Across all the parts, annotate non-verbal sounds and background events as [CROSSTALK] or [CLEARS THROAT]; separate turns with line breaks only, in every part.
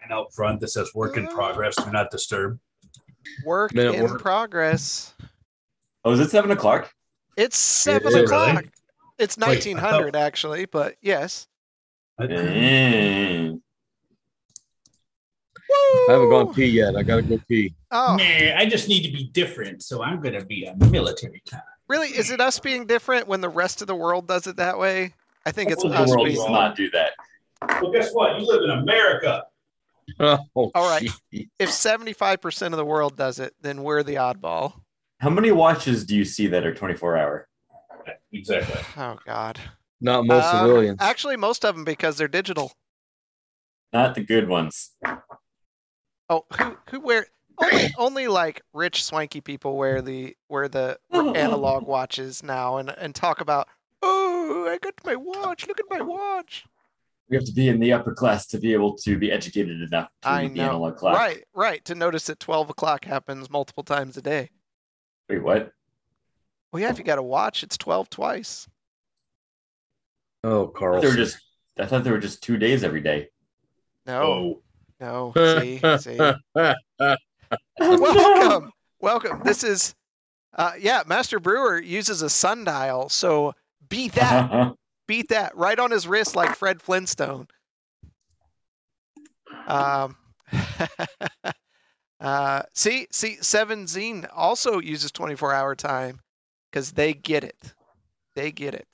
sign out front that says work
Uh.
in progress, do not disturb.
Work
Man,
in
work.
progress.
Oh, is it seven o'clock?
It's seven
is it
really?
o'clock. It's
Wait, I thought-
nineteen hundred actually, but yes.
I-
Mm.
I haven't gone pee yet. I gotta go pee. [LAUGHS]
Oh,
Nah, I just need to be different, so I'm gonna be a military cop.
really? Is it us being different when the rest of the world does it that way? I think it's
The
us
world
being.
does not do that.
Well, guess what? You live in America.
Oh,
All right.
gee.
If seventy-five percent of the world does it, then we're the oddball.
How many watches do you see that are 24 hour?
Exactly.
Oh God.
Not most
Uh,
civilians.
Actually, most of them because they're digital.
Not the good ones.
Oh, who who wear? Only, only like rich swanky people wear the wear the analog watches now and and talk about. Oh, I got my watch. Look at my watch.
You have to be in the upper class to be able to be educated enough to
I
read the
know.
analog clock.
Right, right. To notice that 12 o'clock happens multiple times a day.
Wait, what?
Well, yeah, if you got to watch, it's 12 twice.
oh,
I
Carl.
thought
[LAUGHS]
they were just. I thought there were just two days every day.
No,
Oh,
[LAUGHS]
no. See, see. Welcome. Welcome. This is, uh, yeah, Master Brewer uses a sundial. So beat
Uh-huh.
that. beat that. Right on his wrist like Fred Flintstone. Um, [LAUGHS] uh, see, see, Seven Zine also uses 24 hour time because they get it. They get it.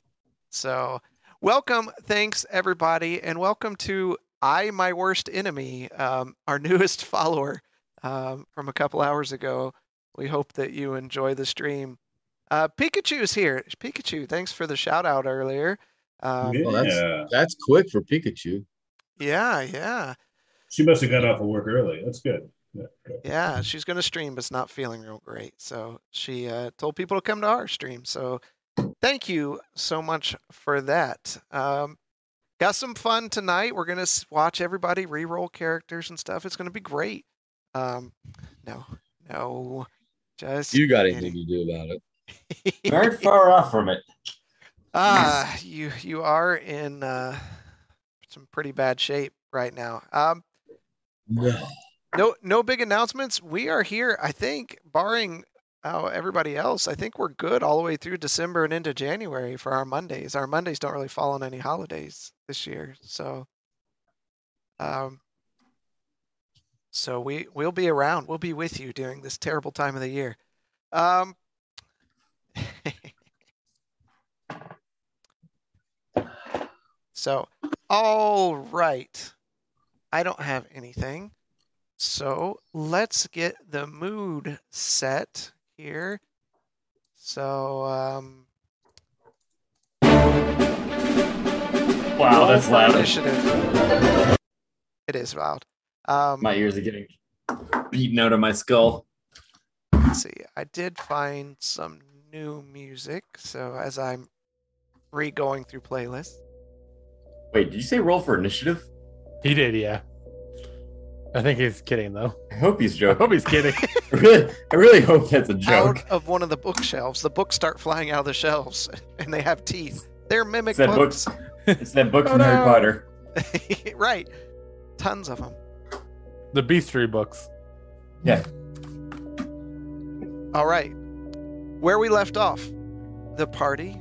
So, welcome. Thanks, everybody. And welcome to I, My Worst Enemy, um, our [LAUGHS] newest follower um, from a couple hours ago. We hope that you enjoy the stream. Uh, Pikachu's here. Pikachu, thanks for the shout out earlier. Um,
yeah.
Uh, Well, that's- [LAUGHS] That's quick for Pikachu.
yeah, yeah,
She must have got off of work early. That's good. Yeah, good.
yeah. She's gonna stream, but's not feeling real great. So she uh, told people to come to our stream. So thank you so much for that. Um, got some fun tonight. We're gonna s- watch everybody re-roll characters and stuff. It's gonna be great. Um, no, no, just [LAUGHS]
You got anything
kidding.
to do about it?
[LAUGHS] Very far off from it.
Ah, you you are in uh, some pretty bad shape right now. Um,
No.
no no big announcements. We are here, I think, barring uh, everybody else. I think we're good all the way through December and into January for our Mondays. Our Mondays don't really fall on any holidays this year, so um, so we we'll be around. We'll be with you during this terrible time of the year. Um, so, all right. I don't have anything. So, let's get the mood set here. So, um,
Wow, Oh, that's
roll for
loud.
Initiative. It is loud. Um,
My ears are getting beaten out of my skull.
Let's see, I did find some new music. So as I'm re going through playlists,
Wait, did you say roll for initiative?
He did, yeah. I think he's kidding though.
I hope he's
I
joking.
hope he's kidding.
I really, [LAUGHS] I really hope that's a joke.
out of one of the bookshelves, the books start flying out of the shelves [LAUGHS] and they have teeth. They're mimic
Is that
books.
It's that book
Oh,
from
no.
Harry Potter.
[LAUGHS] right. Tons of them.
[LAUGHS] the Beastry books.
All right. Where we left off, the party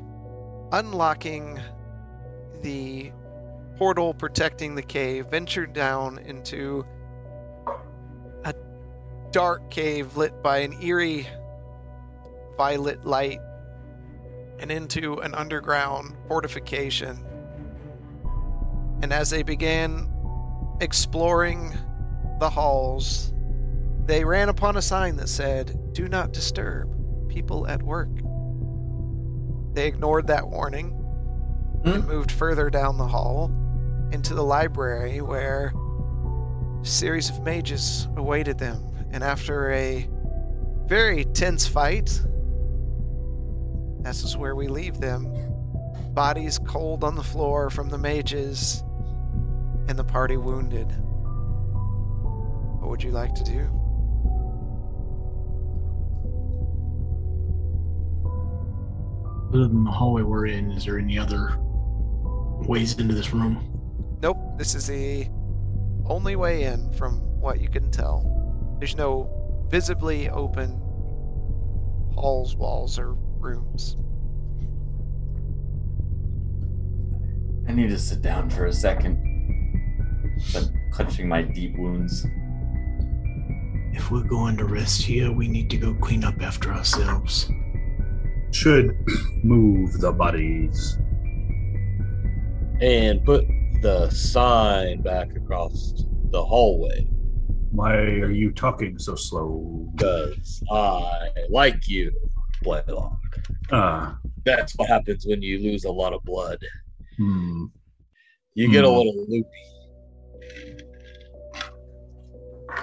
unlocking the portal protecting the cave ventured down into a dark cave lit by an eerie violet light and into an underground fortification. And as they began exploring the halls, they ran upon a sign that said, Do not disturb people at work. They ignored that warning and moved further down the hall into the library where a series of mages awaited them. And after a very tense fight, this is where we leave them. Bodies cold on the floor from the mages and the party wounded. What would you like to do?
Other than the hallway we're in, is there any other ways into this room?
Nope, this is a only way in from what you can tell. There's no visibly open halls, walls, or rooms.
I need to sit down for a second. But clutching my deep wounds.
If we're going to rest here, we need to go clean up after ourselves. Should.
[CLEARS THROAT] Move the bodies.
And put the sign back across the hallway
Why are you talking so slow?
because I like you, Blaylock.
Ah,
That's what happens when you lose a lot of blood.
hmm.
You get a
Hmm.
little loopy.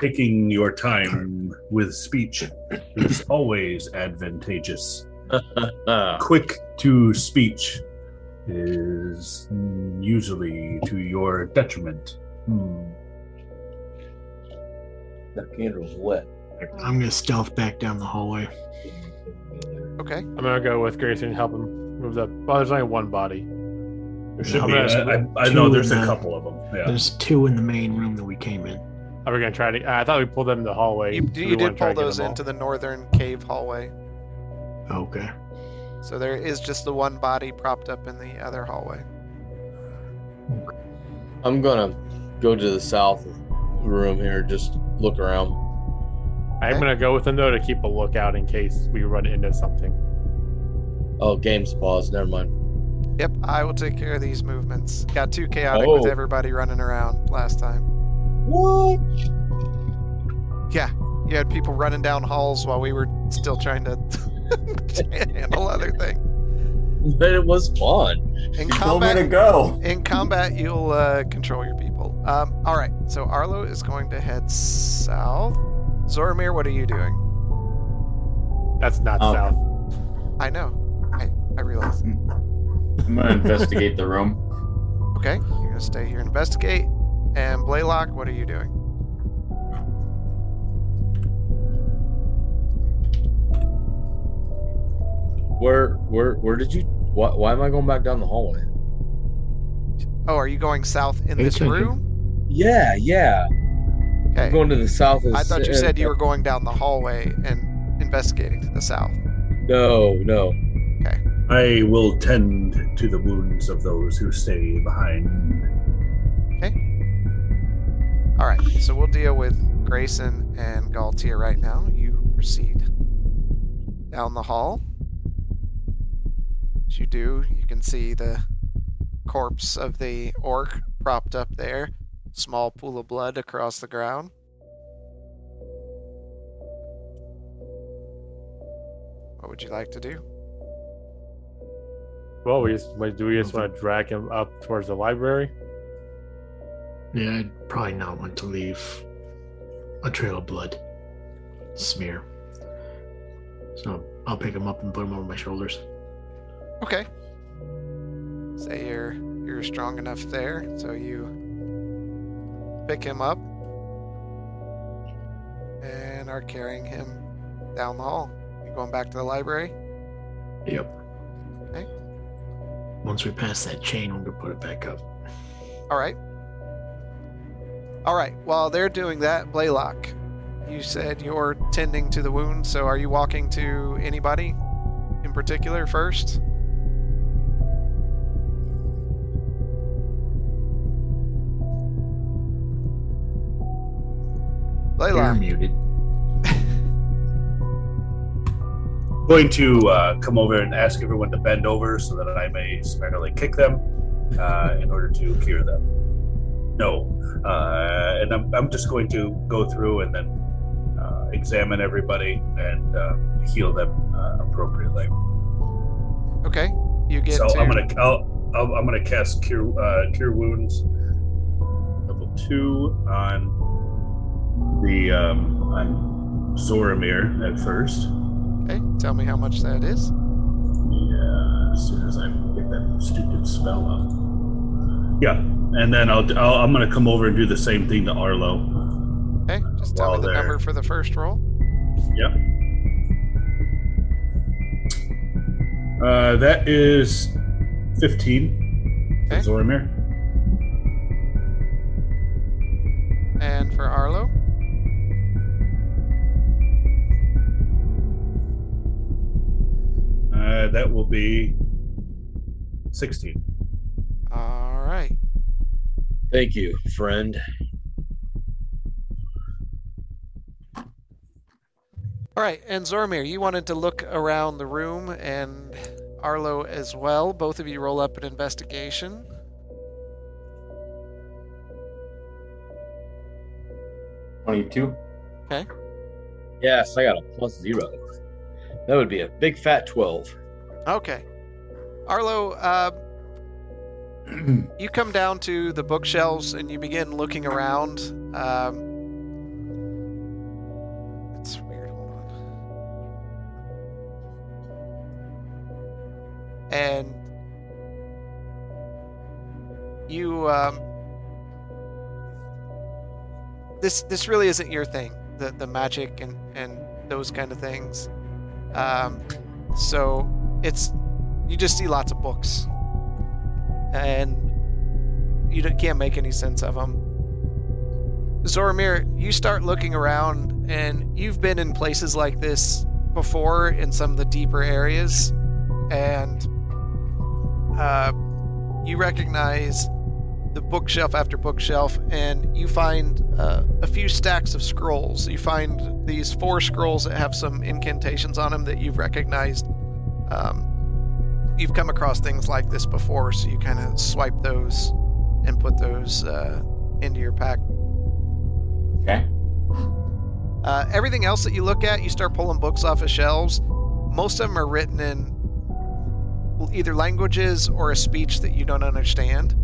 Taking your time with speech is always advantageous.
Ah,
Quick to speech is usually to your detriment. Hmm.
the candle's wet.
I'm gonna stealth back down the hallway.
Okay.
I'm gonna go with Grayson and help him move the. Well, there's only one body.
There should
No,
be.
there's
I, I, I know
two
there's
in
a
the-
couple of them. Yeah.
There's two in the main room that we came in.
Are we gonna try to? I thought we pulled them in the hallway.
You,
Do
you
we wanna
did
try
pull
to get
those
them all?
into the northern cave hallway,
Okay.
so there is just the one body propped up in the other hallway.
I'm gonna go to the south room here, just look around.
I'm gonna go with them though to keep a lookout in case we run into something.
Oh, game's paused. Never mind.
Yep, I will take care of these movements. Got too chaotic with
Oh.
everybody running around last time.
What?
You had people running down halls while we were still trying to [LAUGHS] handle other things.
But it was fun.
In
You told me
combat,
to go.
in combat, you'll uh, control your people. Um, all right, so Arlo is going to head south. Zoramir, what are you doing?
That's not
Oh.
south.
I know. I, I realize.
I'm gonna investigate the room.
Okay, you're gonna stay here and investigate. And Blaylock, what are you doing?
Where, where, where did you? Why, why am I going back down the hallway?
Oh, are you going south in
Hey,
this
Tinker.
room?
Yeah, yeah. I'm
Okay.
going to the south. Of
I thought you
uh,
said you were going down the hallway and investigating to the south.
No, no.
I will tend to the wounds of those who stay behind.
All right, so we'll deal with Grayson and Galtier right now. You proceed down the hall. As you do, you can see the corpse of the orc propped up there, small pool of blood across the ground. What would you like to do?
Well, we just wait, do we just want to drag him up towards the library?
Yeah, I'd probably not want to leave a trail of blood smear. So I'll pick him up and put him over my shoulders.
Okay. Say you're you're strong enough there, so you pick him up and are carrying him down the hall. You're going back to the library.
Yep.
Okay.
Once we pass that chain, I'm gonna put it back up.
All right. All right. While they're doing that, Blaylock, you said you're tending to the wound, so are you walking to anybody in particular first?
You're
Blaylock,
muted.
Going to uh, come over and ask everyone to bend over so that I may smartly kick them uh, in order to cure them. No, uh, and I'm, I'm just going to go through and then uh, examine everybody and uh, heal them uh, appropriately.
okay. You get
so
to
I'm gonna I'll, I'll, I'm gonna cast cure uh, cure wounds level two on the um, on Zoramir at first.
okay, tell me how much that is.
Yeah, as soon as I pick that stupid spell up. Yeah, and then I'll, I'll I'm gonna come over and do the same thing to Arlo.
Okay, just tell
While
me the
they're-
number for the first roll.
Yep. Uh, that is fifteen. for
Okay.
Zoramir.
then for Arlo.
Uh, that will be 16.
All right.
Thank you, friend.
All right, and Zormir, you wanted to look around the room, and Arlo as well. Both of you roll up an investigation.
Twenty-two.
Yes, I got a plus zero. That would be a big fat 12.
Okay, Arlo, uh, you come down to the bookshelves and you begin looking around. Um, it's weird. Hold on. And you, um, this this really isn't your thing, the the magic and and those kind of things. Um, so it's you just see lots of books and you don't- can't make any sense of them. Zoramir, you start looking around, and you've been in places like this before in some of the deeper areas, and uh, you recognize the bookshelf after bookshelf, and you find uh, a few stacks of scrolls. You find these four scrolls that have some incantations on them that you've recognized. Um, you've come across things like this before, so you kind of swipe those and put those uh, into your pack.
Okay.
Uh, everything else that you look at, you start pulling books off of shelves. Most of them are written in either languages or a speech that you don't understand.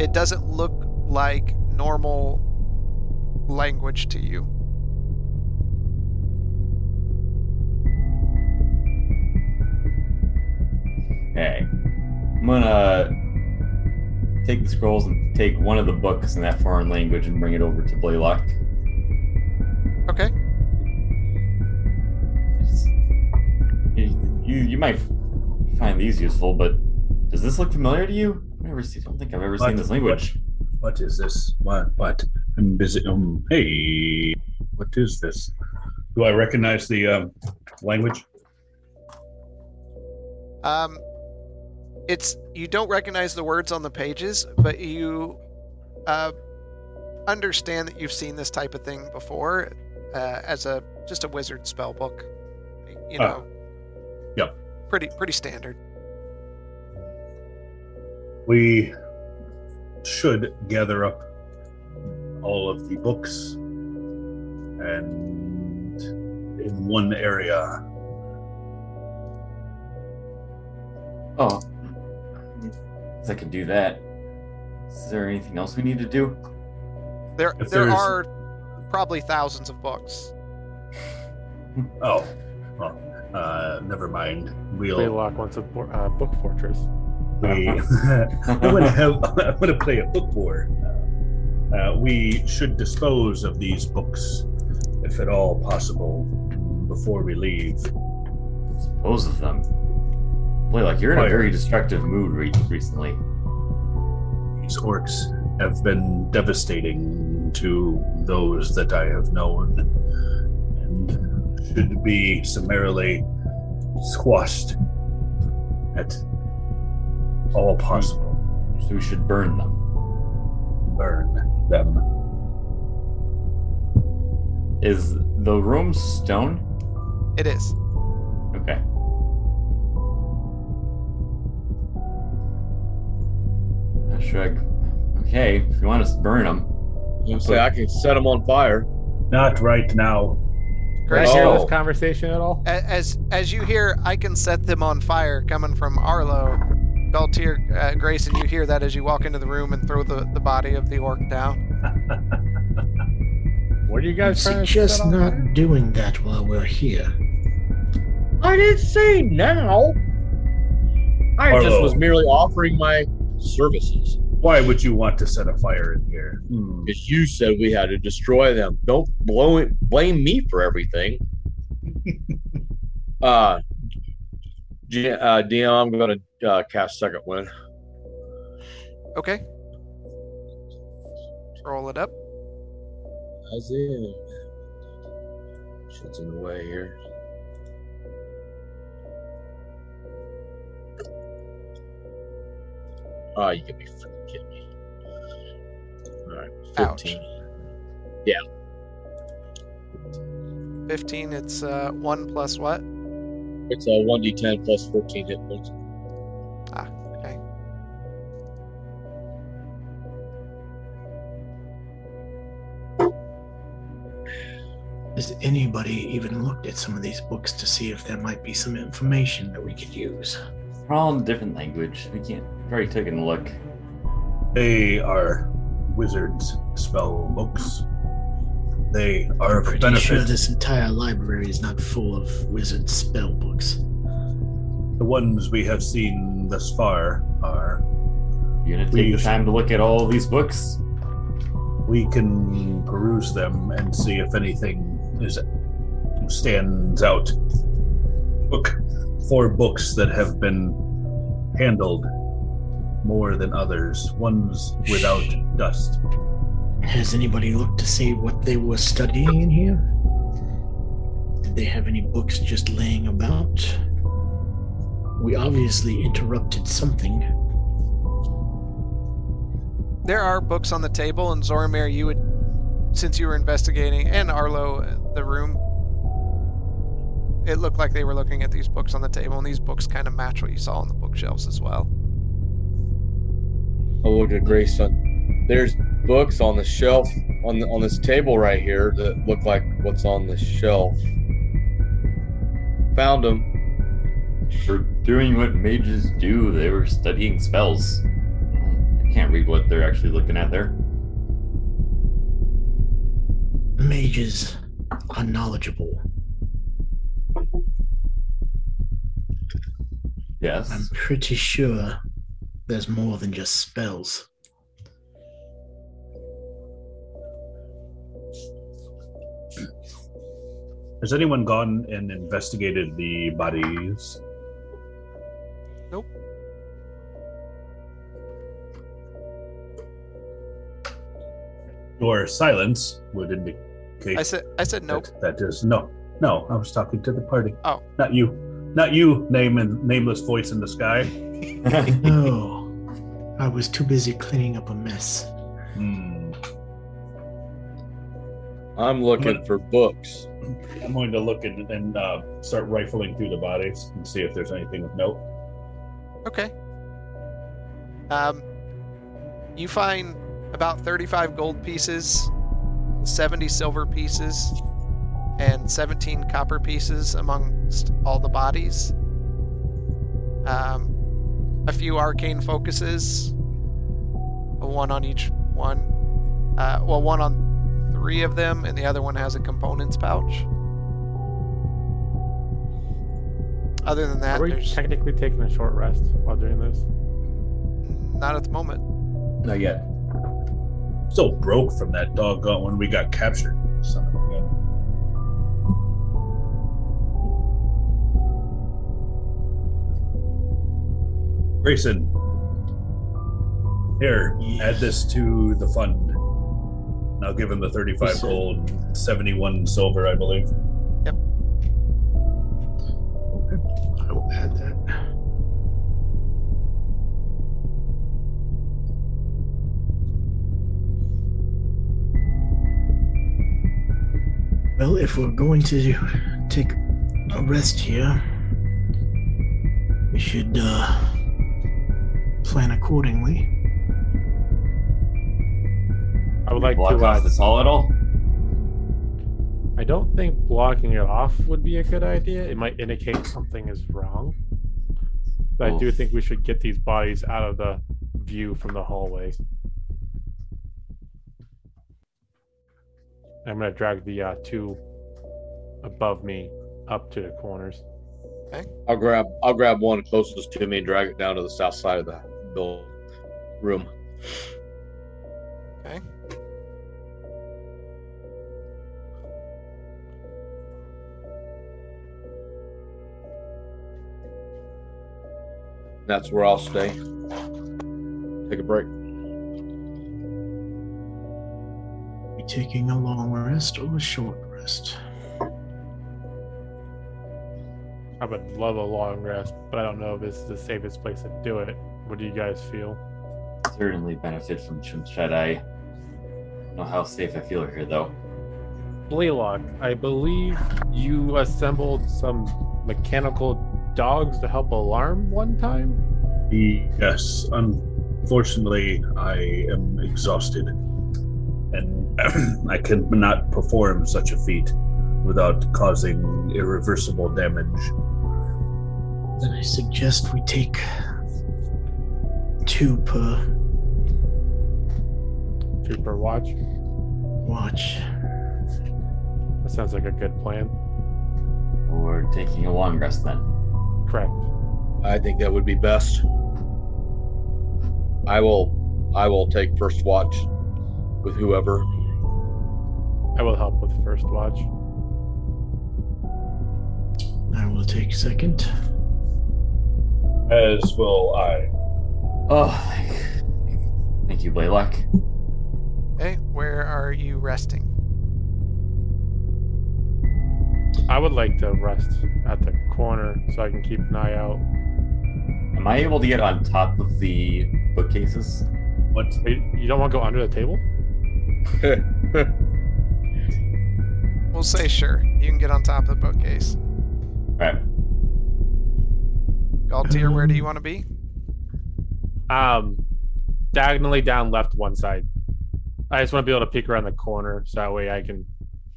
It doesn't look like normal language to you.
Okay. I'm gonna take the scrolls and take one of the books in that foreign language and bring it over to Blaylock.
Okay.
Just- You, you, you might find these useful, but does this look familiar to you? I never see, don't think I've ever seen
What?
this language.
What is this? What? What? I'm busy. Um, hey, what is this? Do I recognize the um, language?
Um, it's you don't recognize the words on the pages, but you uh, understand that you've seen this type of thing before uh, as a just a wizard spell book. You
Ah.
know.
Yep.
Pretty pretty standard.
We should gather up all of the books and in one area.
Oh. Guess I can do that. Is there anything else we need to do?
There
If
there
there's-
are probably thousands of books.
Oh, well, uh, never mind. We'll.
Blaylock wants a bo- uh, book fortress.
We, [LAUGHS] I'm gonna
[LAUGHS]
have. I'm gonna play a book war. Uh, we should dispose of these books, if at all possible, before we leave.
Dispose of them. Blaylock, you're in a
Fire.
very destructive mood re- recently.
These orcs have been devastating to those that I have known and should be summarily squashed at all possible.
So we should burn them.
Burn them.
Is the room stone?
It is.
Okay. Uh, Shrek. Okay, if you want us to burn them.
You say I can set them on fire.
Not right now.
Did
Great.
I hear this
Oh.
conversation at all?
A- As as you hear, I can set them on fire coming from Arlo. Galtier, uh, Grayson, you hear that as you walk into the room and throw the, the body of the orc down.
What are you guys trying to
Suggest
set on
not
fire?
doing that while we're here.
I didn't say now. I just
Arlo.
was merely offering my services
Why would you want to set a fire in here? Hmm.
because you said we had to destroy them. Don't blow it, blame me for [LAUGHS] everything. uh, G- uh, DM, I'm going to uh, cast second wind.
Okay. Roll it up.
Isaiah. Shit's in the way here. Oh, you could be freaking kidding me. Alright,
Ouch.
15.
15, it's uh, 1 plus what?
It's a 1d10 plus 14 hit points.
Has anybody even looked at some of these books to see if there might be some information that we could use?
We're all in different language. We can't. We've already taken a look.
They are wizards, spell books. They are of
Pretty
benefit.
sure this entire library is not full of wizard spell books.
The ones we have seen thus far are
You're gonna take the
Please.
time to look at all these books.
we can peruse them and see if anything is stands out. Look for books that have been handled more than others, ones without dust.
Has anybody looked to see what they were studying in here? Did they have any books just laying about? We obviously interrupted something.
There are books on the table, and Zoramir, you would, since you were investigating, and Arlo, uh, the room, it looked like they were looking at these books on the table, and these books kind of match what you saw on the bookshelves as well.
Oh, look at Grayson. There's books on the shelf on the, on this table right here that look like what's on the shelf. Found them.
We're doing what mages do. They were studying spells. I can't read what they're actually looking at there.
Mages are knowledgeable. I'm
Yes.
pretty sure there's more than just spells.
Has anyone gone and investigated the bodies?
Nope.
Your silence would indicate
I said, I said nope.
that- that is no, no. I was talking to the party.
Oh.
not you, not you. Name and nameless voice in the sky.
No, I was too busy cleaning up a mess.
Hmm.
I'm looking for books.
I'm going to look and, and uh, start rifling through the bodies and see if there's anything of note.
Okay. Um, you find about 35 gold pieces, 70 silver pieces, and 17 copper pieces amongst all the bodies. Um, a few arcane focuses, one on each one. Uh, well, one on three of them, and the other one has a components pouch. Other than that,
Are we
there's
technically taking a short rest while doing this?
not at the moment.
Not yet.
So broke from that doggone when we got captured. Son of a gun. Grayson, here, add this to the fund. And I'll give him the 35
Yes, sir.
gold, 71 silver, I believe.
I will add that. Well, if we're going to take a rest here, we should uh, plan accordingly.
I would like
block
to.
off
Uh,
this hall at all.
I don't think blocking it off would be a good idea. It might indicate something is wrong. But I do
Oof.
think we should get these bodies out of the view from the hallway. I'm gonna drag the uh, two above me up to the corners.
I'll grab I'll grab one closest to me and drag it down to the south side of the build room.
Okay.
That's where I'll stay. Take a break.
Be taking a long rest or a short rest?
I would love a long rest, but I don't know if this is the safest place to do it. What do you guys feel?
Certainly benefit from Chimchadai. Don't know how safe I feel here though.
Blaylock, I believe you assembled some mechanical dogs to help alarm one time.
Yes, unfortunately, I am exhausted, and [CLEARS THROAT] I cannot perform such a feat without causing irreversible damage.
Then I suggest we take two per
Two per watch.
watch.
That sounds like a good plan.
We're taking a long rest then.
Correct.
I think that would be best. I will, I will take first watch with whoever.
I will help with first watch.
I will take second.
As will I.
Oh, thank you, Blaylock.
Okay, where are you resting?
I would like to rest at the corner so I can keep an eye out.
Am I able to get on top of the bookcases?
What?
Wait, you don't want to go under the table?
We'll say sure. You can get on top of the bookcase.
All right.
[LAUGHS] Galtier, where do you want to be?
Um, diagonally down left one side. I just want to be able to peek around the corner so that way I can,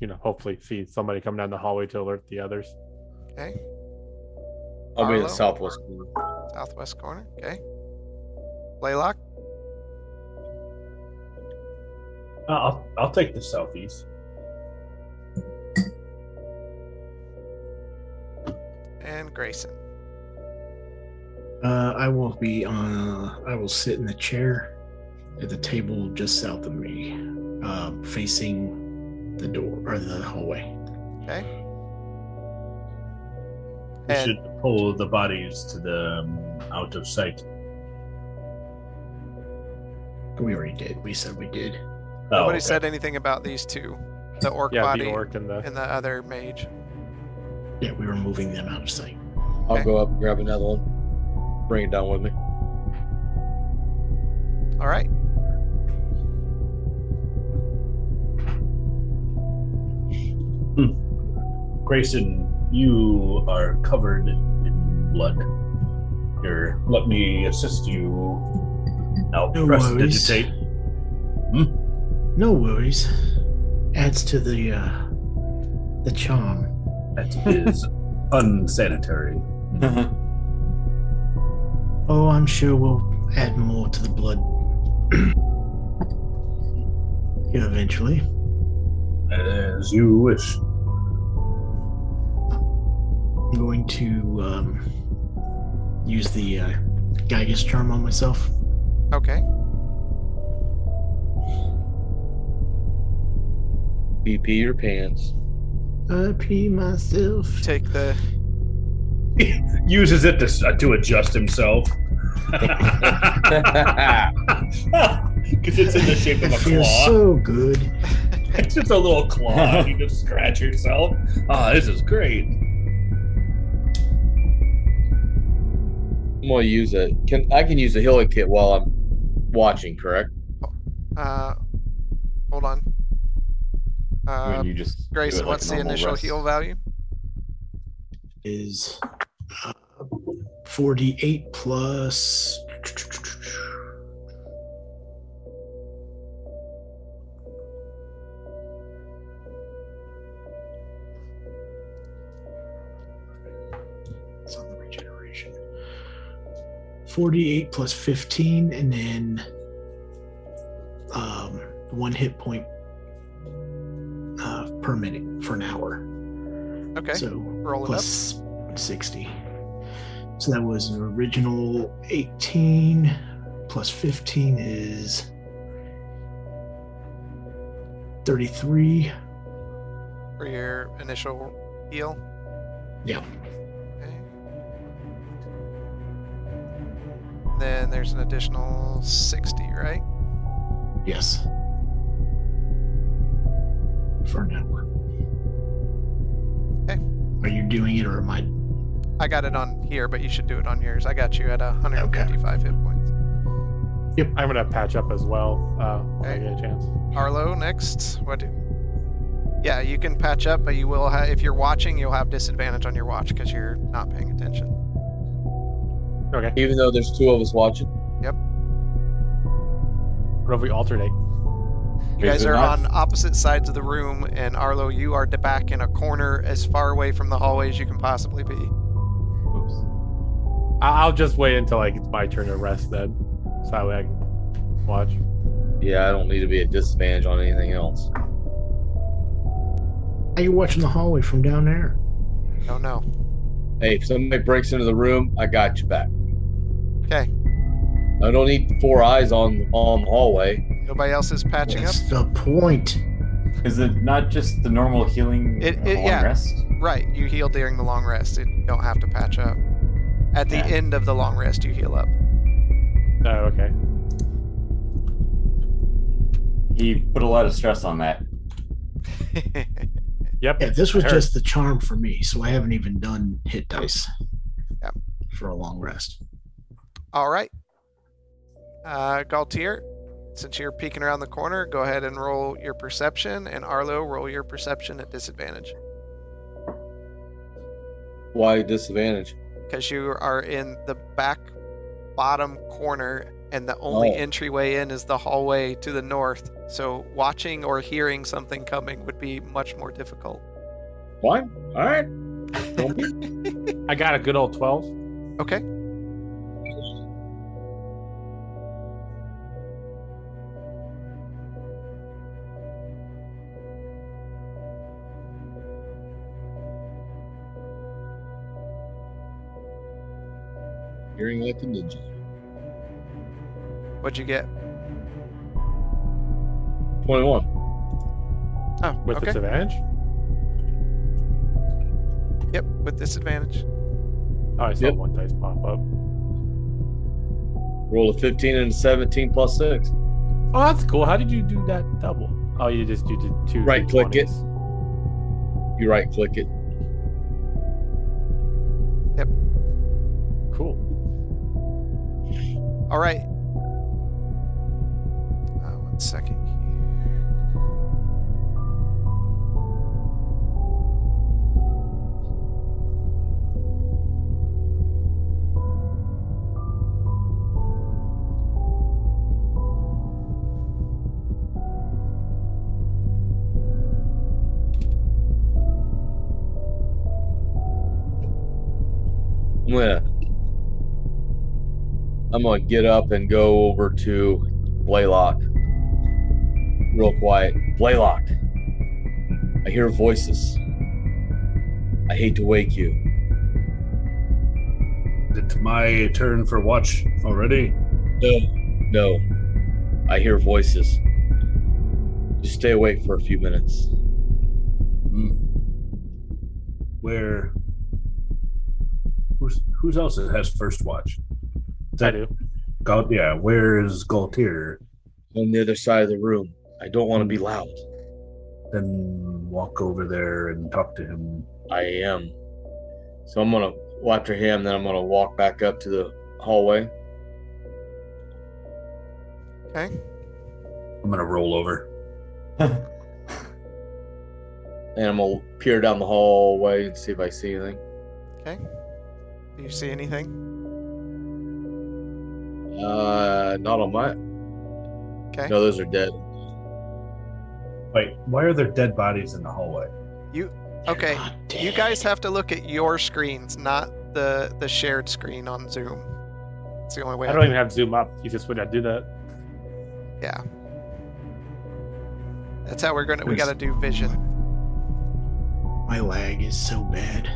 you know, hopefully see somebody come down the hallway to alert the others.
Okay,
I'll be in
Arlo?
the southwest. corner.
southwest corner. Okay. Blaylock,
Uh, I'll, I'll take the southeast.
and Grayson.
Uh, I will be on. I will sit in the chair at the table just south of me, uh, facing the door or the hallway.
We
And-
should pull the bodies to the um, out of sight.
We already did. We said we did.
Oh,
Nobody
okay.
said anything about these two the orc
Yeah,
body
the orc and the.
and the other mage.
Yeah, we were moving them out of sight.
I'll
Okay.
go up and grab another one. Bring it down with me.
All right.
Grayson, you are covered in blood. Here, let me assist you. Now
No
press
worries.
digitate.
No worries. Adds to the uh, the charm.
That [LAUGHS] is unsanitary.
Oh, I'm sure we'll add more to the blood. Yeah, eventually.
As you wish.
I'm going to um, use the uh, Gygas charm on myself.
Okay.
BP your pants.
I pee myself.
Take the
Uses it to, s- uh, to adjust himself. [LAUGHS] Because it's in the shape of [LAUGHS] a
It feels
claw.
so good.
it's just a little claw. [LAUGHS] you just scratch yourself. Ah, this is great.
I'm gonna use it. Can I can use the healing kit while I'm watching? Correct.
uh hold on. Uh
When you just do it
Grayson,
like
what's
a
the
normal
initial
rest.
heal value?
Is uh, 48 plus. It's on the regeneration. 48 plus 15, and then um, one hit point uh, per minute for an hour.
Okay.
So
Roll it
plus 60. So that was an original 18 plus 15 is 33.
up for your initial heal.
Yeah.
Okay. Then there's an additional 60, right?
Yes. for an hour.
Okay.
Are you doing it or am I?
I got it on here, but you should do it on yours. I got you at 155 hit points.
I'm gonna patch up as well uh, when I
Okay.
get a chance.
Arlo next. What? Do... Yeah, you can patch up, but you will ha- if you're watching, you'll have disadvantage on your watch because you're not paying attention.
Okay,
Even though there's two of us watching.
what if we alternate?
You guys
Maybe
are
not.
on opposite sides of the room, and Arlo, you are d- back in a corner as far away from the hallway as you can possibly be.
Oops.
I- I'll just wait until like it's my turn to rest then, so that way I can watch.
Yeah, I don't need to be at disadvantage on anything else.
Are you watching the hallway from down there?
Oh no.
Hey, if somebody breaks into the room, I got you back.
Okay.
I don't need four eyes on on the hallway.
Nobody else is patching
That's the point.
Is it not just the normal healing
It-
of
it-
long
yeah.
rest?
up. Right. You heal during the long rest. You don't have to patch up. At the
Yeah.
end of the long rest, you heal up.
Oh, okay.
He put a lot of stress on that.
Yep.
Yeah, this was
I heard.
just the charm for me, so I haven't even done hit dice.
Yeah.
For a long rest.
All right. Uh, Galtier, since you're peeking around the corner, go ahead and roll your perception, and Arlo, roll your perception at disadvantage
Why disadvantage?
because you are in the back bottom corner, and the only
Oh.
entryway in is the hallway to the north. So watching or hearing something coming would be much more difficult.
Why? All right. Don't be-
I got a good old twelve.
Okay.
Hearing like a ninja.
What'd you get?
Twenty-one.
Oh,
Ah, with
okay.
disadvantage.
Yep, with disadvantage.
Oh, I saw
Yep.
one dice pop up.
Roll a fifteen and a seventeen plus six.
Oh, that's cool. How did you do that double? Oh, you just do the two.
Right click it.
D20s.
You right-click it.
Cool.
All right. Uh, one second here.
I'm gonna I'm gonna get up and go over to Blaylock. Real quiet. Blaylock. I hear voices. I hate to wake you.
It's my turn for watch already.
No, no. I hear voices. Just stay awake for a few minutes.
Hmm. Where? Who's who's else that has first watch?
I
That-
do.
Gal- yeah. Where is Galtier?
On the other side of the room. I don't want to be loud.
Then walk over there and talk to him.
I am. So I'm gonna go after him, then I'm gonna walk back up to the hallway.
Okay.
I'm gonna roll over.
and I'm gonna peer down the hallway and see if I see anything.
Do you see anything?
Uh, not on my.
Okay.
No, those are dead.
Wait, why are there dead bodies in the hallway?
Okay,
God
You
damn.
guys have to look at your screens, not the the shared screen on Zoom. It's the only way.
I don't even have zoom up. You just would not do that.
That's how we're gonna. We gotta do vision.
My lag is so bad.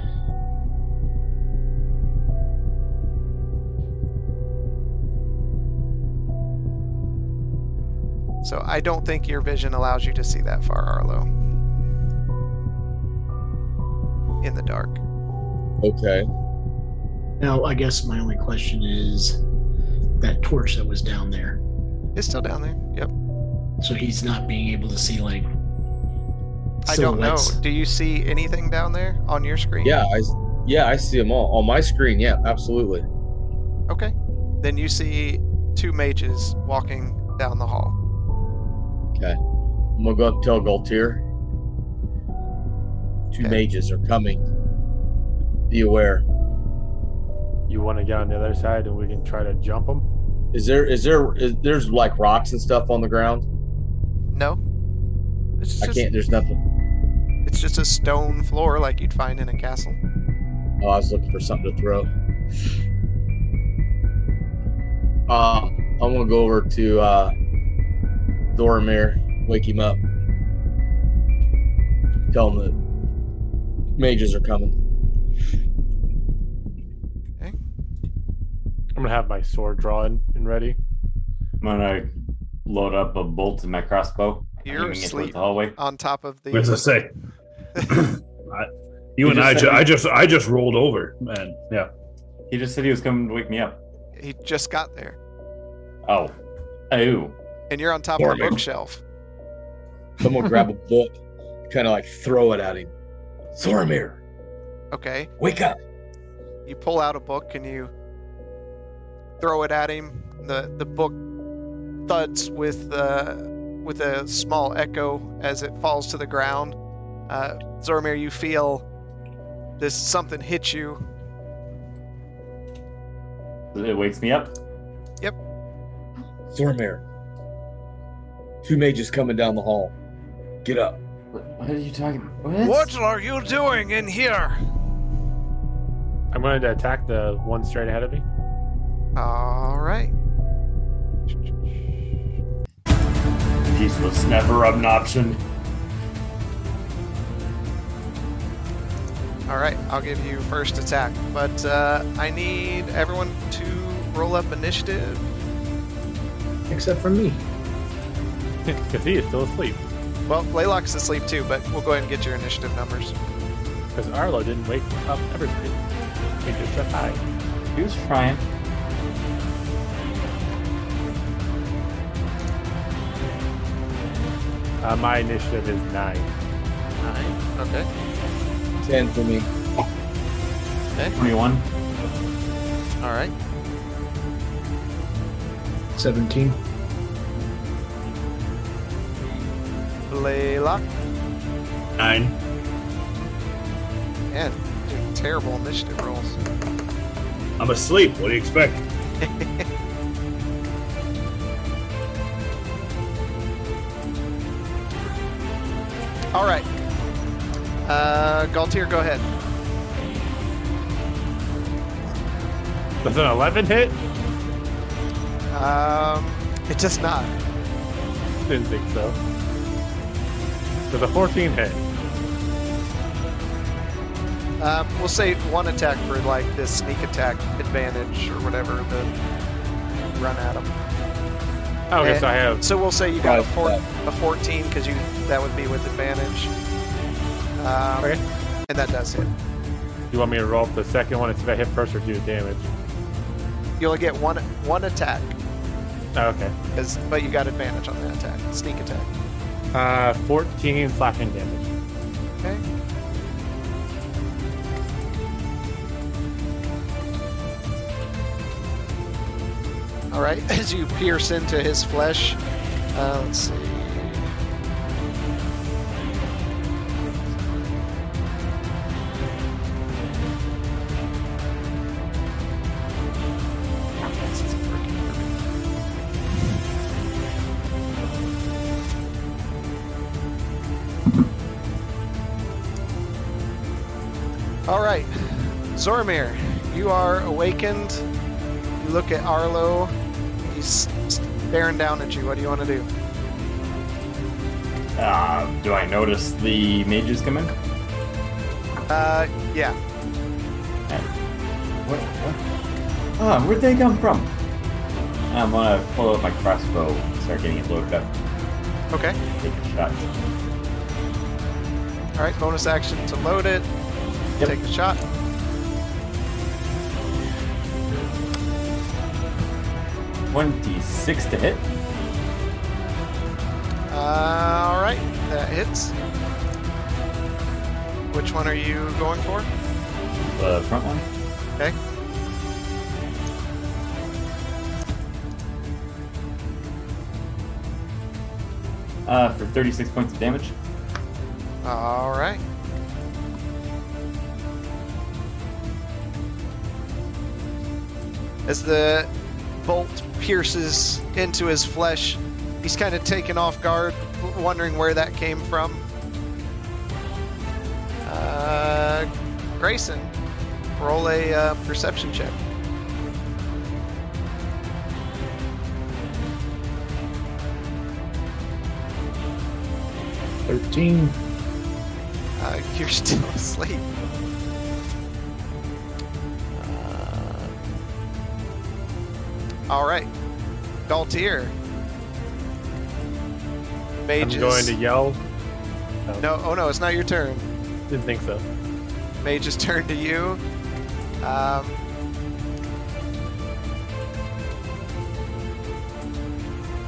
So I don't think your vision allows you to see that far, Arlo. In the dark.
Okay.
Now, I guess my only question is that torch that was down there.
It's still down there. Yep.
So he's not being able to see like
I don't know.
silhouettes.
Do you see anything down there on your screen?
Yeah, I s- yeah, I see them all on my screen. Yeah, absolutely.
Okay. Then you see two mages walking down the hall.
I'm gonna go up and tell Galtier. Two
Okay.
mages are coming. Be aware.
You want to get on the other side and we can try to jump them?
Is there is there is there's like rocks and stuff on the ground?
No. It's
I
just
can't. There's nothing.
it's just a stone floor like you'd find in a castle.
Oh, I was looking for something to throw. Um, I'm gonna go over to uh, Thoramir, wake him up. Tell him that mages are coming.
I'm gonna have my sword drawn and ready.
I'm gonna load up a bolt in my crossbow. I'm
You're
aiming it towards
asleep Oh.
The hallway.
on top of the
What does it
[LAUGHS]
say? I, you,
You
and
just
I,
said
ju-
we-
I just, I just rolled over, man. Yeah,
He just said he was coming to wake me up.
he just got there.
Oh, oh,
And you're on top of the
Morning.
bookshelf.
Someone grab a book, kind of like throw it at him. Thoramir,
Okay.
wake up!
You pull out a book and you throw it at him. The the book thuds with uh, with a small echo as it falls to the ground. Uh, Zormir, you feel this something hit you.
it wakes me up.
Thoramir, two mages coming down the hall. Get up!
What what are you talking? What?
are you doing in here?
I'm going to attack the one straight ahead of me.
All right.
Peace was never an option.
All right, I'll give you first attack, but uh, I need everyone to roll up initiative.
Except for me.
Because he is still asleep.
Well, Blaylock's asleep too, but we'll go ahead and get your initiative numbers.
Because Arlo didn't wake up everybody. He just said hi.
He was trying.
Uh, my initiative is nine.
Nine. Okay.
Ten for me.
Twenty-one.
All right.
17.
Blaylock
nine.
and doing terrible initiative rolls.
I'm asleep. What do you expect?
All right. Uh, Galtier, go ahead.
Does an 11 hit?
Um, it does not.
Didn't think so. Does a 14 hit?
Um, we'll say one attack for like this sneak attack advantage or whatever the run at him.
Oh, okay,
Yeah.
so I have.
So we'll say you got a,
Right,
four,
right.
a 14 because you that would be with advantage. Um,
Okay.
And that does hit.
You want me to roll up the second one and see if I hit first or do damage?
You only get one one attack,
Oh, okay.
'cause- but you got advantage on that attack, sneak attack.
Uh, 14 slashing damage.
Okay. All right, [LAUGHS] as you pierce into his flesh, uh, let's see. This isn't working for me. All right, Zormir, you are awakened. You look at Arlo. He's staring down at you. What do you want to do?
Uh, do I notice the mages coming?
Uh, yeah.
What? what? Ah, where'd they come from? I'm gonna pull out my crossbow, start getting it loaded up,
Okay.
take a shot.
All right. Bonus action to load it.
Yep.
Take a shot.
Twenty-six to hit.
Uh, all right. That hits. Which one are you going for?
The front one?
Okay.
Uh, for 36 points of damage.
All right. As the bolt pierces into his flesh, he's kind of taken off guard, w- wondering where that came from. Uh, Grayson, roll a uh, perception check.
Thirteen.
Uh, [LAUGHS] you're still asleep. Uh, all right, Galtier. Mages.
I'm going to yell.
No, oh no, it's not your turn.
Didn't think so.
Mage's [LAUGHS] turn to you. Um,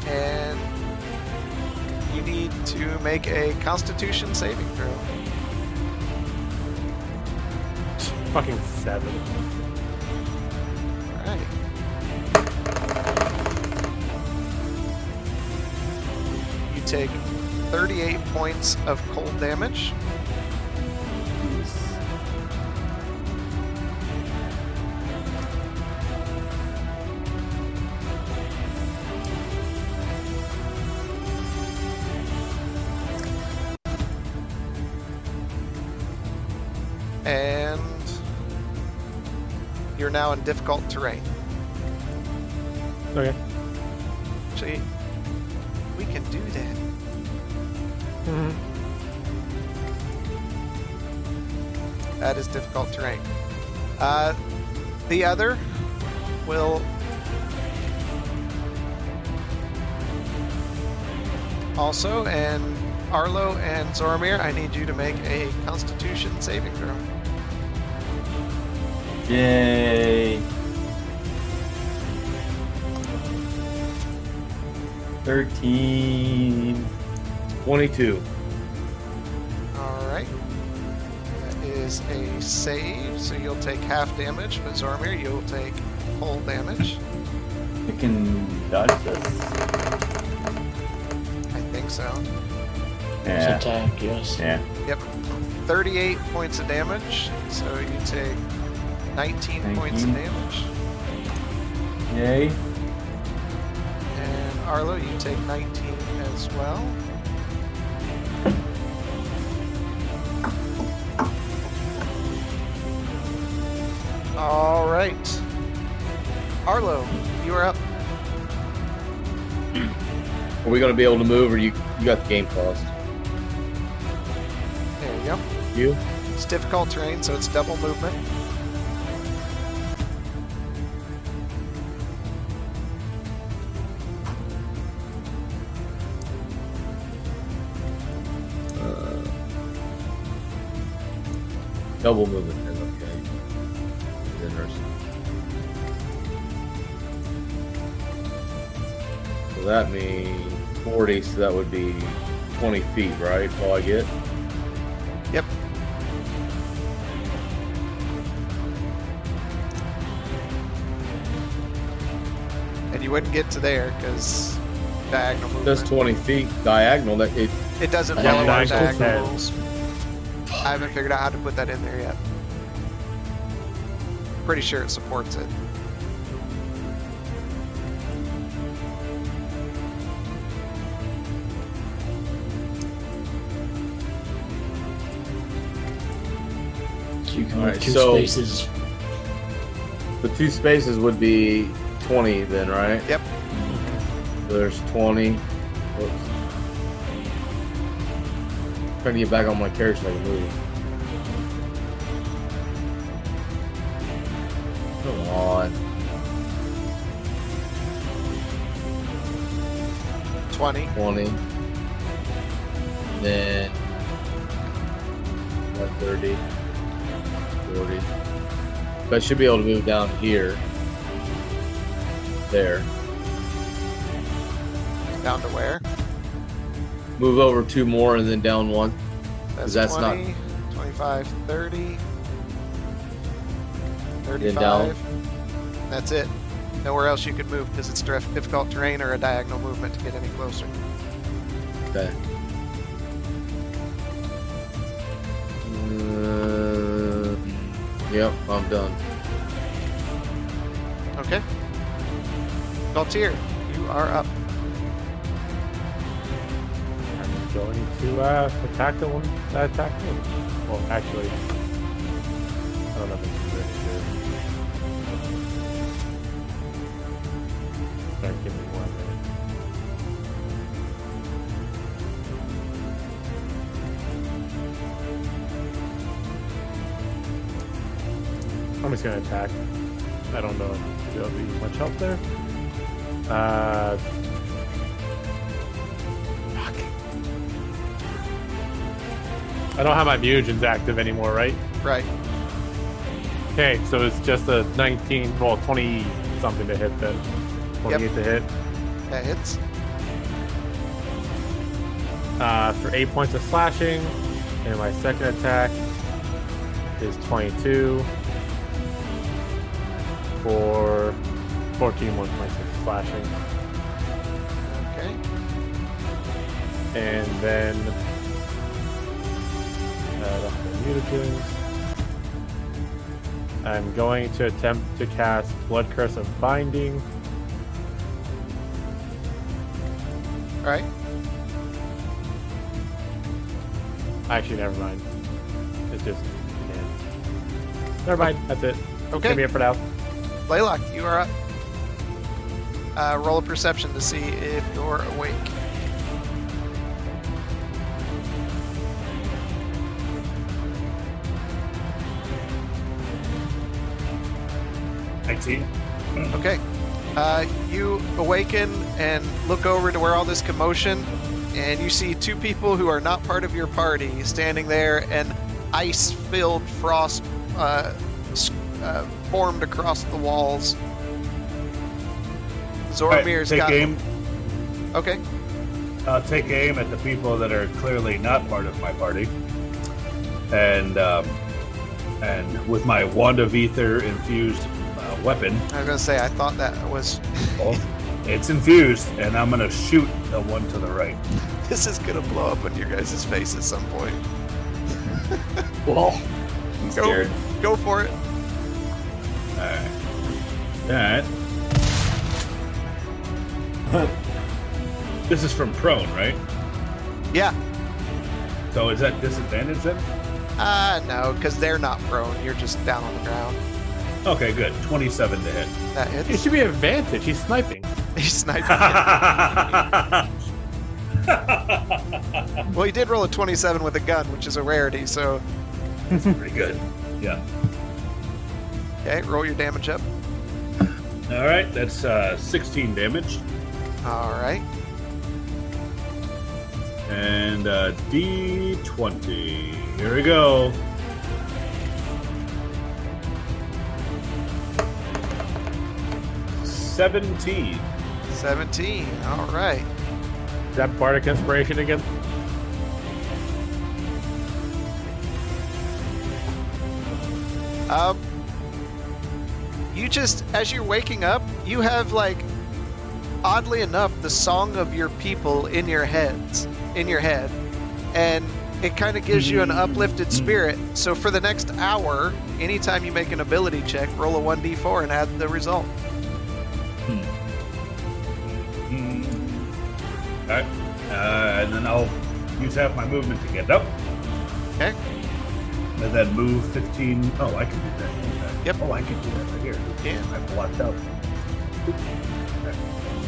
and you need to make a Constitution saving throw.
Fucking seven.
All right. You take 38 points of cold damage. And you're now in difficult terrain.
Okay.
Actually, we can do that. That is difficult terrain. Uh, the other will also, and Arlo and Zoromir, I need you to make a Constitution saving throw.
Yay! Thirteen.
22.
All right. That is a save, so you'll take half damage. But Zoromir, you'll take full damage.
I can dodge this.
I think so.
Yeah.
Attack. Yes.
Yeah.
Yep. 38 points of damage, so you take 19 points of
19.
damage.
Yay.
And Arlo, you take 19 as well. All right. Arlo, you are up.
Are we going to be able to move, or you you got the game paused?
There you go.
You?
It's difficult terrain, so it's double movement.
Double movement. Then. Okay. That's Interesting. So that means 40, so that would be 20 feet, right? All I get?
Yep. And you wouldn't get to there because diagonal movement.
That's 20 feet diagonal. That it,
It doesn't
Yeah,
follow our
diagonal
diagonal
head.
rules. I haven't figured out how to put that in there yet. Pretty sure it supports it.
So you can
All
move
right,
two
so-
spaces.
the two spaces would be 20 then, right?
Yep.
So there's 20. Whoops. Trying to get back on my carriage so I can move. Come on.
20.
20. Then 130, 40. So I should be able to move down here. There.
Down to where?
Move over two more and then down one.
That's
That's not-
20, 20, 25, 30.
Get down.
35. That's it. Nowhere else you could move because it's diff- difficult terrain or a diagonal movement to get any closer.
Okay. Uh, yep, I'm done.
Okay. Galtier, you are up.
I'm going to uh, attack the one that attacked me. Well, actually, I don't know if it's really good. Sorry, give me one minute. I'm just gonna attack. I don't know if there'll be much help there. Uh, I don't have my mutagens active anymore, right?
Right.
Okay, so it's just a 19, well, 20 something to hit then. 28 to hit.
That hits.
Uh, for 8 points of slashing. And my second attack is 22 for 14 more points of slashing.
Okay.
And then. Uh, I don't have any mutagens. I'm going to attempt to cast Blood Curse of Binding.
All right.
Actually, never mind. It's just. yeah. Never mind. That's it. Give me
Okay.
it for now.
Blaylock, you are up. Uh, roll a perception to see if you're awake.
Nineteen.
Okay. Uh, you awaken and look over to where all this commotion, and you see two people who are not part of your party standing there, and ice filled frost uh, s- uh, formed across the walls.
Alright,
Zoromir's
take
got.
aim.
Okay.
I'll take aim at the people that are clearly not part of my party, and um, and with my wand of ether infused uh, weapon,
I was going to say, I thought that was.
it's infused, and I'm gonna shoot the one to the right.
[LAUGHS] This is going to blow up in your guys' face at some point.
Well,
I'm scared.
Go for it.
All right. That. this is from prone, right?
Yeah.
So is that disadvantage then?
Uh, no, because they're not prone. You're just down on the ground.
Okay, good. Twenty-seven to hit.
That [LAUGHS]
It
hits.
should be an advantage. He's sniping.
He's sniping. Well, he did roll a 27 with a gun, which is a rarity, so.
[LAUGHS] Pretty good. Yeah.
Okay, roll your damage up.
All right, that's uh, 16 damage
Alright.
and uh, D20. Here we go. Seventeen.
17. Alright.
Is that bardic inspiration again?
Um. You just, as you're waking up, you have, like, oddly enough, the song of your people in your heads, in your head, and it kind of gives you an uplifted spirit. So for the next hour, anytime you make an ability check, roll a 1d4 and add the result.
Mm. All right, uh, and then I'll use half my movement to get up.
Okay.
And then move 15. Oh, I can do that. Okay.
Yep.
Oh, I can do that right here.
Yeah.
I blocked out.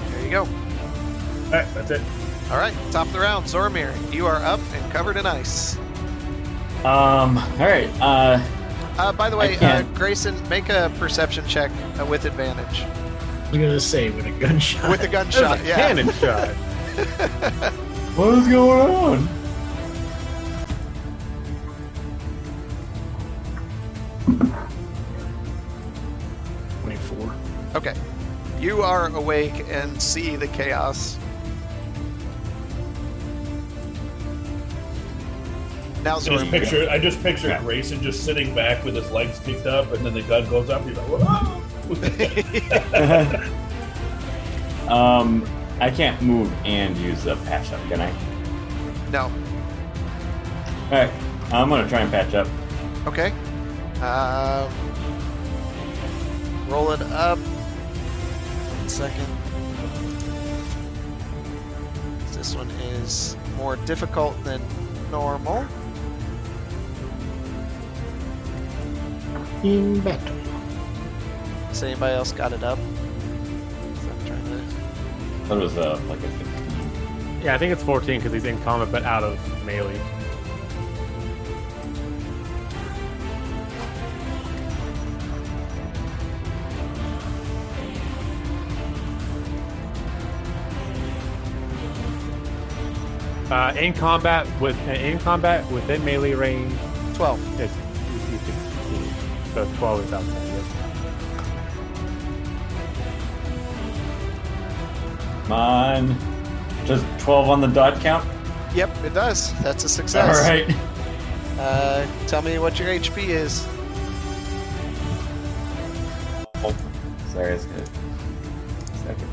There you go.
All right, that's it.
All right, top of the round, Zormir, you are up and covered in ice.
Um. All right. Uh.
Uh, by the way, uh,
can't.
Grayson, make a perception check uh, with advantage.
I was gonna say with a gunshot.
With a gunshot, yeah.
Cannon [LAUGHS] shot.
What is going on?
twenty-four.
Okay. You are awake and see the chaos. Now's
I
the
just
room.
picture I just picture
Yeah.
Grayson just sitting back with his legs kicked up, and then the gun goes up. He's like, "Whoa!"
um, I can't move and use a patch up, can I?
No.
All right, I'm gonna try and patch up.
Okay. Um, roll it up. One second. This one is more difficult than normal.
[LAUGHS] In battle.
Has anybody else got it up? So I'm trying to.
That was uh, like a 15.
Yeah, I think it's 14 because he's in combat but out of melee. Uh, in combat with uh, in combat within melee range,
12.
it's easy to see. So 12 is outside. Yes.
Come on. Just 12 on the dot count?
Yep, it does. That's a success.
All right.
Uh, tell me what your HP is.
Oh, sorry, it's good. Second.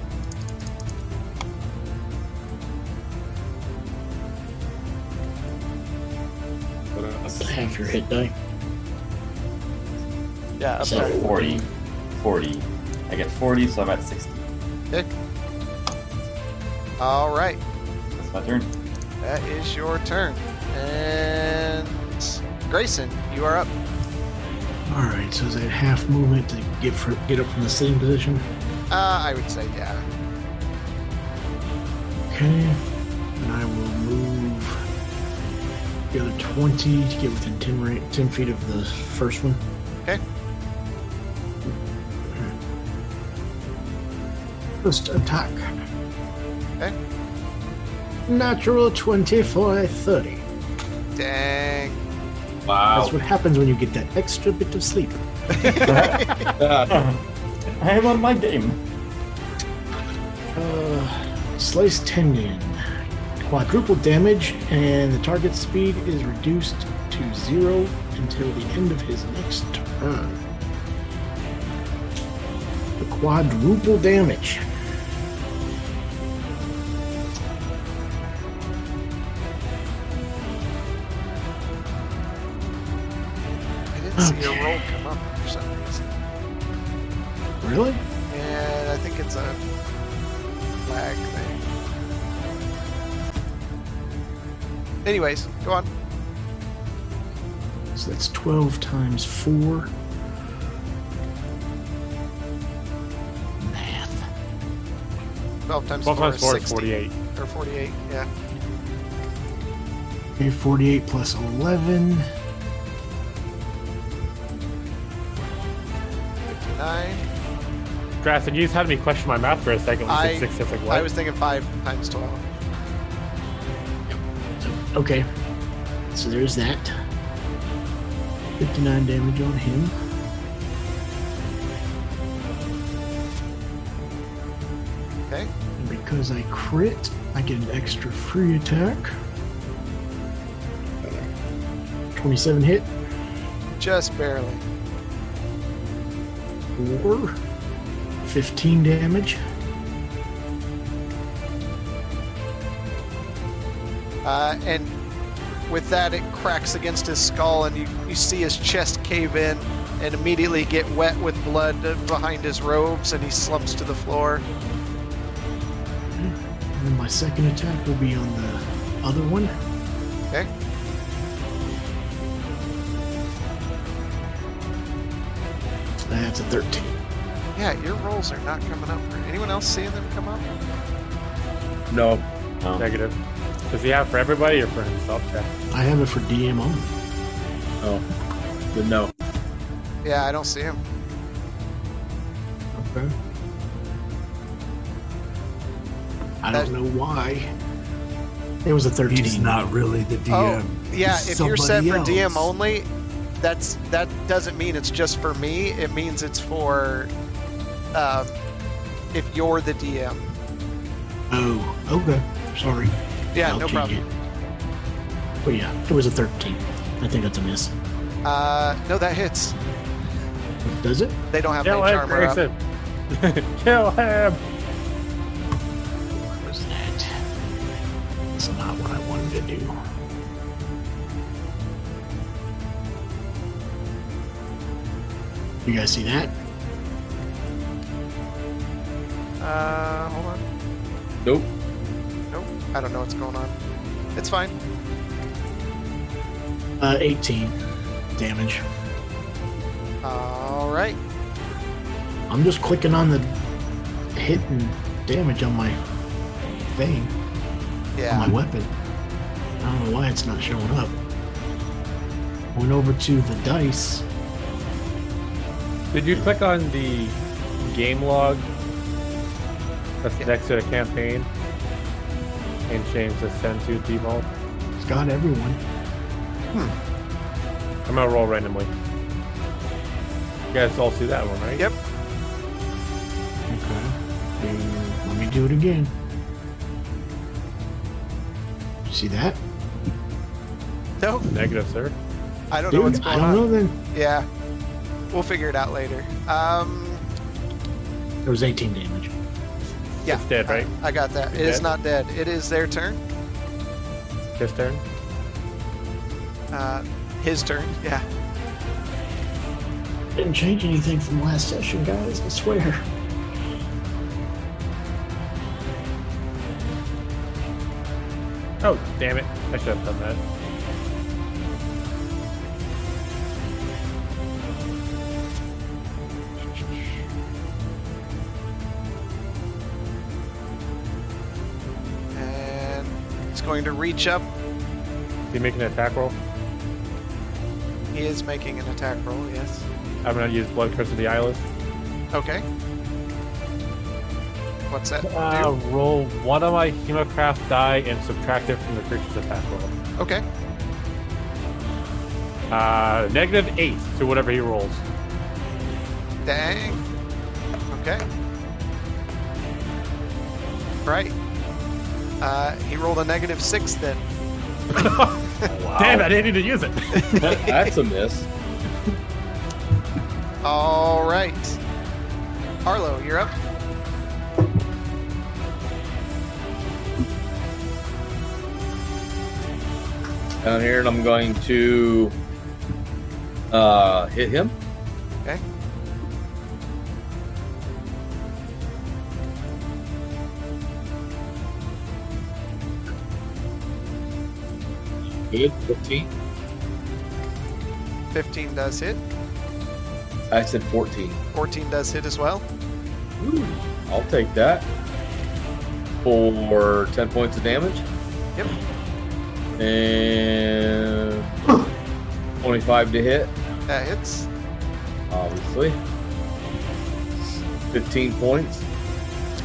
Half your hit die.
Yeah, up
So
there.
40. 40. I get 40, so I'm at 60.
All right.
That's my turn.
That is your turn. And Grayson, you are up.
All right, so that half movement to get fr get up from the sitting position.
Uh, I would say, yeah.
Okay, and I will move the other twenty to get within ten ra- ten feet of the first one.
Okay.
First attack.
Okay.
Natural twenty for a thirty.
Dang.
That's what happens when you get that extra bit
[LAUGHS]
of sleep.
I am on my game.
Uh, slice tendon. Quadruple damage, and the target speed is reduced to zero until the end of his next turn. The quadruple damage.
I didn't see your roll come up for some reason.
Really?
And I think it's a lag thing. Anyways, go on.
So that's 12 times 4. Math.
12 times
12
four
times 4 is
60,
48.
Or 48, yeah.
Okay, 48 plus 11.
9.
Graston, you just had me question my math for a second. When
I-
I, six, six, like, what?
I was thinking 5 times 12.
Okay. So there's that. 59 damage on him.
Okay.
And because I crit, I get an extra free attack. 27 hit.
Just barely.
Or 15 damage.
Uh, and with that, it cracks against his skull, and you, you see his chest cave in and immediately get wet with blood behind his robes, and he slumps to the floor.
And then my second attack will be on the other one.
Okay.
That's a 13.
Yeah, your rolls are not coming up. Anyone else seeing them come up?
No,
No.
Negative. Does he have for everybody or for himself? Yeah.
I have it for DM only.
no, the no.
Yeah, I don't see him.
Okay. I don't
That-
know why. It was a 13.
He's not really the DM.
oh, yeah.
He's
If you're set for
somebody
DM
else.
only, that's that doesn't mean it's just for me. It means it's for um, if you're the DM.
Oh, okay. Sorry.
Yeah,
I'll
no
change
problem.
it. But yeah, it was a 13. I think that's a miss.
Uh, no, that hits.
Does it?
They don't have
Kill
mage
him,
armor up.
Grayson. [LAUGHS] Kill him.
What was that? That's not what I wanted to do. You guys see that?
Uh, hold on.
Nope.
Nope. I don't know what's going on. It's fine.
Uh, 18 damage.
All right.
I'm just clicking on the hit and damage on my thing, on my
Yeah.
weapon. I don't know why it's not showing up. Went over to the dice.
Did you click on the game log that's
Yeah.
next to the campaign and change the send to default?
It's got everyone.
I'm gonna roll randomly. You guys all see that one, right?
Yep.
Okay. Then Let me do it again. See that?
Nope.
Negative, sir.
I don't know what's
Dude, I
going
don't
on.
know then.
Yeah. We'll figure it out later. Um,
It was 18 damage.
yeah.
It's dead, right?
I, I got that. It is
Dead?
not dead. It is their turn. Uh-huh.
His turn.
Uh, his turn. Yeah.
Didn't change anything from last session, guys. I swear.
Oh, damn it. I should have done that.
And he's going to reach up.
Did you make an attack roll?
He is making an attack roll. Yes.
I'm gonna use Blood Curse of the Eyeless.
Okay. What's that?
Uh, roll one of my Hemocraft die and subtract it from the creature's attack roll.
do? Okay.
Uh, negative eight to whatever he rolls.
Dang. Okay. Right. Uh, he rolled a negative six then.
Damn, I didn't need to use it.
[LAUGHS]
[LAUGHS]
That's a miss.
All right. Arlo, you're up.
down here and I'm going to uh, hit him.
Okay.
Good, 15.
15 does hit.
I said 14.
14 does hit as well.
I'll take that. For 10 points of damage.
Yep.
And 25 to hit,
That hits.
obviously. 15 points.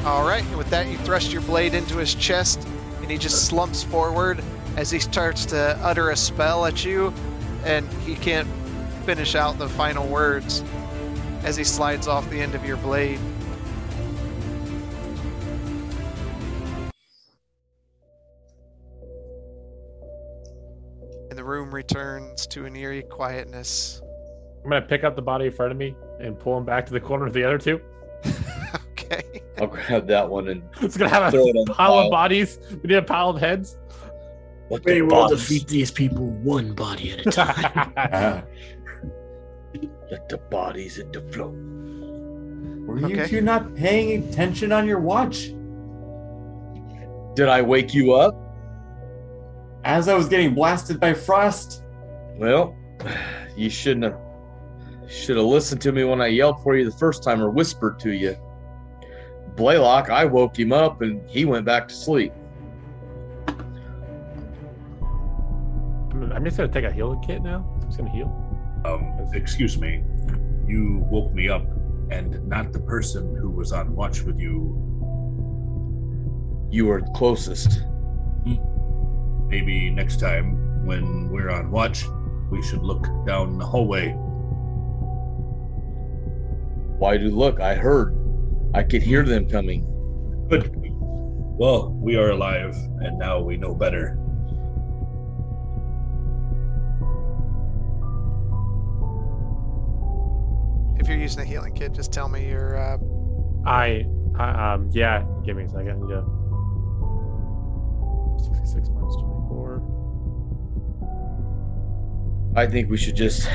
All right. And with that, you thrust your blade into his chest, and he just slumps forward as he starts to utter a spell at you, and he can't finish out the final words as he slides off the end of your blade. And the room returns to an eerie quietness. [LAUGHS]
I'm gonna pick up the body in front of me and pull him back to the corner of the other two. [LAUGHS]
Okay.
I'll grab that one and
It's gonna have
throw
a
it on the
pile of
pile.
bodies. We need a pile of heads. [LAUGHS]
What
We
the
will
bodies?
defeat these people one body [LAUGHS] at a time.
Were
Ah,
Let the bodies hit the floor.
were you
Okay.
two not paying attention on your watch?
Did I wake you up?
As I was getting blasted by frost,
Well, you shouldn't have. Should have listened to me when I yelled for you the first time or whispered to you. Blaylock, I woke him up and he went back to sleep.
I'm I'm just gonna take a healing kit now. I'm just gonna heal.
Oh.
Um, excuse me, you woke me up, and not the person who was on watch with you.
You were closest.
Maybe next time when we're on watch, we should look down the hallway.
Why do look? I heard. I could hear them coming.
Good. Well, we are alive, and now we know better.
using a healing kit, just tell me your. Uh,
I, I um yeah, give me a second. Yeah. 66 minus 24.
I think we should just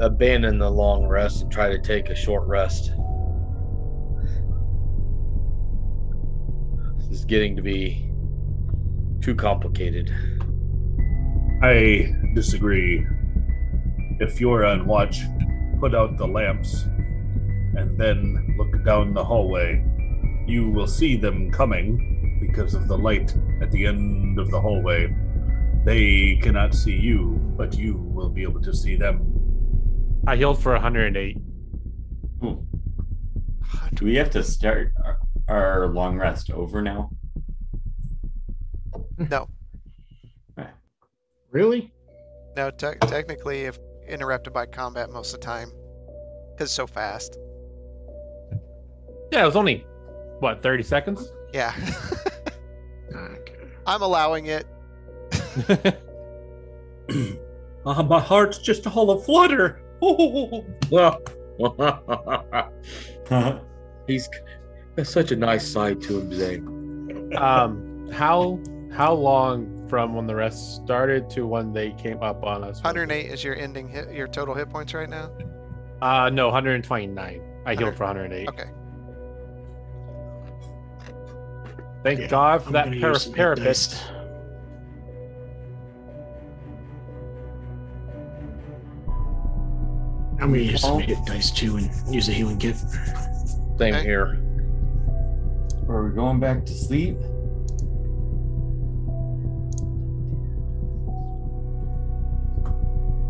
abandon the long rest and try to take a short rest. This is getting to be too complicated. [LAUGHS]
I disagree. If you're on watch, put out the lamps and then look down the hallway. You will see them coming because of the light at the end of the hallway. They cannot see you, but you will be able to see them.
I healed for 108.
Ooh. Do we have to start our, our long rest over [LAUGHS] now?
no,
Really?
no. Te- technically, if interrupted by combat most of the time, because so fast.
Yeah, it was only what 30 seconds.
Yeah, [LAUGHS]
Okay.
I'm allowing it.
Ah, my heart's just all a flutter.
He's got such a nice side to him, Zane.
Um, how how long from when the rest started to when they came up on us? was it?
108 is your ending hit, your total hit points right now.
Uh, no, 129. I healed for 108.
Okay.
Thank
Yeah,
God for
I'm
that
gonna
para-
use some
parapet.
dice. I'm gonna use some hit dice too and use a healing kit.
Same
Okay.
here.
Are we going back to sleep?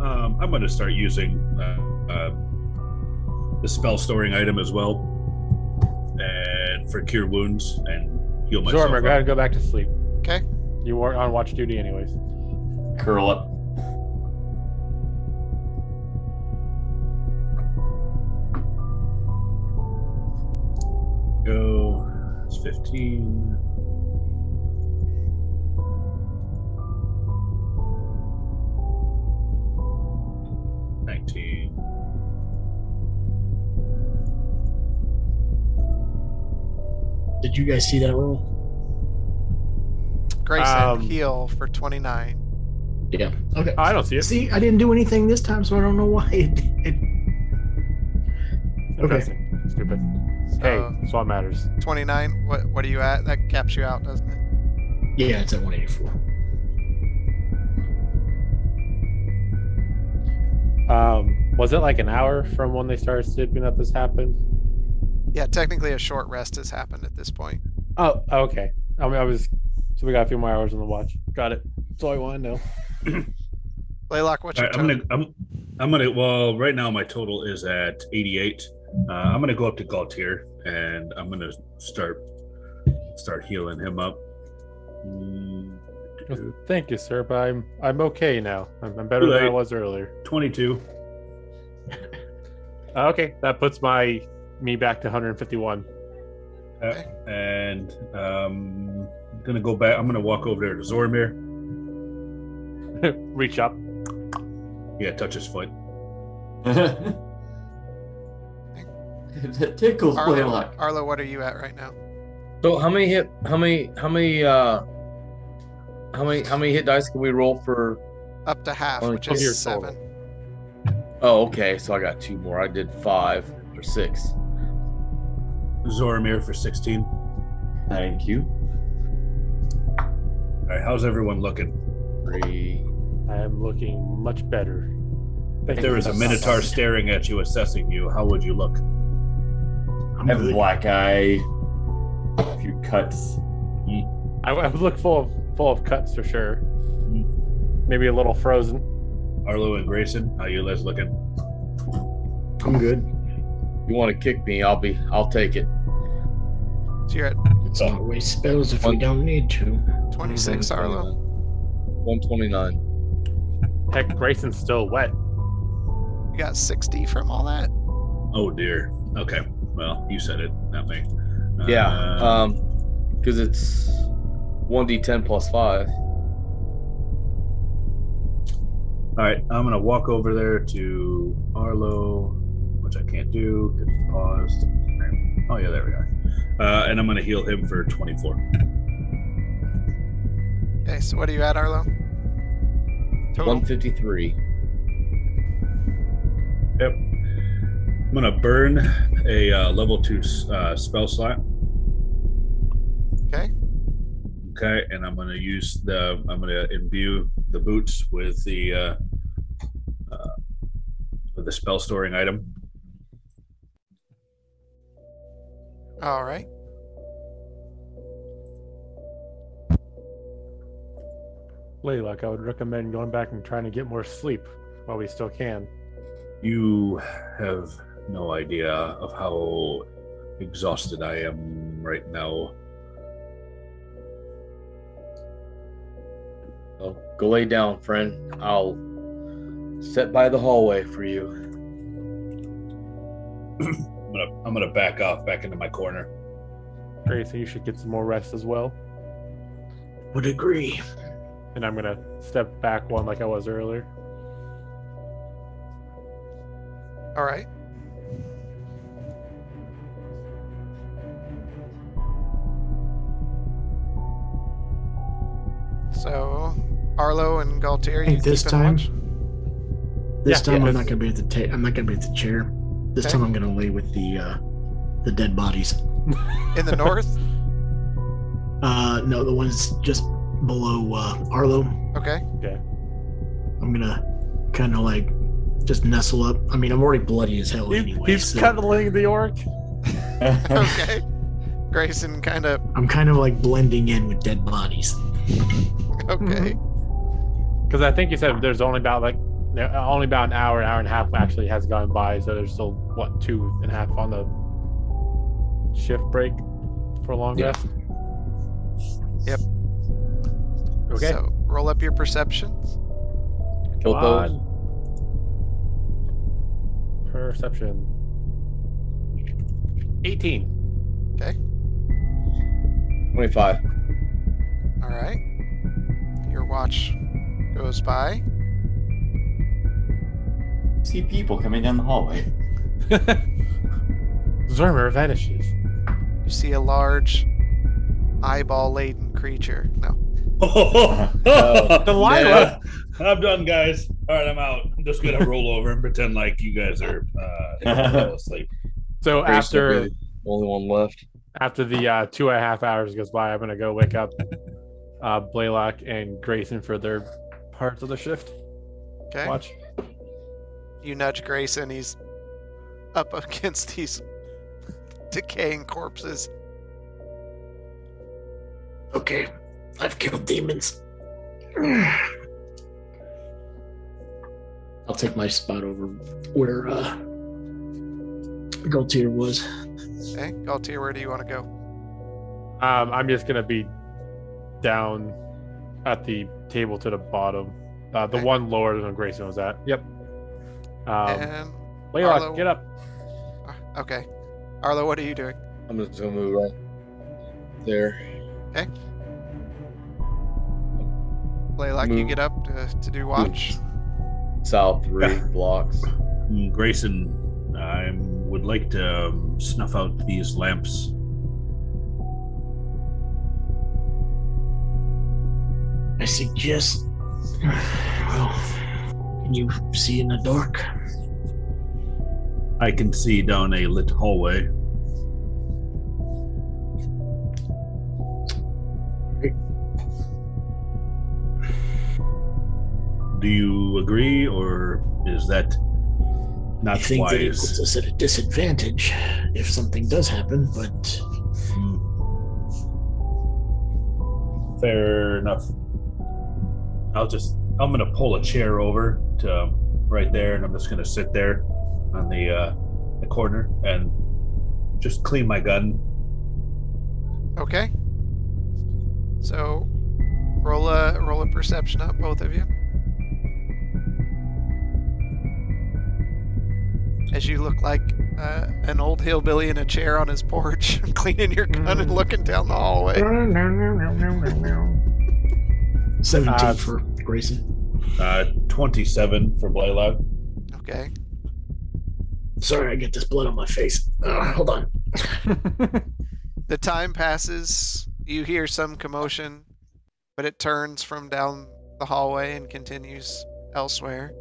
Um, I'm going to start using uh, uh, the spell storing item as well, and for cure wounds and heal myself.
Zormer,
up.
go ahead and go back to sleep.
Okay.
You weren't on watch duty, anyways. Oh,
Curl up. [LAUGHS]
go. It's 15. Nineteen.
Did you guys see that roll?
Grace
Um,
and heal for 29.
Yeah. Okay.
I don't see it.
See, I didn't do anything this time, so I don't know why. It, it, okay.
Interesting. Stupid.
So,
hey, that's what matters.
29. What what are you at? That caps you out, doesn't it?
yeah, it's at 184.
Um, was it like an hour from when they started sleeping that this happened?
Yeah, technically a short rest has happened at this point.
Oh, okay. I mean, I was. So we got a few more hours on the watch. Got it. That's all I want to know.
Laylock, what's
All
your
right, I'm gonna,
total?
I'm, I'm gonna. Well, right now my total is at 88. Uh, I'm gonna go up to Galtier and I'm gonna start start healing him up. Mm,
Thank you, sir. But I'm I'm okay now. I'm, I'm better
Too
than I
late.
was earlier.
22.
Uh, okay, that puts my me back to 151.
and um, I'm gonna go back. I'm gonna walk over there to Zoromir.
Reach up.
Yeah, touch his foot.
that tickles
Arlo,
Blaylock.
Arlo, what are you at right now?
So how many hit? How many? How many? uh How many? How many hit dice can we roll for?
Up to half,
Only
which
two of your
is seven.
Oh, okay. So I got two more. I did five or six.
Zoromir for 16. All
Thank you.
right, how's everyone looking?
Three.
I am looking much better.
If there was a Minotaur staring at you, assessing you, how would you look?
I'm
I have a
good.
black eye. A few cuts.
I, I would look full of full of cuts for sure. Maybe a little frozen.
Arlo and Grayson, how you guys looking?
I'm good.
You want to kick me? I'll be. I'll take it.
So you're at
Let's not waste spells if we
One-
don't need to.
26,
Mm-hmm.
Arlo.
One twenty-nine.
Heck, Grayson's still wet.
You got 60 from all that?
Oh dear. Okay. Well, you said it, not me. Uh,
Yeah. Um, because it's one d10 plus five.
all right. I'm gonna walk over there to Arlo. What which I can't do. Hit the pause. Oh yeah, there we are. Uh, and I'm gonna heal him for 24.
Okay, so what are you at, Arlo? Total.
153.
I'm gonna burn a uh, level two uh, spell slot.
Okay.
Okay, and I'm gonna use the I'm gonna imbue the boots with the uh, uh, with the spell storing item.
All right.
Laylock, I would recommend going back and trying to get more sleep while we still can.
You have no idea of how exhausted I am right now.
Oh, go lay down, friend. I'll set by the hallway for you.
I'm gonna I'm gonna back off back into my corner.
Grayson, you should get some more rest as well.
Would agree.
And I'm gonna step back one like I was earlier.
All right. So, Arlo and Galtier,
Hey,
you
this
keeping
time.
watch?
This
Yeah,
time
yeah,
I'm not
it's-
gonna be at the ta- I'm not gonna be at the chair. This
Okay.
time I'm gonna lay with the uh, the dead bodies.
in the
[LAUGHS]
north.
Uh, no, the ones just below uh, Arlo.
Okay.
[LAUGHS] I'm gonna kind of like just nestle up. I mean, I'm already bloody as hell
He-
anyway.
he's
so
cuddling the orc.
Okay. Grayson kind of
I'm kind of like blending in with dead bodies.
okay.
Mm-hmm.
Because I think you said there's only about like there- only about an hour, hour and a half actually has gone by, so there's still what two and a half on the shift break for a long
Yeah.
rest.
Yep.
Okay.
So roll up your perceptions.
Kill
Come
those.
on. Perception. 18.
25.
All right. Your watch goes by.
See people coming down the hallway.
Zermer vanishes.
You see a large eyeball-laden creature. No.
the
lion-
I'm done, guys. All right, I'm out. I'm just gonna roll over and pretend like you guys are uh, asleep.
So after
Basically, Only one left.
after the uh, two and a half hours goes by, I'm gonna go wake up uh, Blaylock and Grayson for their parts of the shift.
Okay.
Watch.
You nudge Grayson. He's up [LAUGHS] against these decaying corpses.
Okay, I've killed demons. [SIGHS] I'll take my spot over where uh, Gaultier was.
Okay. Galtier, where do you want to go?
Um, I'm just gonna be down at the table to the bottom, uh, the
Okay.
one lower than Grayson was at. Yep. Um,
and
Blaylock,
Arlo-
get up.
uh, okay. Arlo, what are you doing?
I'm just gonna move right there.
Blaylock, you
Move.
get up to, to do watch.
South three blocks.
Mm, Grayson, I would like to um, snuff out these lamps.
I suggest. [SIGHS] Well, can you see in the dark?
I can see down a lit hallway. Do you agree, or is that
I
not
think that it puts
wise?
us at a disadvantage if something does happen, but
Fair enough. I'll just I'm gonna pull a chair over to um, right there, and I'm just gonna sit there on the uh, the corner and just clean my gun.
Okay. So roll a roll a perception up, both of you. As you look like uh, an old hillbilly in a chair on his porch, [LAUGHS] cleaning your gun
Mm.
and looking down the hallway.
17
Uh,
for Grayson.
Uh, Twenty-seven for Blaylock.
Okay.
sorry, I get this blood on my face. Uh, hold on.
The time passes. You hear some commotion, but it turns from down the hallway and continues elsewhere.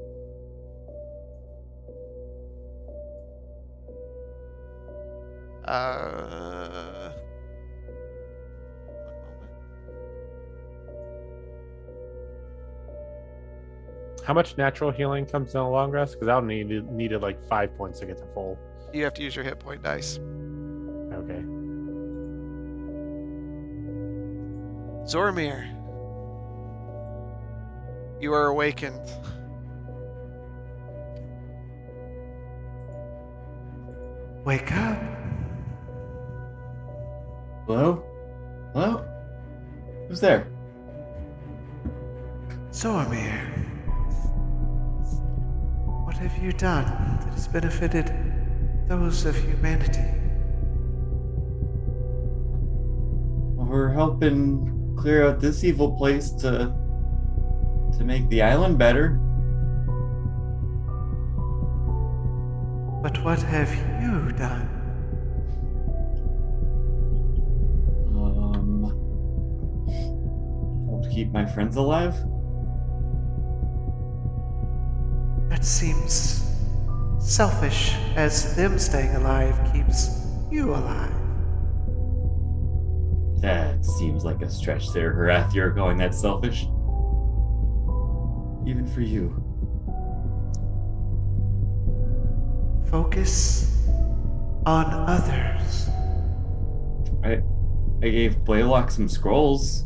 Uh. one moment.
How much natural healing comes in a long rest? Because I'll need needed like five points to get to full.
You have to use your hit point dice.
Okay.
Zormir, you are awakened.
Wake up.
Hello? Hello? Who's there?
Zoromir. What have you done that has benefited those of humanity?
Well, we're helping clear out this evil place to to make the island better.
But what have you done?
Um help keep my friends alive?
That seems selfish, as them staying alive keeps you alive.
That seems like a stretch there, Harath. You're going that selfish. Even for you.
Focus on others.
I gave Blaylock some scrolls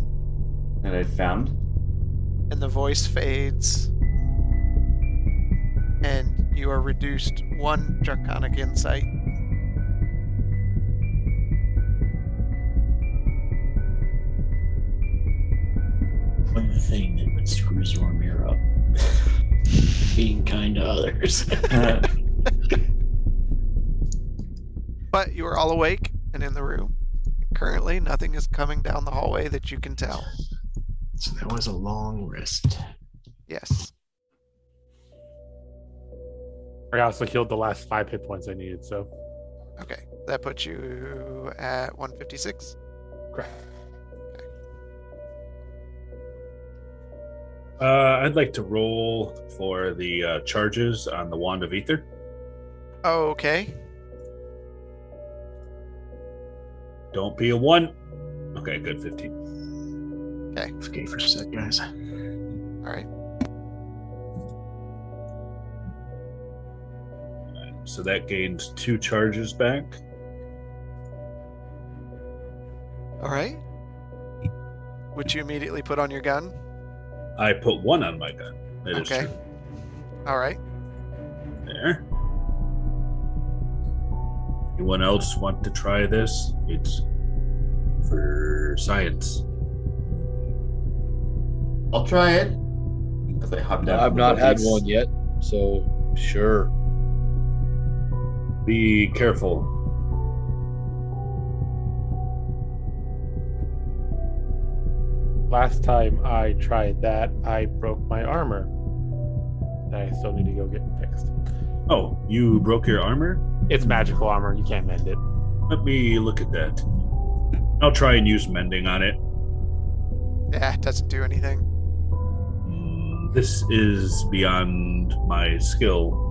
that I'd found.
and the voice fades, and you are reduced one draconic insight.
One thing that would screw Zormir up [LAUGHS] being kind to others. [LAUGHS] Uh,
But you are all awake and in the room. Currently, nothing is coming down the hallway that you can tell.
so that was a long rest.
Yes.
I also healed the last five hit points I needed, so
Okay. That puts you at 156.
Uh, I'd like to roll for the uh, charges on the wand of ether.
Okay.
Don't be a one. Okay, good. Fifteen.
Okay, for a sec, guys.
All right.
So that gains two charges back.
All right. Which you immediately put on your gun.
I put one on my gun. That is
Okay.
true.
All right.
There. Anyone else want to try this? It's for science.
I'll try it. As I hop down
I've
from
not
the
had
beast.
one yet, so sure.
Be careful.
last time I tried that, I broke my armor. I still need to go get fixed.
Oh, you broke your armor?
It's magical armor; you can't mend it.
Let me look at that. I'll try and use mending on it.
Yeah, it doesn't do anything.
Mm, This is beyond my skill.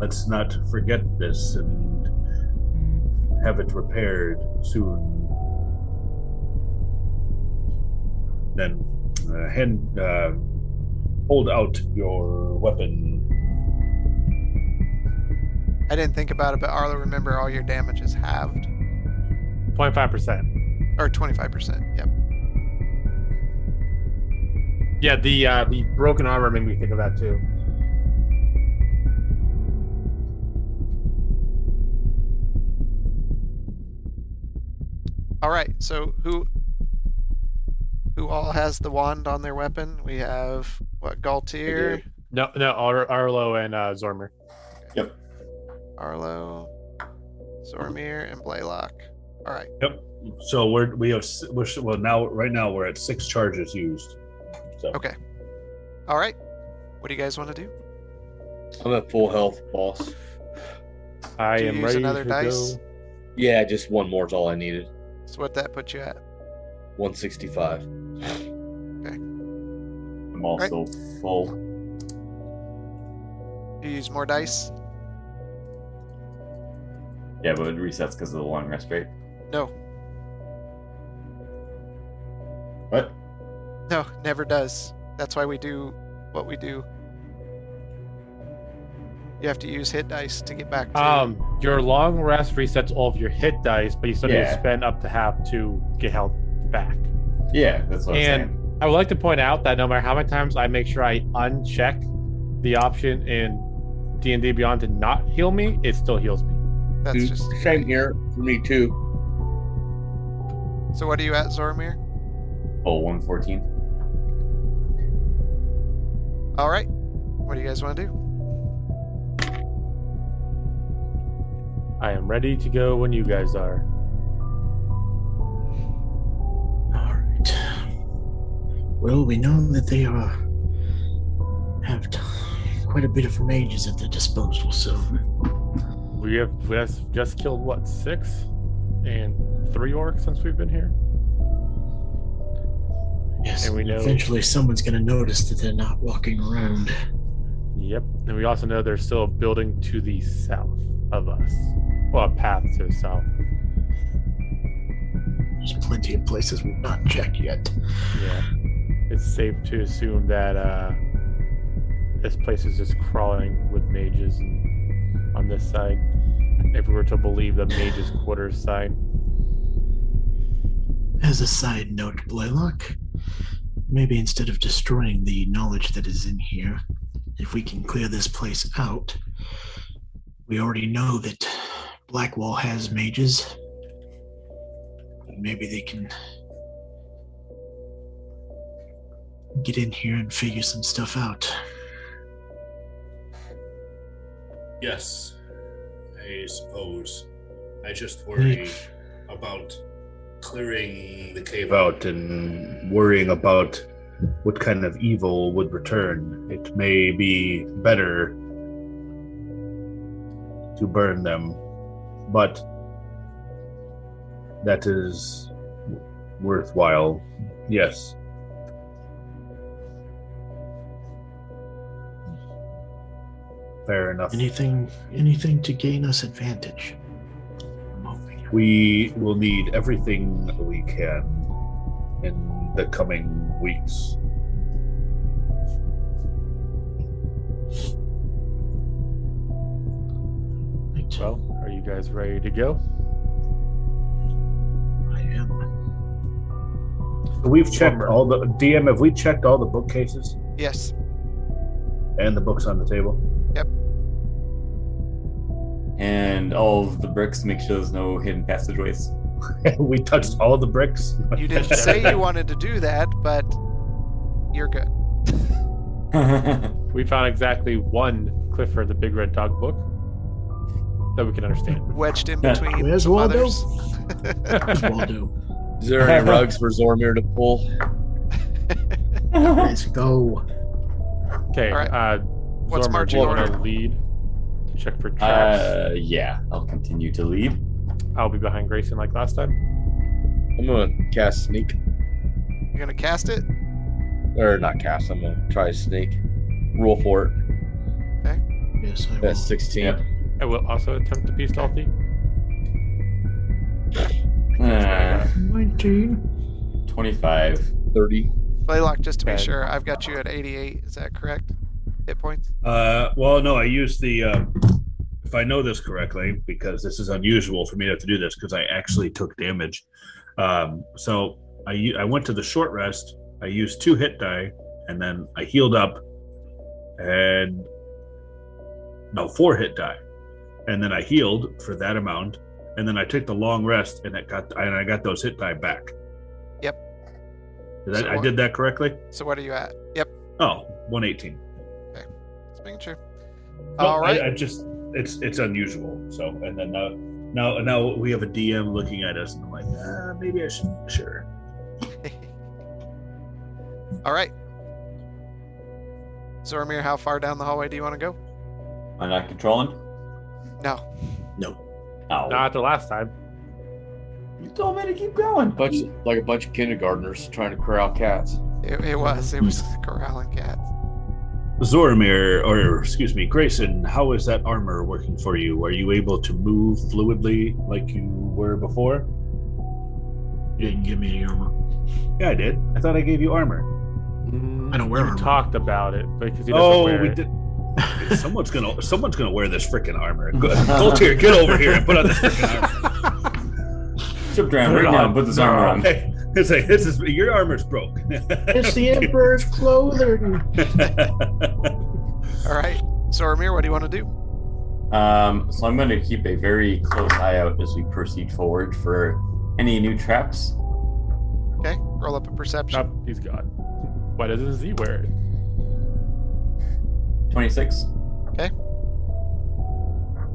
Let's not forget this and have it repaired soon. Then uh, hand, uh, hold out your weapon.
I didn't think about it, but Arlo, remember all your damage is halved
Twenty-five percent.
or 25%. Yep.
Yeah, the uh, the broken armor made me think of that too.
All right. So who who all has the wand on their weapon? We have what Galtier,
No, no, Ar- Arlo and uh, Zormer.
Arlo, Zormir, and Blaylock. All right.
So we're we have s- we're, s- well now right now we're at six charges used. So
Okay. All right. What do you guys want to do?
I'm at full health, boss.
I
Do you
am
use
ready
another
to
dice?
go.
Yeah, just one more is all I needed.
So what that puts you at?
165.
I'm also full.
Do you use more dice?
Yeah, but it resets because of the long rest, right?
No,
What?
no, [LAUGHS] never does. That's why we do what we do. You have to use hit dice to get back. To
Um, your long rest resets all of your hit dice, but you still need
Yeah.
to spend up to half to get health back.
Yeah, that's what I'm
and
saying.
I would like to point out that no matter how many times I make sure I uncheck the option in D and D Beyond to not heal me, it still heals me.
That's
Dude,
just.
Same here for me too.
So what are you at, Zoromir?
Full 114.
All right. What do you guys want to do?
I am ready to go when you guys are.
All right. Well, we know that they are have t- quite a bit of mages at their disposal, so
We have we have just killed what six and three orcs since we've been here.
yes,
And we know-
eventually someone's going to notice that they're not walking around.
Yep, and we also know there's still a building to the south of us, well, a path to the south.
There's plenty of places we've not checked yet.
Yeah, it's safe to assume that uh, this place is just crawling with mages and on this side. If we were to believe the mages' quarters sign,
As a side note, Blaylock, maybe instead of destroying the knowledge that is in here, if we can clear this place out, we already know that Blackwall has mages. Maybe they can get in here and figure some stuff out.
Yes, I suppose. I just worry about clearing the cave out and worrying about what kind of evil would return. It may be better to burn them, but that is worthwhile. Yes. Fair enough.
Anything anything to gain us advantage. I'm hoping.
We will need everything we can in the coming weeks.
Right.
well, are you guys ready to go?
I am.
We've checked
Bummer.
all the DM. Have we checked all the bookcases
Yes.
and the books on the table? [LAUGHS]
And all of the bricks to make sure there's no hidden passageways. [LAUGHS]
we touched all the [LAUGHS] bricks.
You didn't say you wanted to do that, but you're good.
yeah,
We found exactly one Clifford the Big Red Dog book that we
[LAUGHS]
can understand.
Wedged in between
Where's
some
Waldo?
others.
As well do.
Is there
[LAUGHS]
any rugs for Zormir to pull?
Let's go.
Okay,
All right.
uh,
What's
Zormir,
marching
do you wanna
order?
Lead to check for traps.
uh, yeah, I'll continue to lead.
I'll be behind Grayson like last time.
I'm gonna cast sneak.
You're gonna cast it.
Or not cast, I'm gonna try to sneak. Roll for it.
Yes, I will.
That's 16.
Yep.
I will also attempt to be stealthy.
Uh,
19.
25.
30.
Blaylock, just to be
Okay.
sure, I've got you at 88. Is that correct? Hit points.
Uh, well, no, I used the. Uh, if I know this correctly, because this is unusual for me to have to do this, because I actually took damage. Um, so I u- I went to the short rest. I used two hit die, and then I healed up, and no four hit die, and then I healed for that amount, and then I took the long rest, and it got and I got those hit die back.
Yep.
Did I-
So
I
what-
did that correctly.
So what are you at? Yep.
Oh, 118.
Just making sure.
No,
All right.
Um, I, I just it's it's unusual. So and then now now now we have a DM looking at us and I'm like, ah, maybe I should sure.
All right. Zoramir, how far down the hallway do you want to go?
Am I not controlling?
No.
No.
Oh.
Not after last time.
You told me to keep going.
Bunch like a bunch of kindergartners trying to corral cats.
It, it was. It was [LAUGHS] corralling cats.
Zoramir, or excuse me, Grayson, how is that armor working for you? Are you able to move fluidly like you were before?
You didn't give me any armor.
Yeah, I did. I thought I gave you armor.
I don't wear
We
armor.
talked about it because he doesn't
Oh,
wear
we
[LAUGHS]
it.
did. someone's gonna someone's gonna wear this freaking
[LAUGHS]
armor. Go- Coltier, get over here and put on this freaking armor.
Chip down right now and put this armor on.
Hey, it's like this is your armor's broke. [LAUGHS]
It's the Emperor's clothing.
All right. Zoramir, what do you want to do?
Um, so I'm going to keep a very close eye out as we proceed forward for any new traps.
Okay. Roll up a perception.
Nope, he's gone. Why doesn't Z wear it?
26.
Okay.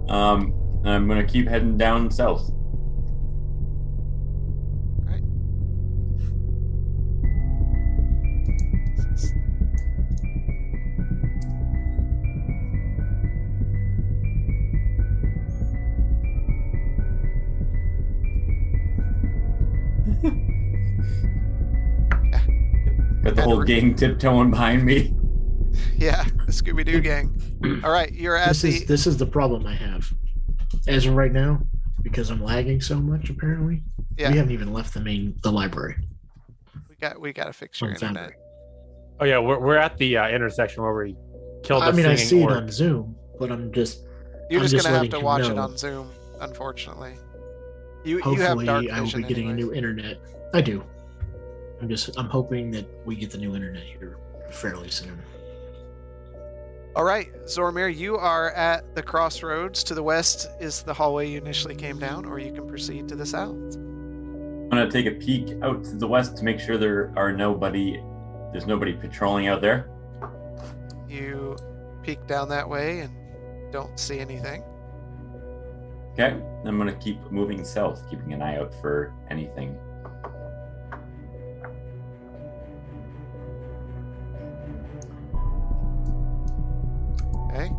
Um, and I'm going to keep heading down south. [LAUGHS] Got the whole gang tiptoeing behind me.
[LAUGHS] Yeah. The Scooby Doo gang.
[CLEARS THROAT]
All right. You're at
This
the.
is this is the problem I have. As of right now, because I'm lagging so much, apparently,
yeah.
we haven't even left the main the library.
We got we got to fix your
on Foundry.
internet.
Oh yeah, we're, we're at the uh, intersection where we killed the
I mean, I
singing
see it
orc.
on Zoom, but I'm just
You're
I'm
just,
just
gonna have
letting
to
him
watch it
know.
on Zoom, unfortunately. You you have
hopefully
dark
I will
vision.
be getting
anyways.
a new internet. I do. I'm just I'm hoping that we get the new internet here fairly soon.
All right, Zormir, you are at the crossroads. To the west is the hallway you initially came down, or you can proceed to the south.
I'm gonna take a peek out to the west to make sure there are nobody. There's nobody patrolling out there.
You peek down that way and don't see anything.
Okay, I'm gonna keep moving south, keeping an eye out for anything.
Okay. [CLEARS THROAT]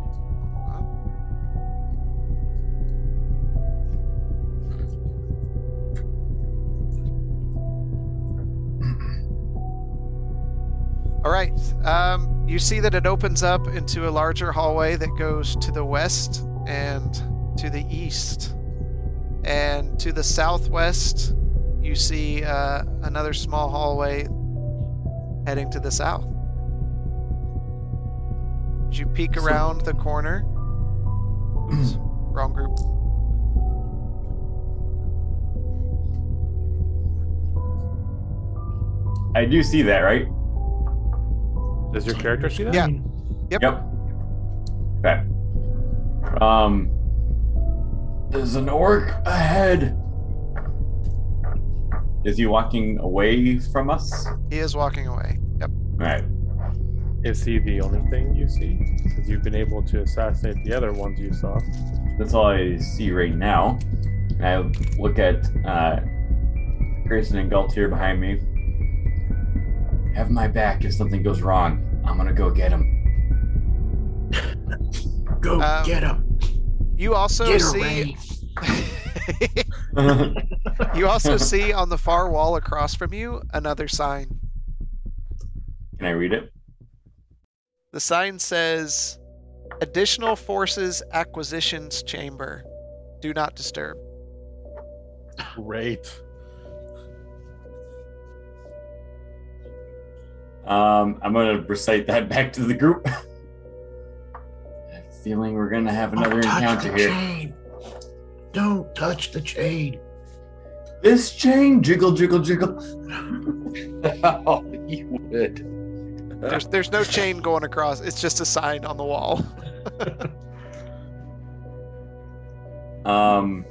All right. Um, you see that it opens up into a larger hallway that goes to the west and to the east. And to the southwest, you see uh, another small hallway heading to the south. As you peek
So-
around the corner, oops, wrong group.
I do see that, right?
Does your character see that?
Yeah.
Yep. Okay. Um, there's an orc ahead. Is he walking away from us? All
He is walking away. Yep.
right.
Is he the only thing you see? Because you've been able to assassinate the other ones you saw.
That's all I see right now. And I look at uh, Grayson and Galtier behind me. Have my back if something goes wrong. I'm gonna go get him.
Go
Um,
get him.
You also
Get her,
see
Ray.
[LAUGHS] you also see on the far wall across from you another sign.
Can I read it?
The sign says Additional Forces Acquisitions Chamber. Do not disturb.
Great.
Um, I'm gonna recite that back to the group. [LAUGHS] I have a feeling we're gonna have
Don't
another
touch
encounter
the
here.
chain. Don't touch the chain.
This chain, jiggle, jiggle, jiggle. [LAUGHS]
oh, you would.
There's there's no chain going across. It's just a sign on the wall. [LAUGHS]
Um.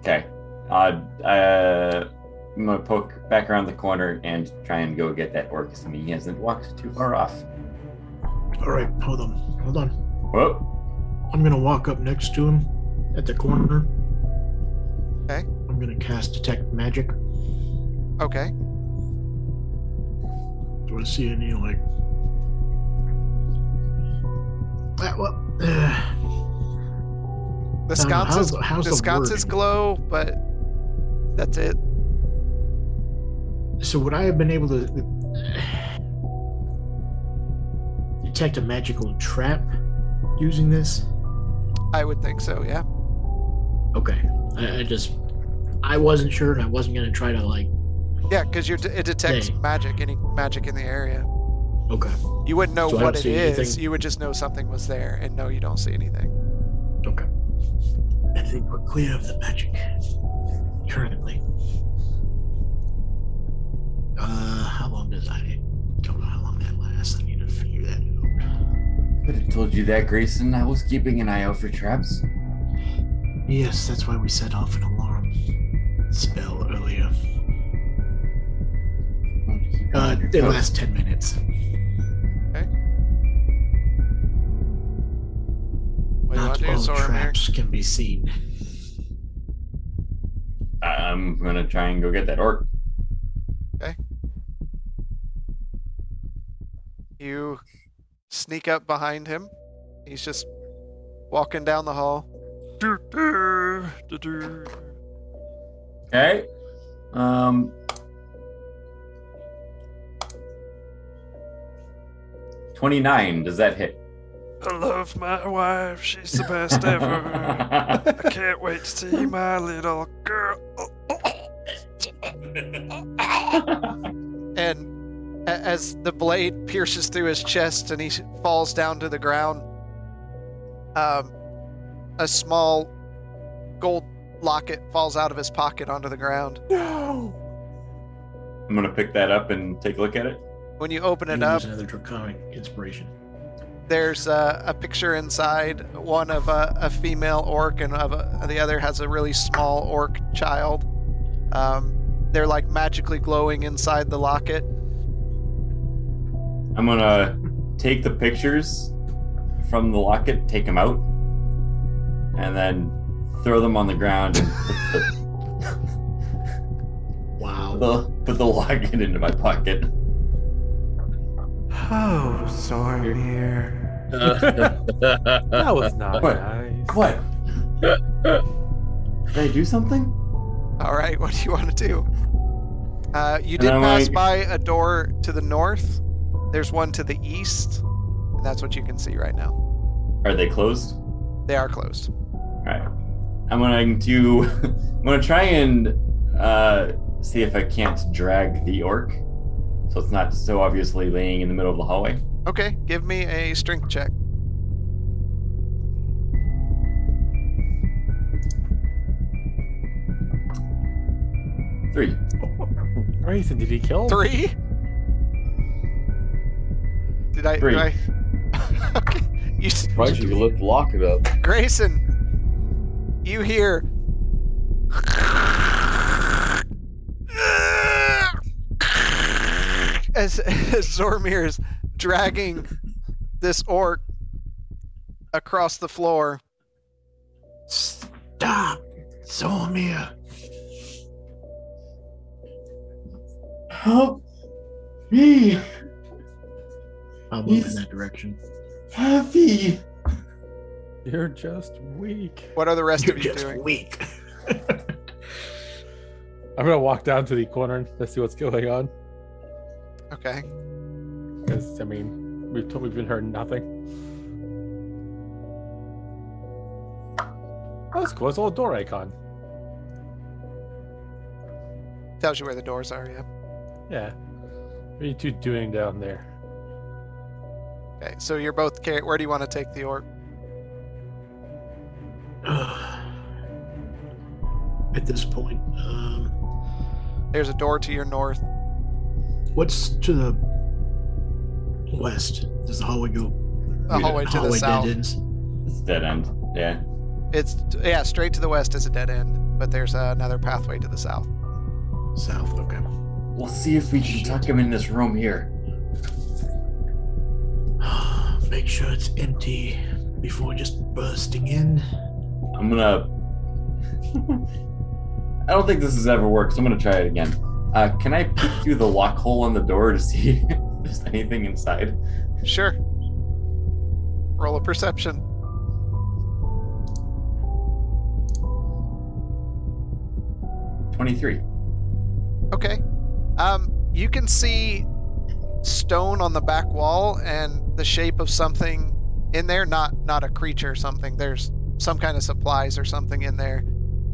Okay. Uh, uh, I'm gonna poke back around the corner and try and go get that orc. 'cause I mean, he hasn't walked too far off.
All right, hold on, hold on.
Whoa!
I'm gonna walk up next to him at the corner.
Okay.
I'm gonna cast detect magic.
Okay.
Do I see any like Uh, well, [SIGHS] uh,
The
I don't know,
sconces,
how's- how's
the
the
sconces
wording?
glow, but that's it.
so would I have been able to detect a magical trap using this?
I would think so. Yeah.
Okay, I, I just I wasn't sure, and I wasn't gonna try to like.
Yeah, because you're de- it detects
Dang.
magic, any magic in the area.
Okay,
You wouldn't know
So I
what
don't
it
see
is.
anything?
You would just know something was there, and no, you don't see anything.
okay. I think we're clear of the magic currently. Uh, how long does I don't know how long that lasts? I need to figure that out.
Could have told you that, Grayson. I was keeping an eye out for traps.
Yes, that's why we set off an alarm spell earlier.
Wanted to keep an eye
Uh,
on your
it
toes.
lasts 10 minutes.
What do you want
Not
to do,
all
Soramir?
traps can be seen.
I- I'm gonna try and go get that orc.
You sneak up behind him. He's just walking down the hall.
Okay. Um. Twenty-nine. Does that hit?
I love my wife. She's the
[LAUGHS]
[LAUGHS] best ever. I can't wait to see my little girl.
And a- as the blade pierces through his chest and he s- falls down to the ground, um, a small gold locket falls out of his pocket onto the ground.
I'm gonna pick that up and take a look at it.
When you open it
You
up,
lose another draconic inspiration.
there's uh, a picture inside one of a, a female orc and of a, the other has a really small orc child um, they're like magically glowing inside the locket
I'm gonna take the pictures from the locket, take them out, and then throw them on the ground and put the,
Wow.
the, put the locket into my pocket.
Oh, Sormir.
Uh,
That was not
What?
nice.
What? Did I do something?
all right [LAUGHS] what do you want to do uh, you
And
did
I'm
pass
like-
by a door to the north there's one to the east and that's what you can see right now
Are they closed?
they are closed
Alright. I'm going to I'm gonna try and uh, see if I can't drag the orc. So it's not so obviously laying in the middle of the hallway.
okay give me a strength check
Three.
Grayson, did he kill? him?
Three? Did I?
Three.
Did I... [LAUGHS] okay. You, s-
Why'd you look, lock it up?
Grayson, you hear. As, as Zormir is dragging this orc across the floor.
Stop! Zolmir!
Help me!
I'll move in
He's-
that
[LAUGHS]
direction.
Heavy!
You're just weak.
What are the rest
You're
of you
just
doing?
weak. [SIGHS]
I'm gonna walk down to the corner and let's see what's going on.
Okay.
Because I mean, we've we've been hearing nothing. Oh, That's cool. It's a little door icon.
Tells you where the doors are, yeah.
Yeah. What are you two doing down there?
Okay, so you're both. Car- where do you want to take the orc?
At this point, um,
There's a door to your north.
what's to the west? Does the hallway go?
The hallway to the
hallway
south.
dead ends?
It's dead end. Yeah.
It's yeah, straight to the west is a dead end, but there's another pathway to the south.
South, okay. [SIGHS]
We'll see if we can tuck him in this room here.
Make sure it's empty before just bursting in.
I'm gonna. [LAUGHS] I don't think this has ever worked, so I'm gonna try it again. Uh, can I peek through the lock [LAUGHS] hole on the door to see if there's anything inside?
Sure. Roll a perception.
Twenty-three.
Okay. Um, you can see stone on the back wall and the shape of something in there. Not not a creature or something. There's some kind of supplies or something in there.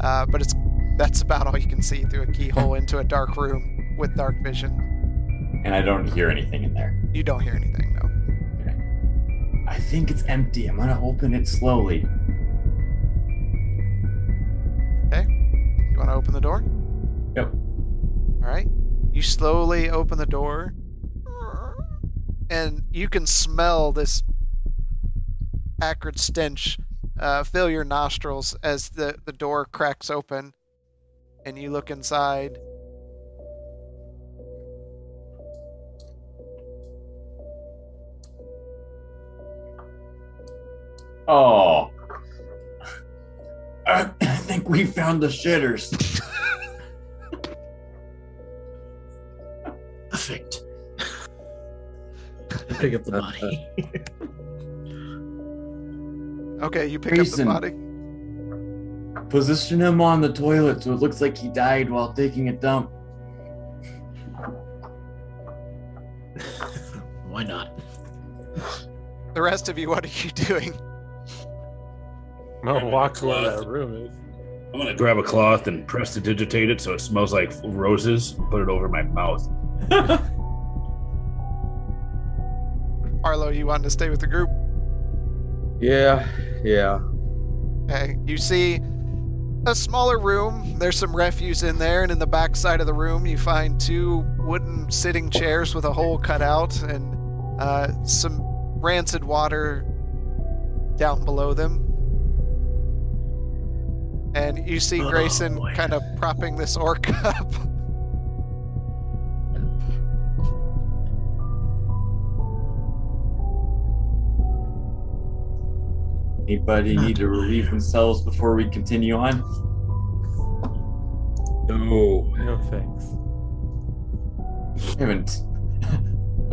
Uh, but it's that's about all you can see through a keyhole into a dark room with dark vision.
And I don't hear anything in there.
You don't hear anything though.
I think it's empty. I'm gonna open it slowly.
You want to open the door?
Yep.
All right. You slowly open the door, and you can smell this acrid stench uh, fill your nostrils as the, the door cracks open, and you look inside.
Oh. [CLEARS THROAT] I I think we found the shitters.
[LAUGHS]
Perfect. I pick up
[LAUGHS]
the body.
Okay, you pick
Grayson.
up the body.
Position him on the toilet so it looks like he died while taking a dump.
Why not?
The rest of you, what are you [LAUGHS] doing?
I'm gonna walk to where that room is.
I'm gonna grab a cloth and press to digitate it so it smells like roses. and Put it over my mouth.
Arlo, you wanting to stay with the group?
[LAUGHS] Yeah, yeah.
Okay, you see a smaller room. There's some refuse in there, and in the back side of the room, you find two wooden sitting chairs with a hole cut out and uh, some rancid water down below them. And you see
Oh,
Grayson
boy.
kind of propping this orc [LAUGHS] up.
Anybody need to relieve themselves before we continue on?
No.
No thanks.
I haven't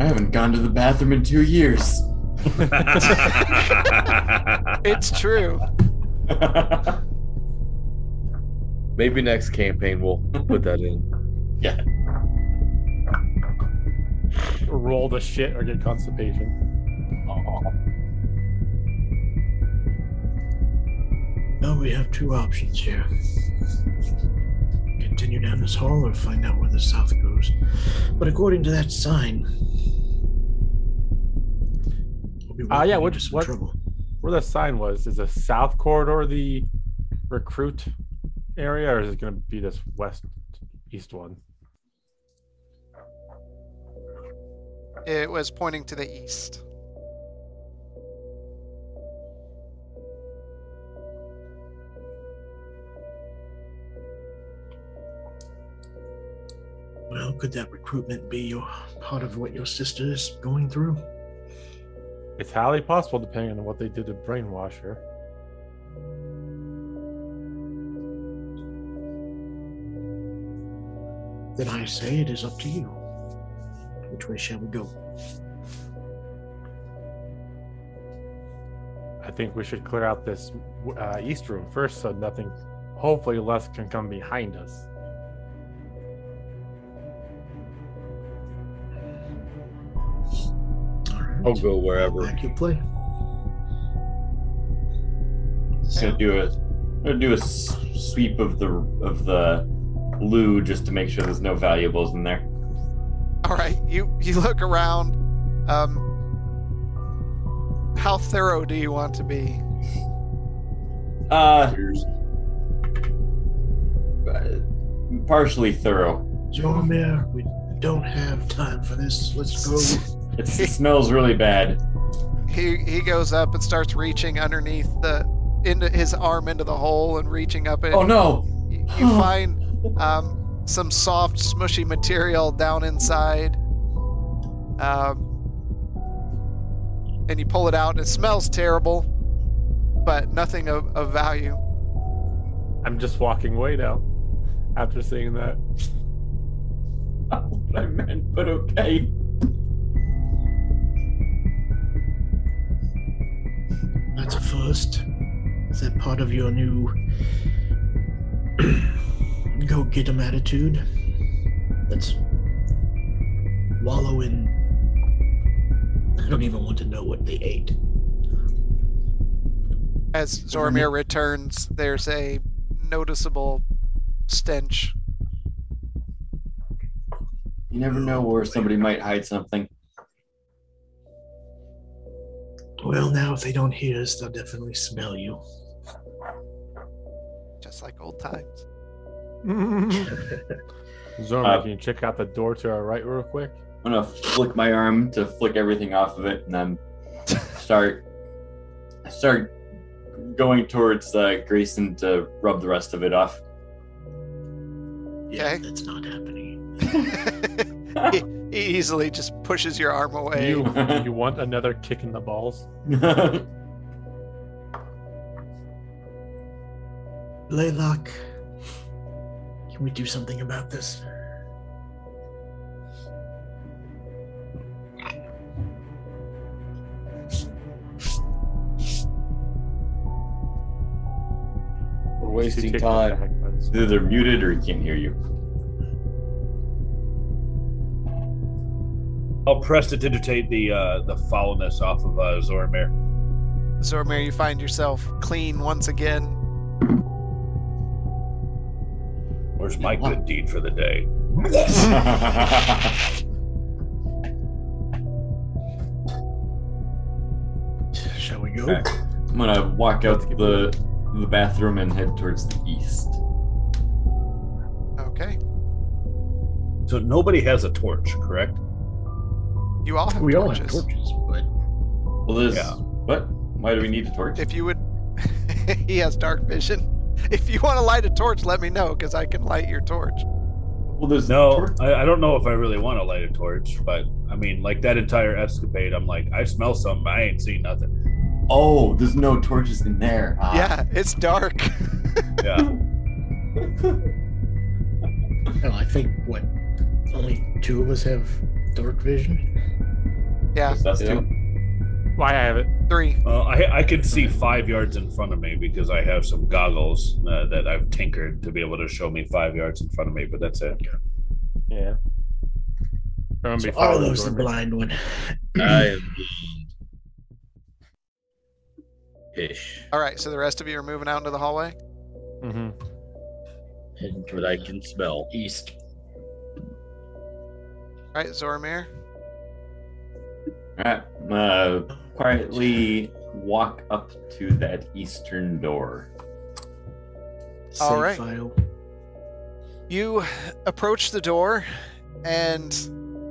[LAUGHS] I haven't gone to the bathroom in two years. [LAUGHS]
It's true.
Maybe next campaign we'll put that in.
Roll the shit or get constipation.
Now we have two options here. Continue down this hall or find out where the south goes. But according to that sign, we'll be
Ah, yeah,
walking
what-
into some
what-
trouble.
Where the sign was is the south corridor the recruit area, or is it gonna be this west east one?
It was pointing to the east.
Well, could that recruitment be your part of what your sister is going through?
It's highly possible depending on what they did to brainwash her.
Then I say it is up to you. Which way shall we go?
I think we should clear out this uh, east room first, so nothing, hopefully, less can come behind us.
All right.
I'll go wherever.
[LAUGHS]
Back you play.
Just gonna do a gonna do a s- sweep of the of the loo just to make sure there's no valuables in there.
All right, you you look around. Um, how thorough do you want to be?
Uh, uh, partially thorough.
Jormir, we don't have time for this. Let's go.
It's, it smells really bad.
He he goes up and starts reaching underneath the into his arm into the hole and reaching up it.
Oh no!
You,
[SIGHS]
you find um, some soft, smushy material down inside. Um, and you pull it out, and it smells terrible, but nothing of, of value.
I'm just walking way now after seeing that. [LAUGHS]
Not what I meant, but okay.
first? Is that part of your new [CLEARS THROAT] go get 'em attitude? That's wallow in. I don't even want to know what they ate.
As
Mm-hmm.
Zormir returns, there's a noticeable stench.
You never know where somebody might hide something.
Well, now if they don't hear us, they'll definitely smell you.
just like old times. [LAUGHS]
Mm-hmm.
Zorma,
Uh,
can you check out the door to our right real quick?
I'm gonna flick my arm to flick everything off of it, and then start start going towards uh, Grayson to rub the rest of it off. [LAUGHS]
Yeah,
Okay.
that's not happening.
He easily just pushes your arm away.
You
[LAUGHS]
you want another kick in the balls?
Laylock, can we do something about this?
We're
She
wasting
kicked the
time.
heck out of this.
Either they're muted or he can't hear you. [LAUGHS]
I'll press to digitate the uh, the foulness off of uh, Zormir.
Zormir, you find yourself clean once again.
Where's my good deed for the day?
Shall we go?
Okay. I'm gonna walk out the the bathroom and head towards the east.
Okay.
So nobody has a torch, correct?
You all have
We all
torches.
have torches, but
Well, this
Yeah.
what? Why do we need a torch?
If you would, [LAUGHS] he has dark vision. If you want to light a torch, let me know because I can light your torch.
Well, there's
No,
tor-
I, I don't know if I really want to light a torch, but I mean, like that entire escapade, I'm like, I smell something. I ain't seen nothing.
Oh, there's no torches in there. Ah.
Yeah, it's dark. [LAUGHS]
Yeah,
no, I think what only two of us have dark vision.
Yeah,
Just us
Yeah.
two?
Why I have it?
three.
uh, I I can see five yards in front of me because I have some goggles uh, that I've tinkered to be able to show me five yards in front of me. But that's it.
Yeah. I'm gonna
So
be
all
following
those Oh, the
Zorma.
blind one.
I am
[LAUGHS]
being fish,
All right, so the rest of you are moving out into the hallway.
Mhm.
and what I can smell.
East.
All right, Zormir.
Alright, I'm gonna quietly walk up to that eastern door.
Safe
right.
File.
You approach the door, and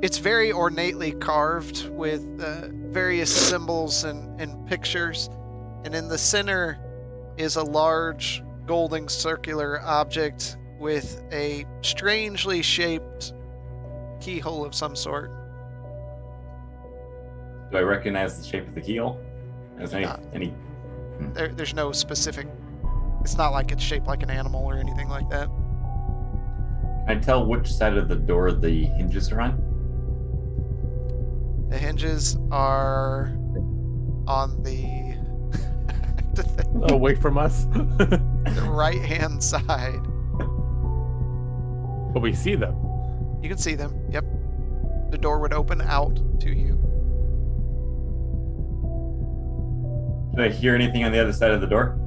it's very ornately carved with uh, various symbols and, and pictures. And in the center is a large golden circular object with a strangely shaped keyhole of some sort.
Do I recognize the shape of the keel? Is any
Nah.
any
There, there's no specific. It's not like it's shaped like an animal or anything like that.
can I tell which side of the door the hinges are on?
The hinges are on the, [LAUGHS]
Away from Oh, us. [LAUGHS] but
the right hand side.
we see them.
You can see them. Yep. The door would open out to you.
Do I hear anything on the other side of the door?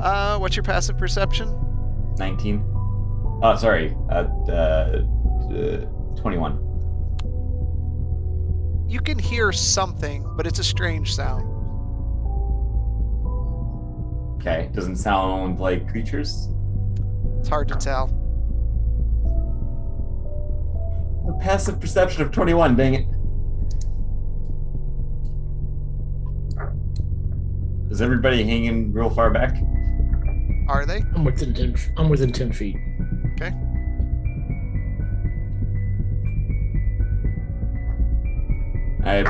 Uh, what's your passive perception?
19. Oh, sorry. Uh, uh, uh, 21.
You can hear something, but it's a strange sound.
Okay. Doesn't sound like creatures.
It's hard to tell.
A passive perception of 21, dang it. Is everybody hanging real far back?
Are they?
I'm within ten. I'm within ten feet.
I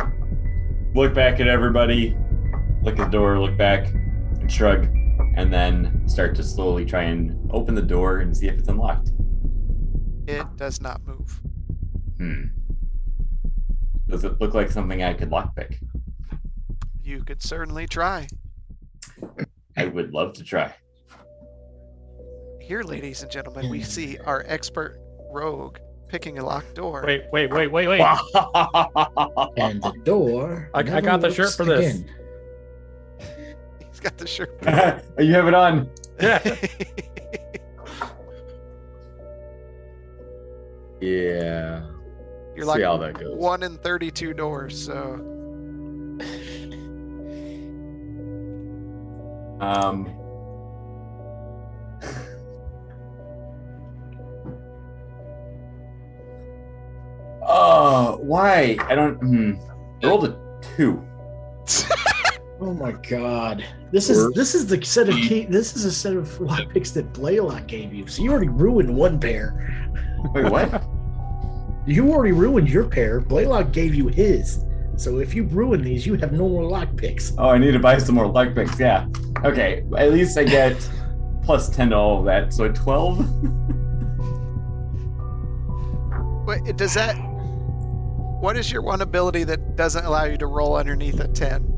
look back at everybody, look at the door, look back, and shrug, and then start to slowly try and open the door and see if it's unlocked.
It does not move.
Hmm. Does it look like something I could lockpick?
you could certainly try.
I would love to try.
Here, ladies and gentlemen, we see our expert rogue picking a locked door.
Wait, wait, wait,
[LAUGHS]
wait, wait. [LAUGHS]
And the door.
Uh, I- I
never
got the shirt
works
for this.
again.
He's got the shirt.
you have it on.
Yeah.
Yeah.
You're
See how
like
that goes.
one in 32 doors, so
Um, oh, why? I don't. Hmm. I rolled a two.
Oh my god. This is
Worst
this is the set of key this is a set of [LAUGHS] lockpicks that Blaylock gave you. So you already ruined one pair.
Wait, what?
You already ruined your pair. Blaylock gave you his. So if you ruin these, you have no more lockpicks.
oh, I need to buy some more luck picks. Yeah. Okay. At least I get plus ten to all of that, so twelve.
Wait, does that What is your one ability that doesn't allow you to roll underneath a 10?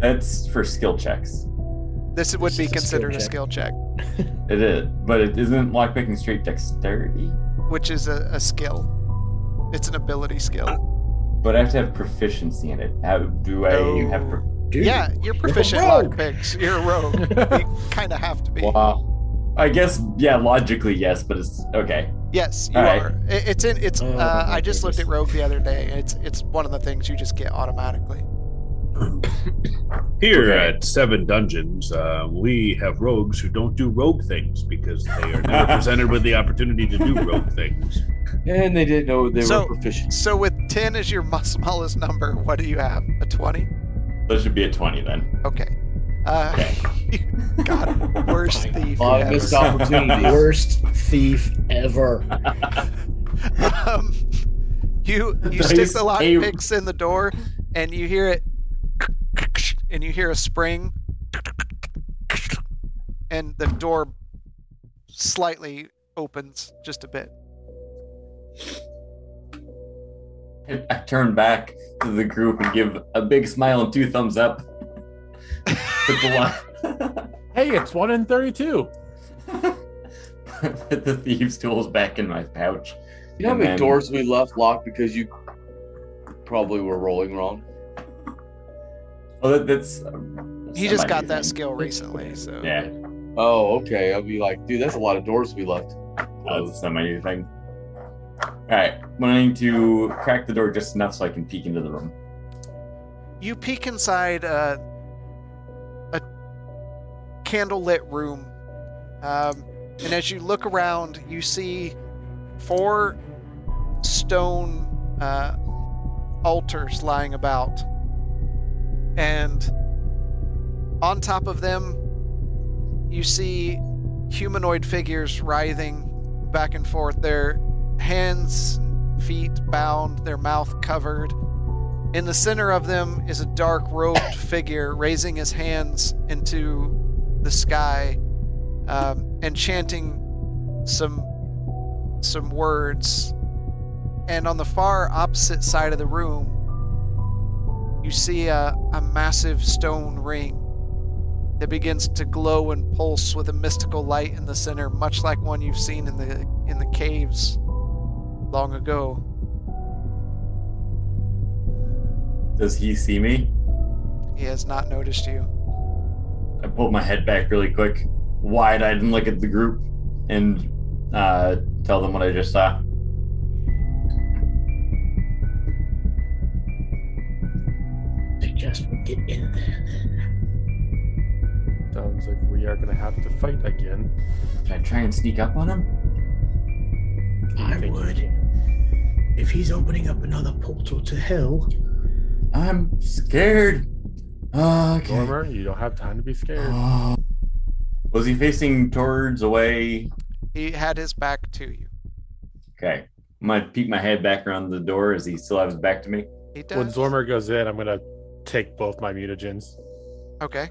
That's for skill checks.
This would
This
be
is a skill
considered a
check.
skill check,
It is, but it isn't lockpicking straight dexterity.
which is a, a skill. It's an ability
Ah,
skill.
But I have to have proficiency in it. How do I
No.
have? Pro-
Dude.
Yeah, you're proficient
a rogue.
lockpicks. You're a
[LAUGHS]
rogue. you kind of have to be.
Wow.
I guess yeah, logically yes, but it's okay.
Yes, you
All right.
are. It, it's in. It's.
Oh,
uh,
my
I just looked at
goodness.
Rogue the other day. and It's. It's one of the things you just get automatically.
Here at Seven Dungeons, uh, we have rogues who don't do rogue things because they are [LAUGHS] never presented with the opportunity to do rogue things.
And they didn't know they
So-
were proficient.
So with ten as your [LAUGHS] mu- smallest number, what do you have? A twenty?
That should be a twenty then.
Okay.
[LAUGHS]
Uh,
[LAUGHS]
God, worst thief.
A lot of missed
ever.
opportunities.
Worst thief ever. [LAUGHS]
Um, you you
Dice
stick the lock
aim.
picks in the door, and you hear it, and you hear a spring, and the door slightly opens just a bit.
I turn back to the group and give a big smile and two thumbs up. Put the lo-
hey, it's one in thirty-two.
[LAUGHS] Put the thieves' tools back in my pouch.
You know how
And
many
then-
doors we left locked because you probably were rolling wrong?
Oh, that, that's.
He just got that skill recently, so
Yeah,
Oh, okay. I'll be like, dude, that's a lot of doors we left.
oh, that's not my new thing. All right, I'm going to crack the door just enough so I can peek into the room.
you peek inside uh, a candlelit room, um, and as you look around, you see four stone uh, altars lying about, and on top of them, you see humanoid figures writhing back and forth, their hands, feet bound, their mouth covered. In the center of them is a dark robed figure raising his hands into the sky um, and chanting some some words. And on the far opposite side of the room, you see a, a massive stone ring that begins to glow and pulse with a mystical light in the center, much like one you've seen in the in the caves long ago.
Does he see me?
He has not noticed you.
I pulled my head back really quick, wide eyed, and look at the group and uh, tell them what I just saw.
They just will get in there.
Sounds like we are gonna have to fight again.
Should I try and sneak up on him?
I
Thank you.
would. If he's opening up another portal to hell,
I'm scared. Okay.
Normer, you don't have time to be scared.
Oh. Was he facing towards away?
He had his back to you.
Okay. I'm gonna peek my head back around the door. Does he still have his back to me?
He
When
does.
Zormer goes in, I'm gonna take both my mutagens.
Okay.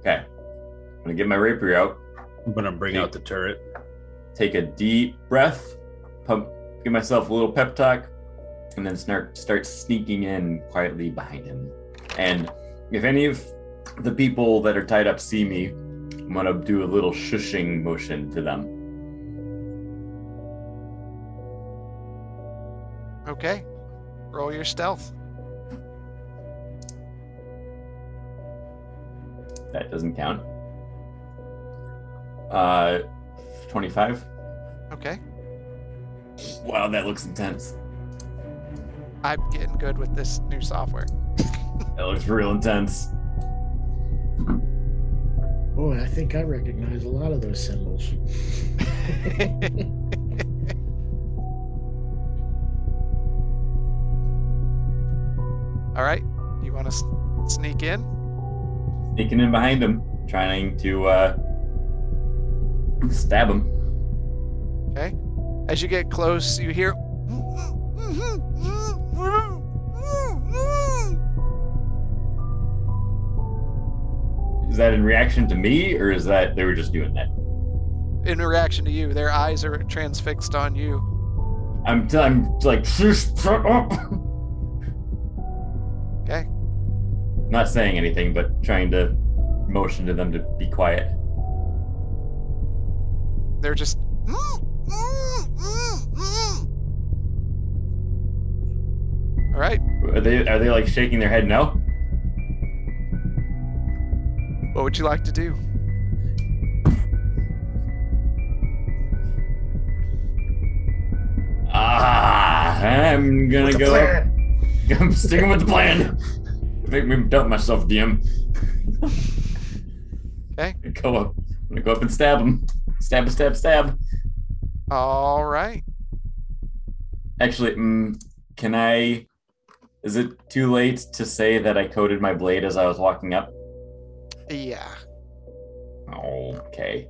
Okay. I'm gonna get my rapier out.
I'm gonna bring out the turret.
Take a deep breath. Pump. Give myself a little pep talk, and then start start sneaking in quietly behind him. And if any of the people that are tied up see me, I'm going to do a little shushing motion to them.
Okay. Roll your stealth.
That doesn't count. Uh, 25.
Okay.
Wow, that looks intense.
I'm getting good with this new software. [LAUGHS]
That looks real intense.
Oh, I think I recognize a lot of those symbols.
All right. You want to sneak in?
Sneaking in behind him, trying to uh, stab him.
As you get close, you hear.
Is that in reaction to me, or is that they were just doing that?
In reaction to you, their eyes are transfixed on you.
I'm, t- I'm like, shush, shut up.
Okay.
Not saying anything, but trying to motion to them to be quiet.
They're just. "Mm, mm." All right.
Are they are they like shaking their head no?
What would you like to do?
Ah, I'm gonna go. [LAUGHS] I'm sticking with the plan. Make me doubt myself, DM.
Okay.
[LAUGHS] Go up. I'm gonna go up and stab him. Stab, stab, stab.
All right.
Actually, mm, can I? Is it too late to say that I coated my blade as I was walking up?
Yeah.
Okay.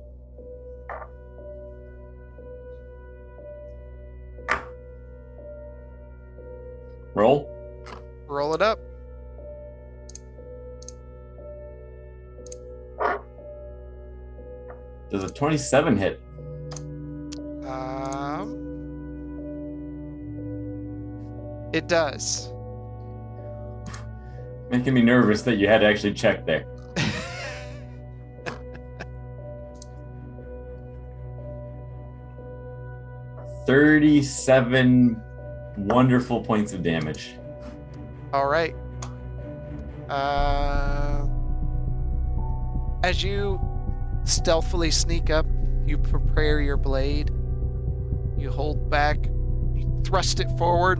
Roll.
Roll it up.
Does a 27 hit?
Um. It does.
Making me nervous that you had to actually check there. [LAUGHS] Thirty-seven wonderful points of damage.
All right. Uh, as you stealthily sneak up, you prepare your blade. You hold back, you thrust it forward.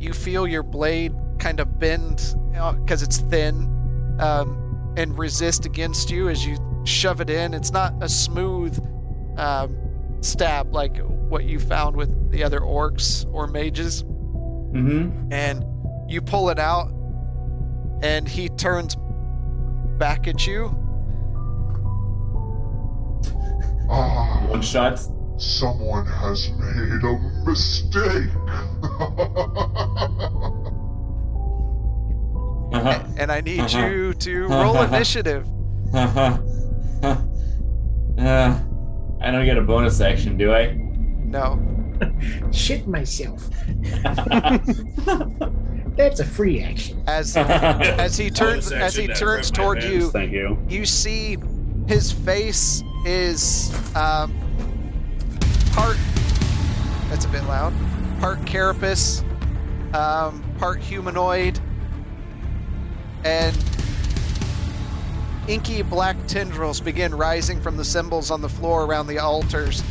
You feel your blade kind of bend because it's thin um, and resist against you as you shove it in. It's not a smooth um, stab like what you found with the other orcs or mages
Mm-hmm.
and you pull it out and he turns back at you
Ah,
One [LAUGHS] shots.
someone has made a mistake.
and i need
Uh-huh.
you
[LAUGHS]
to roll initiative
uh, I don't get a bonus action, do [LAUGHS] I?
no
Shit myself. That's a free action. [SIGHS]
as
Uh-huh. Uh,
as he turns as he turns toward you
Thank you.
you see his face is um, part that's a bit loud part carapace um, part humanoid and inky black tendrils begin rising from the symbols on the floor around the altars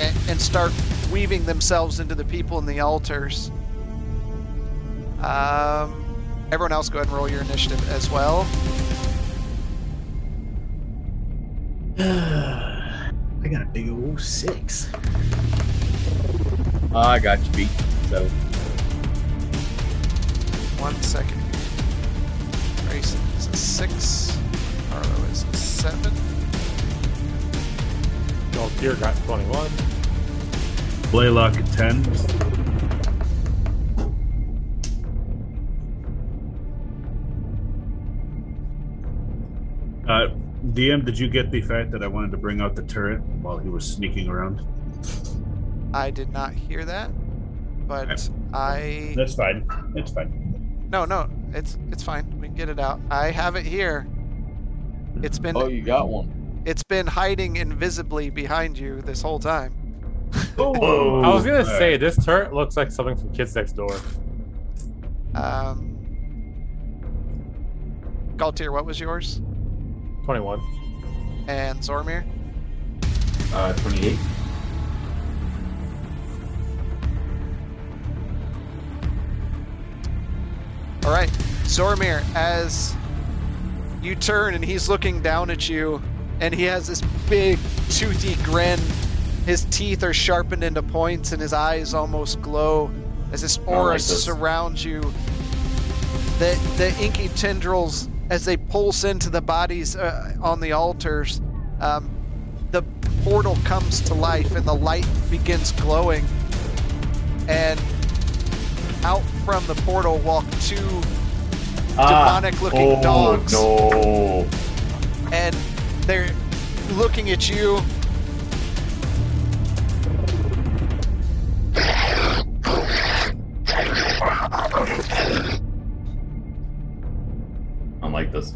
and, and start weaving themselves into the people in the altars um, everyone else go ahead and roll your initiative as well
I got a big old six.
Ah, I got you beat. So
One second. Grayson is a six. Arlo is a seven.
Galtier got 21.
Blaylock at 10. Uh, DM, did you get the fact that I wanted to bring out the turret while he was sneaking around?
I did not hear that, but I
That's fine. That's fine.
no no it's it's fine. We can get it out. I have it here. It's been
Oh, you got one.
it's been hiding invisibly behind you this whole time.
Whoa.
I was gonna
Oh, All
say this turret looks like something from Kids Next Door.
Um, Galtier, what was yours?
Twenty-one.
And Zormir?
Uh, 28.
All right, Zormir, as you turn and he's looking down at you, and he has this big, toothy grin. His teeth are sharpened into points, and his eyes almost glow as this aura
like this.
surrounds you. The, the inky tendrils, as they pulse into the bodies uh, on the altars, um, the portal comes to life, and the light begins glowing. And out from the portal walk two demonic looking
oh,
dogs
No.
and they're looking at you
I don't like this.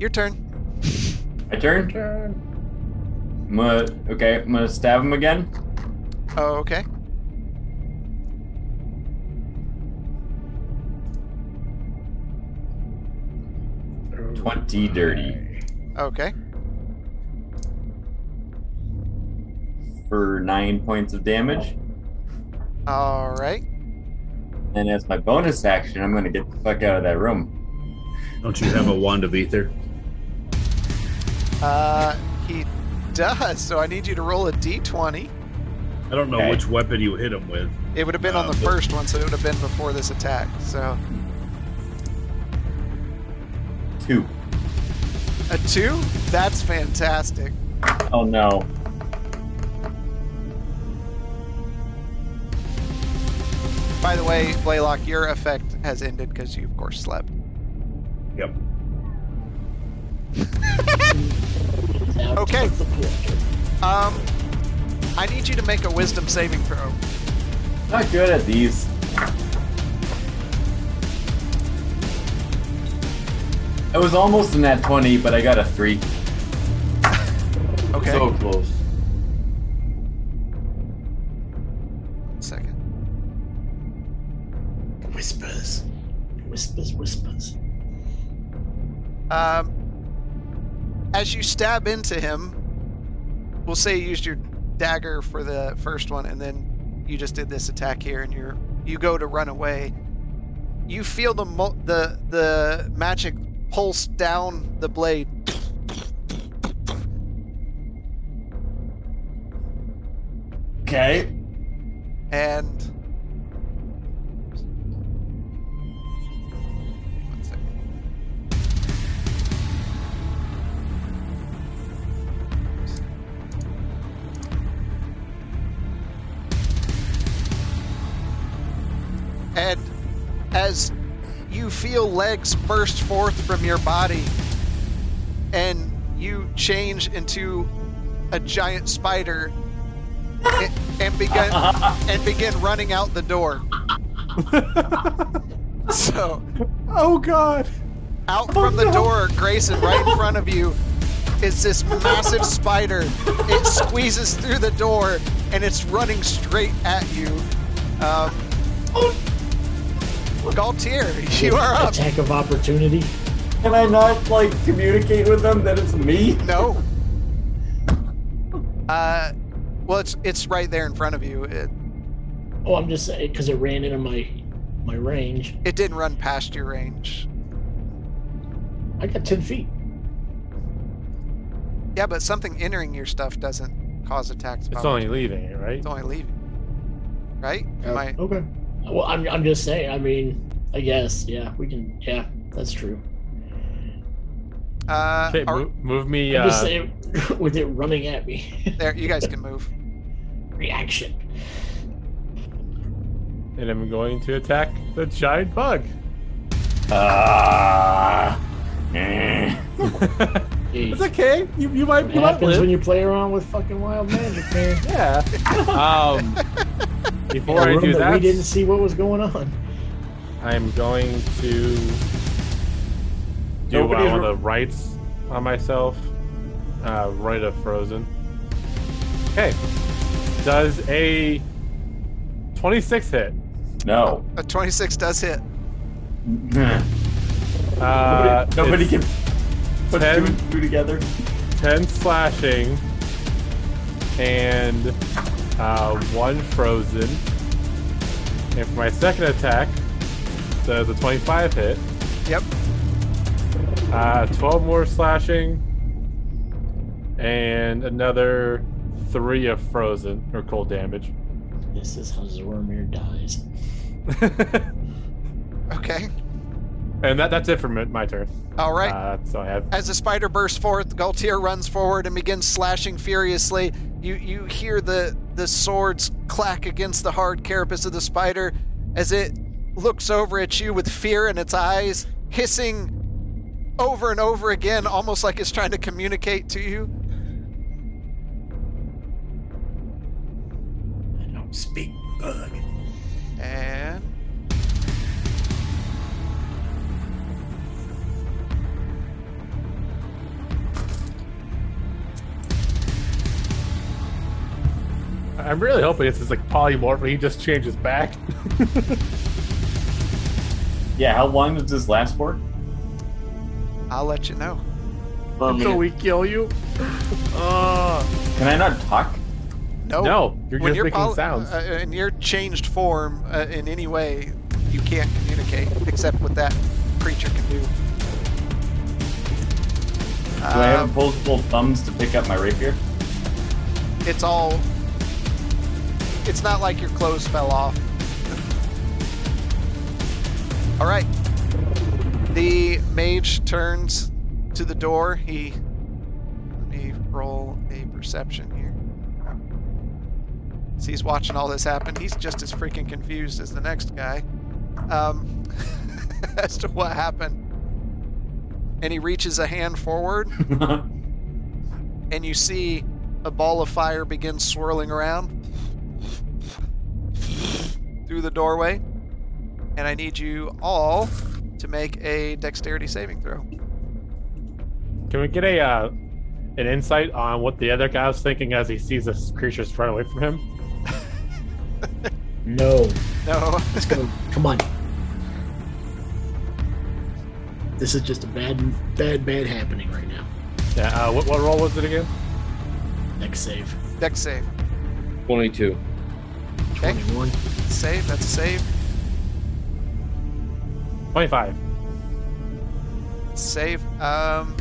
your turn
I turn. Turn. I'm gonna, okay, I'm gonna stab him again.
oh okay
Twenty dirty
okay
for nine points of damage.
all right
And as my bonus action, I'm gonna get the fuck out of that room.
Don't you have a wand of ether?
uh he does so i need you to roll a d20
I don't know
Okay.
which weapon you hit him with.
it would have been on
Uh,
the
but-
first one so it would have been before this attack so
Two.
a two that's fantastic
Oh no.
by the way blaylock your effect has ended because you of course slept
Yep.
Okay. um i need you to make a wisdom saving throw
Not good at these. I was almost in that 20, but I got a 3.
okay
So close.
second
Whispers. Whispers, whispers.
Um, as you stab into him, we'll say you used your dagger for the first one, and then you just did this attack here, and you're you go to run away. You feel the mo- the the magic pulse down the blade.
Okay.
And One second. And as you feel legs burst forth from your body, and you change into a giant spider and, and begin and begin running out the door. so
Oh God!
out from the door, Grayson, right in front of you, is this massive spider. It squeezes through the door and it's running straight at you. Um, Galtier, you are up.
Attack of opportunity.
Can I not, like, communicate with them that it's me?
No. Uh, well, it's it's right there in front of you. It
Oh, I'm just saying because it ran into my my range.
it didn't run past your range.
I got ten feet.
Yeah, but something entering your stuff doesn't cause attacks.
It's only leaving it, right?
It's only leaving. Right? Am I-
Okay. Well, I'm I'm just saying. I mean, I guess. Yeah, we can. Yeah, that's true.
uh,
Okay,
are-
move, move me.
I'm just
Uh,
saying [LAUGHS] with it running at me. [LAUGHS]
there, you guys can move.
Reaction.
and I'm going to attack the giant bug.
Ah. eh.
Hey,
[LAUGHS] It's okay. You, you might
what
you might
happens
live.
when you play around with fucking wild magic,
[LAUGHS]
man?
Yeah. Um,
In
before
a
I
room
do
that,
that,
we didn't see what was going on.
I'm going to do uh,
Nobody's
one of
re-
the rights on myself. Uh, right of frozen. Okay. Does a 26 hit?
No.
A 26 does hit.
Uh,
Nobody
it's
can put two
ten.
and two together.
10 slashing and uh, one frozen. And for my second attack, the, the 25 hit.
Yep.
Uh, 12 more slashing and another three of frozen or cold damage.
This is how Zormir dies.
and
Okay.
that, that's it for my, my turn.
All right.
Uh, so I have.
As the spider bursts forth, Galtier runs forward and begins slashing furiously. You you hear the the swords clack against the hard carapace of the spider as it looks over at you with fear in its eyes, hissing over and over again, almost like it's trying to communicate to you.
I don't speak bug.
And
I'm really hoping this is like polymorph, but he just changes back. [LAUGHS]
Yeah, how long does this last for?
I'll let you know.
Until we kill you. Uh,
Can I not talk?
No.
no, you're
Oh, When
just
you're
making
poly-
sounds.
uh, uh, in your changed form uh, in any way, you can't communicate except what that creature can do.
Do I
Um,
have multiple thumbs to pick up my rapier?
it's all it's not like your clothes fell off all right the mage turns to the door he let me roll a perception here so he's watching all this happen he's just as freaking confused as the next guy um, [LAUGHS] as to what happened and he reaches a hand forward and you see a ball of fire begins swirling around through the doorway. And I need you all to make a dexterity saving throw.
Can we get a uh, an insight on what the other guy was thinking as he sees this creature's run away from him?
No.
No. [LAUGHS]
Let's go. Come on. This is just a bad, bad, bad happening right now.
Yeah. Uh, what, what roll was it again?
Next save.
Dex save.
22.
Okay.
21.
Save. That's a save.
Twenty-five. [LAUGHS]
Save. Um.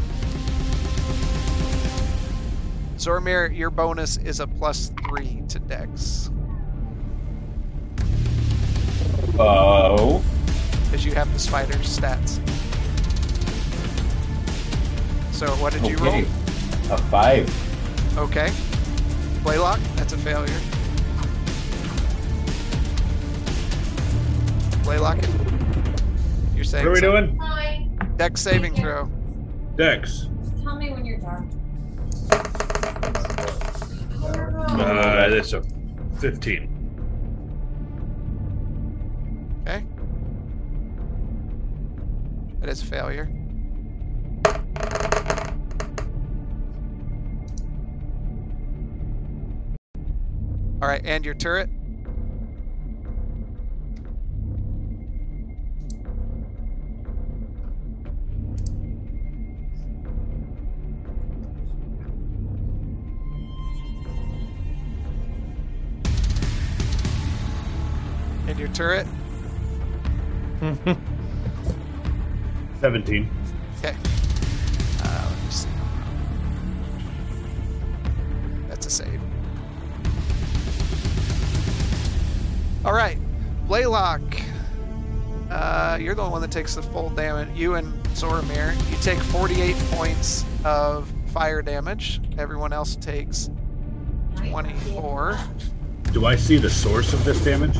Zormir, your bonus is a plus three to dex
Oh.
because you have the spider's stats. So what did you roll?
Okay. A five.
Okay. Blaylock, that's a failure. Blaylock, you're
What
saying
are we
something.
doing?
Hi.
deck saving throw.
Dex.
Just tell me when you're done.
Uh, that's a 15.
Okay. That is a failure. All right, and your turret. And your turret.
17.
Okay. Uh, let me see. That's a save. All right, Blaylock. Uh, you're the one that takes the full damage. You and Zoramir, you take 48 points of fire damage. Everyone else takes 24.
Do I see the source of this damage?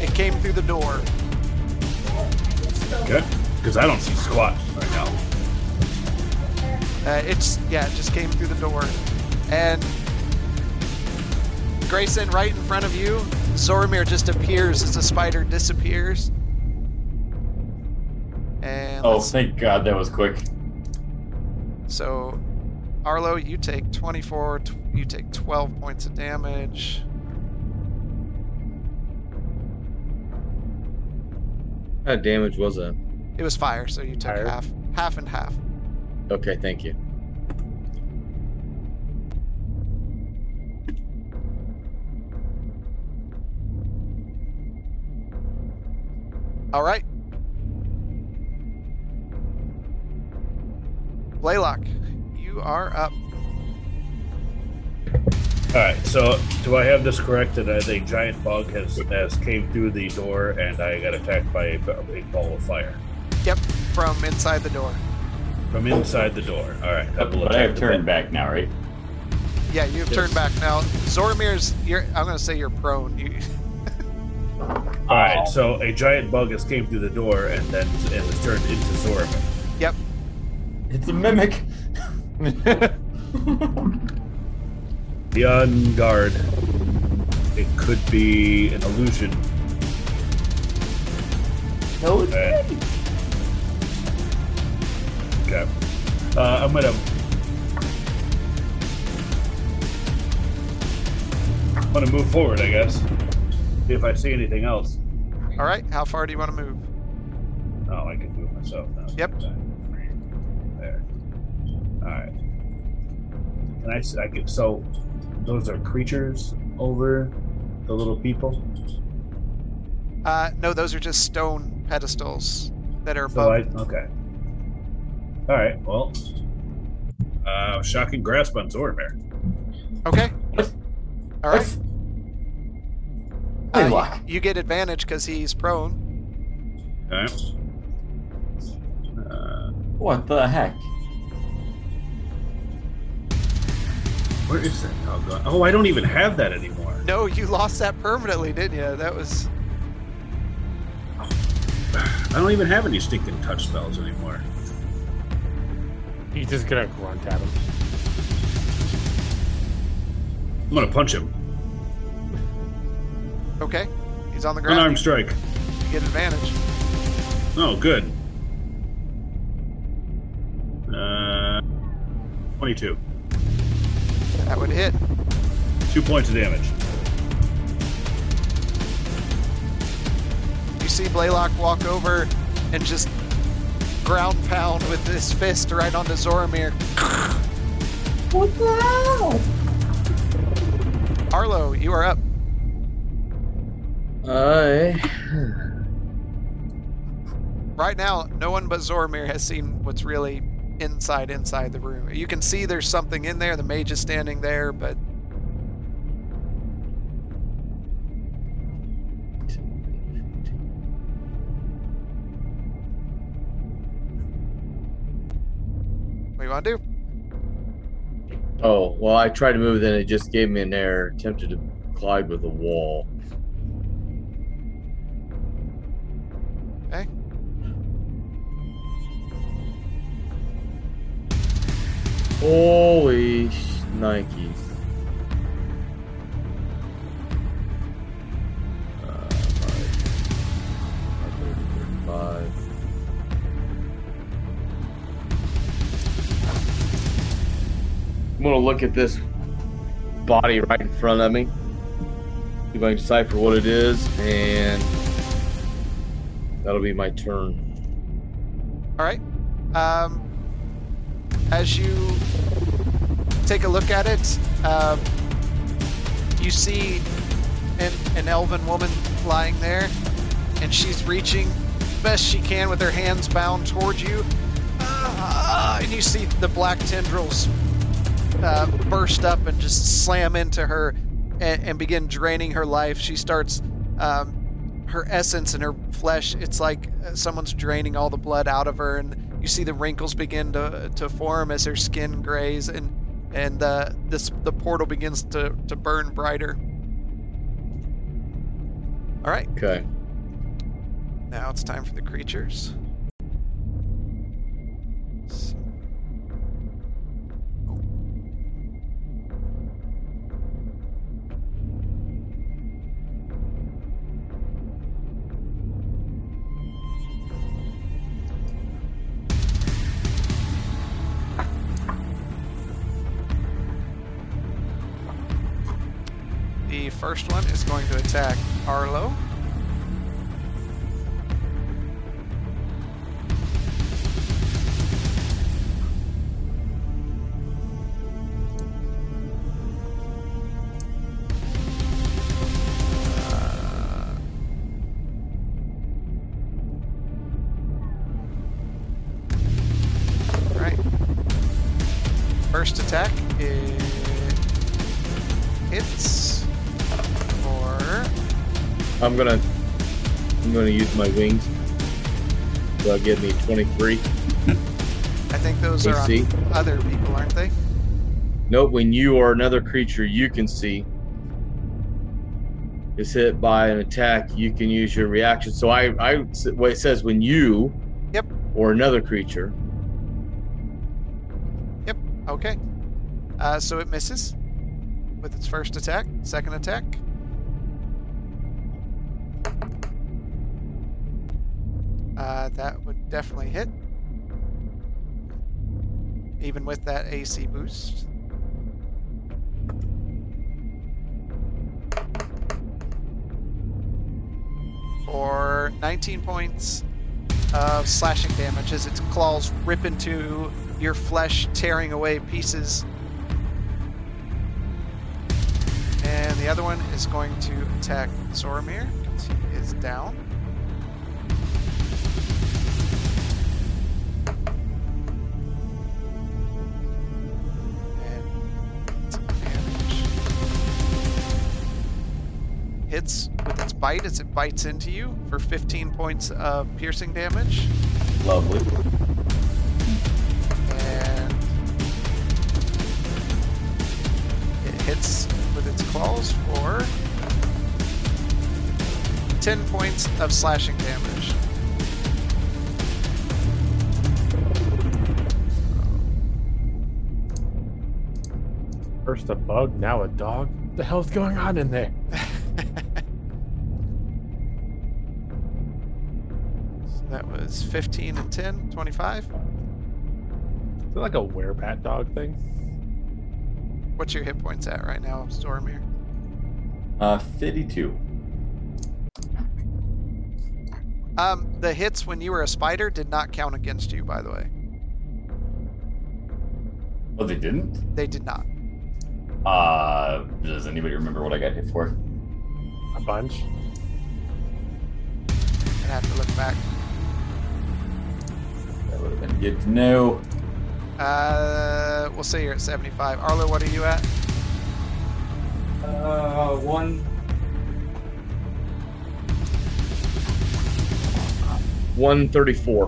It came through the door.
Good. Because I don't see squat right now.
Uh, it's yeah, it just came through the door, and Grayson right in front of you. Zoramir just appears as the spider disappears, man.
Oh,
That's-
thank God that was quick.
So, Arlo, you take 24, tw- you take 12 points of damage.
What kind of damage was that?
It was fire, so you took
Fire.
half. Half and half.
Okay, thank you.
All right. Blaylock, you are up.
All right. So, do I have this correct? That I think giant bug has has came through the door, and I got attacked by a, b- a big ball of fire
Yep, from inside the door.
from inside the door. All right. I
But,
will
but I
attack
have
the bug.
turned back now, right?
Yeah, you've turned back now. Zoromir's, you're, I'm going to say you're prone. You, [LAUGHS]
All right. So, a giant bug has came through the door, and then and has turned into Zorba.
yep.
It's a mimic.
The unguard. It could be an illusion.
No, it's
Alright. Okay. Uh, I'm gonna. I'm gonna move forward, I guess. See if I see anything else.
All right, how far do you want to move?
Oh, I can move myself now.
Yep.
There. All right. And I, s- I can, so those are creatures over the little people.
Uh, no, those are just stone pedestals that are
So
above.
I, okay. All right. Well, uh, shocking grasp on Zoromir.
Okay. All right. Uh,
Blaylock.
you, you get advantage because he's prone.
All right. Uh,
[LAUGHS] What the heck?
where is that doggone? Oh, I don't even have that anymore.
No, you lost that permanently, didn't you? That was.
I don't even have any stinking touch spells anymore.
He's just gonna grunt at him.
I'm gonna punch him.
Okay. He's on the ground.
Unarmed strike.
You get advantage.
Oh, good. Uh, 22.
That would hit.
Two points of damage.
You see Blaylock walk over and just ground pound with his fist right onto Zoromir.
What the hell?
Arlo, you are up.
I
Right now, no one but Zoromir has seen what's really inside inside the room. You can see there's something in there. The mage is standing there, but what do you want to do?
oh well, I tried to move, then it just gave me an error. Attempted to collide with a wall.
Okay.
Holy Nikes. Uh, five, five, I'm gonna look at this body right in front of me. See if I can decipher what it is, and that'll be my turn.
All right. Um, as you take a look at it, um, you see an, an elven woman lying there, and she's reaching best she can with her hands bound towards you. Ah, and you see the black tendrils uh, burst up and just slam into her and, and begin draining her life. She starts um, her essence and her flesh it's like uh, someone's draining all the blood out of her and you see the wrinkles begin to, to form as her skin grays and and uh, this the portal begins to, to burn brighter all right
Okay.
now it's time for the creatures S- oh. first one is going to attack Arlo. Uh, Right. First attack is hits for
I'm gonna I'm gonna use my wings. So I give me 23
I think those are on
AC.
other people, aren't they?
Note when you or another creature you can see is hit by an attack, you can use your reaction. So I, I what it says when you
Yep.
or another creature.
Okay. Uh, so it misses with its first attack. Second attack. Uh, that would definitely hit. Even with that AC boost. For 19 points of slashing damage as its claws rip into your flesh, tearing away pieces. And the other one is going to attack Zoromir because he is down. And it's damage. Hits with its bite as it bites into you for 15 points of piercing damage.
Lovely.
And it hits with its claws for 10 points of slashing damage. [LAUGHS]
First a bug, now a dog. What the hell's going on in there?
So that was 15 and 10, 25.
Is it like a werebat dog thing?
What's your hit points at right now, Stormir?
Uh, 52.
Um, the hits when you were a spider did not count against you, by the way.
Oh, they didn't?
They did not.
Uh, does anybody remember what I got hit for?
A bunch?
I have to look back.
That would have been good to know.
Uh, we'll say you're at 75. Arlo, what are you at?
Uh, one.
One thirty-four.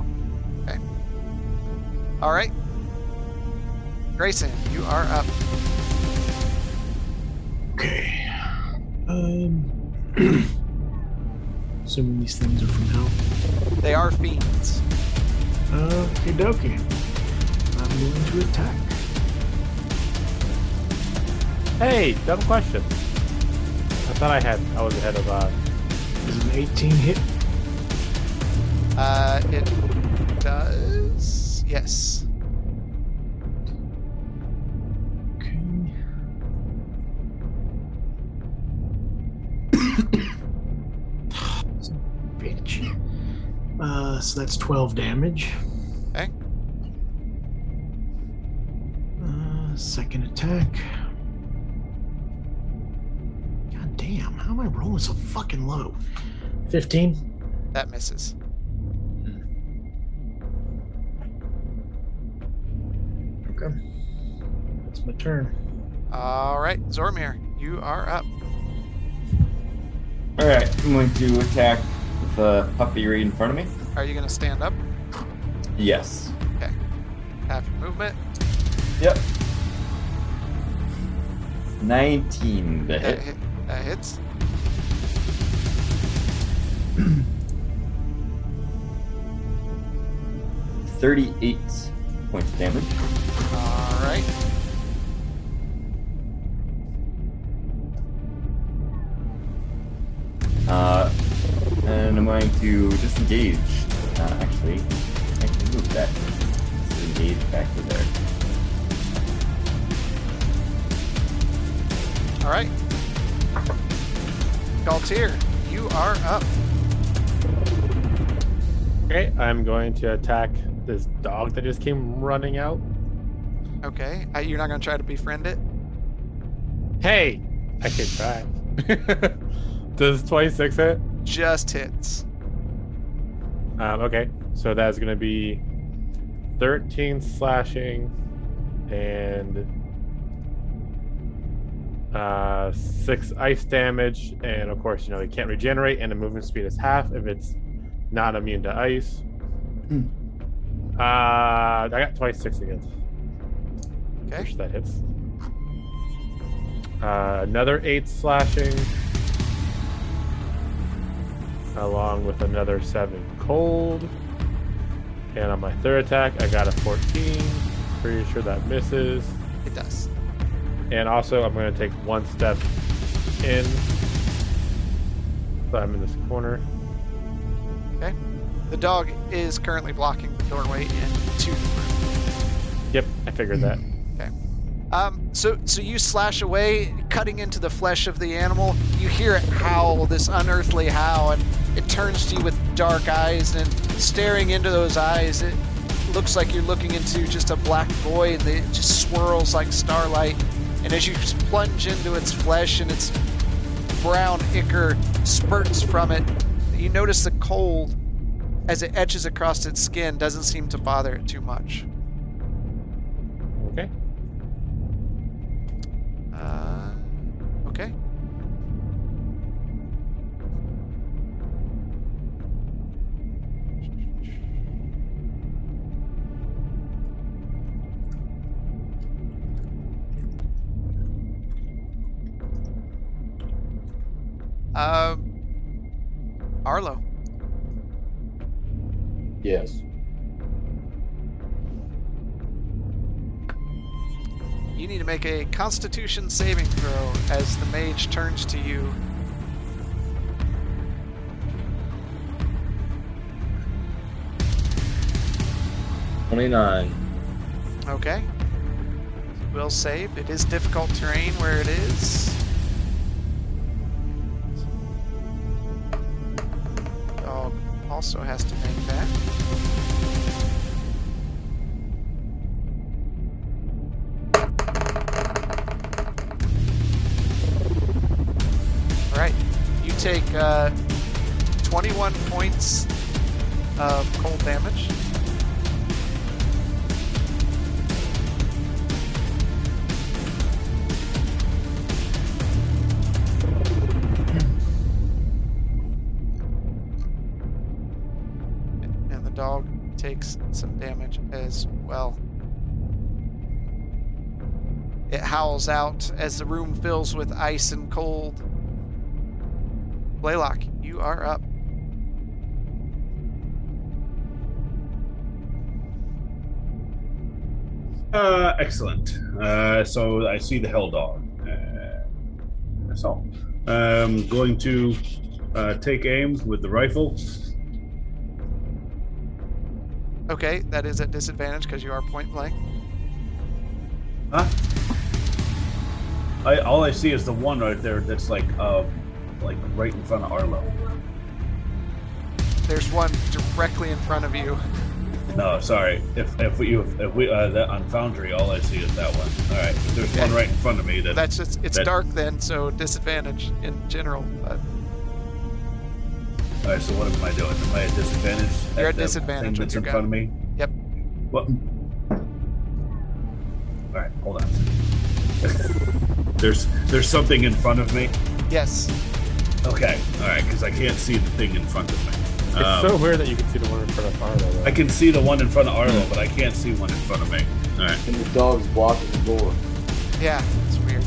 All right. Grayson, you are up.
Okay. Um. [CLEARS THROAT] assuming these things are from hell.
They are fiends.
Okay, dokie. Uh, I'm going to attack.
Hey, dumb question. I thought I had. I was ahead of. Uh,
Is an 18 hit?
Uh, it does. Yes.
Okay. [COUGHS] Bitch. Uh, so that's 12 damage.
Okay.
Uh, second attack. God damn, how am I rolling so fucking low? 15.
That misses.
Okay. That's my turn.
All right, Zormir, you are up.
Alright, I'm going to attack the puppy right in front of me.
Are you going to stand up?
Yes.
Half your movement.
Yep. 19 to
That,
hit.
hit, that hits.
Thirty-eight points of damage.
All right.
Uh, and I'm going to disengage. Uh, actually, I can move that. Disengage back to there.
All right. Galtier, you are up.
Okay, I'm going to attack this dog that just came running out.
Okay. Uh, you're not going to try to befriend it?
Hey! I could try. [LAUGHS] Does 26 hit?
Just hits.
Um, okay, so that's going to be 13 slashing and uh, 6 ice damage. And of course, you know, he can't regenerate, and the movement speed is half if it's not immune to ice. uh, I got 26 again.
Okay.
Which that hits. Uh, another 8 slashing. Along with another 7 cold. And on my third attack, I got a 14. Pretty sure that misses.
It does.
And also, I'm going to take one step in. So I'm in this corner.
Okay. The dog is currently blocking the doorway into the room.
Yep, I figured that.
Um, so, so you slash away, cutting into the flesh of the animal. You hear it howl, this unearthly howl, and it turns to you with dark eyes. And staring into those eyes, it looks like you're looking into just a black void that just swirls like starlight. And as you just plunge into its flesh, and its brown ichor spurts from it, you notice the cold as it etches across its skin doesn't seem to bother it too much.
Okay.
Uh, okay. Um, Arlo,
Yes.
you need to make a Constitution saving throw as the mage turns to you.
Twenty-nine.
Okay. Will save. It is difficult terrain where it is. Dog also has to make that. Alright. You take uh, 21 points of cold damage. and the dog takes some damage as well. It howls out as the room fills with ice and cold. Blaylock, you are up.
Uh, excellent. Uh, so I see the hell dog. Uh, so I'm going to uh, take aim with the rifle.
Okay, that is at disadvantage because you are point blank.
Huh? I all I see is the one right there that's like uh like right in front of Arlo.
There's one directly in front of you.
No, sorry. If if we if we uh, that on Foundry, all I see is that one. All right. If there's one right in front of me. That
That's just, it's
That-
dark then, so disadvantage in general. But
all right. So what am I doing? Am I at disadvantage?
You're at
the
disadvantage
Thing that's
with your
in front of me.
Yep.
What? All right. Hold on. [LAUGHS] there's there's something in front of me.
yes,
Okay. All right. Because I can't see the thing in front of me.
It's
Um,
so weird that you can see the one in front of Arlo. though.
I can see the one in front of Arlo, but I can't see one in front of me. All right.
And the dog's blocking the door.
yeah, it's weird.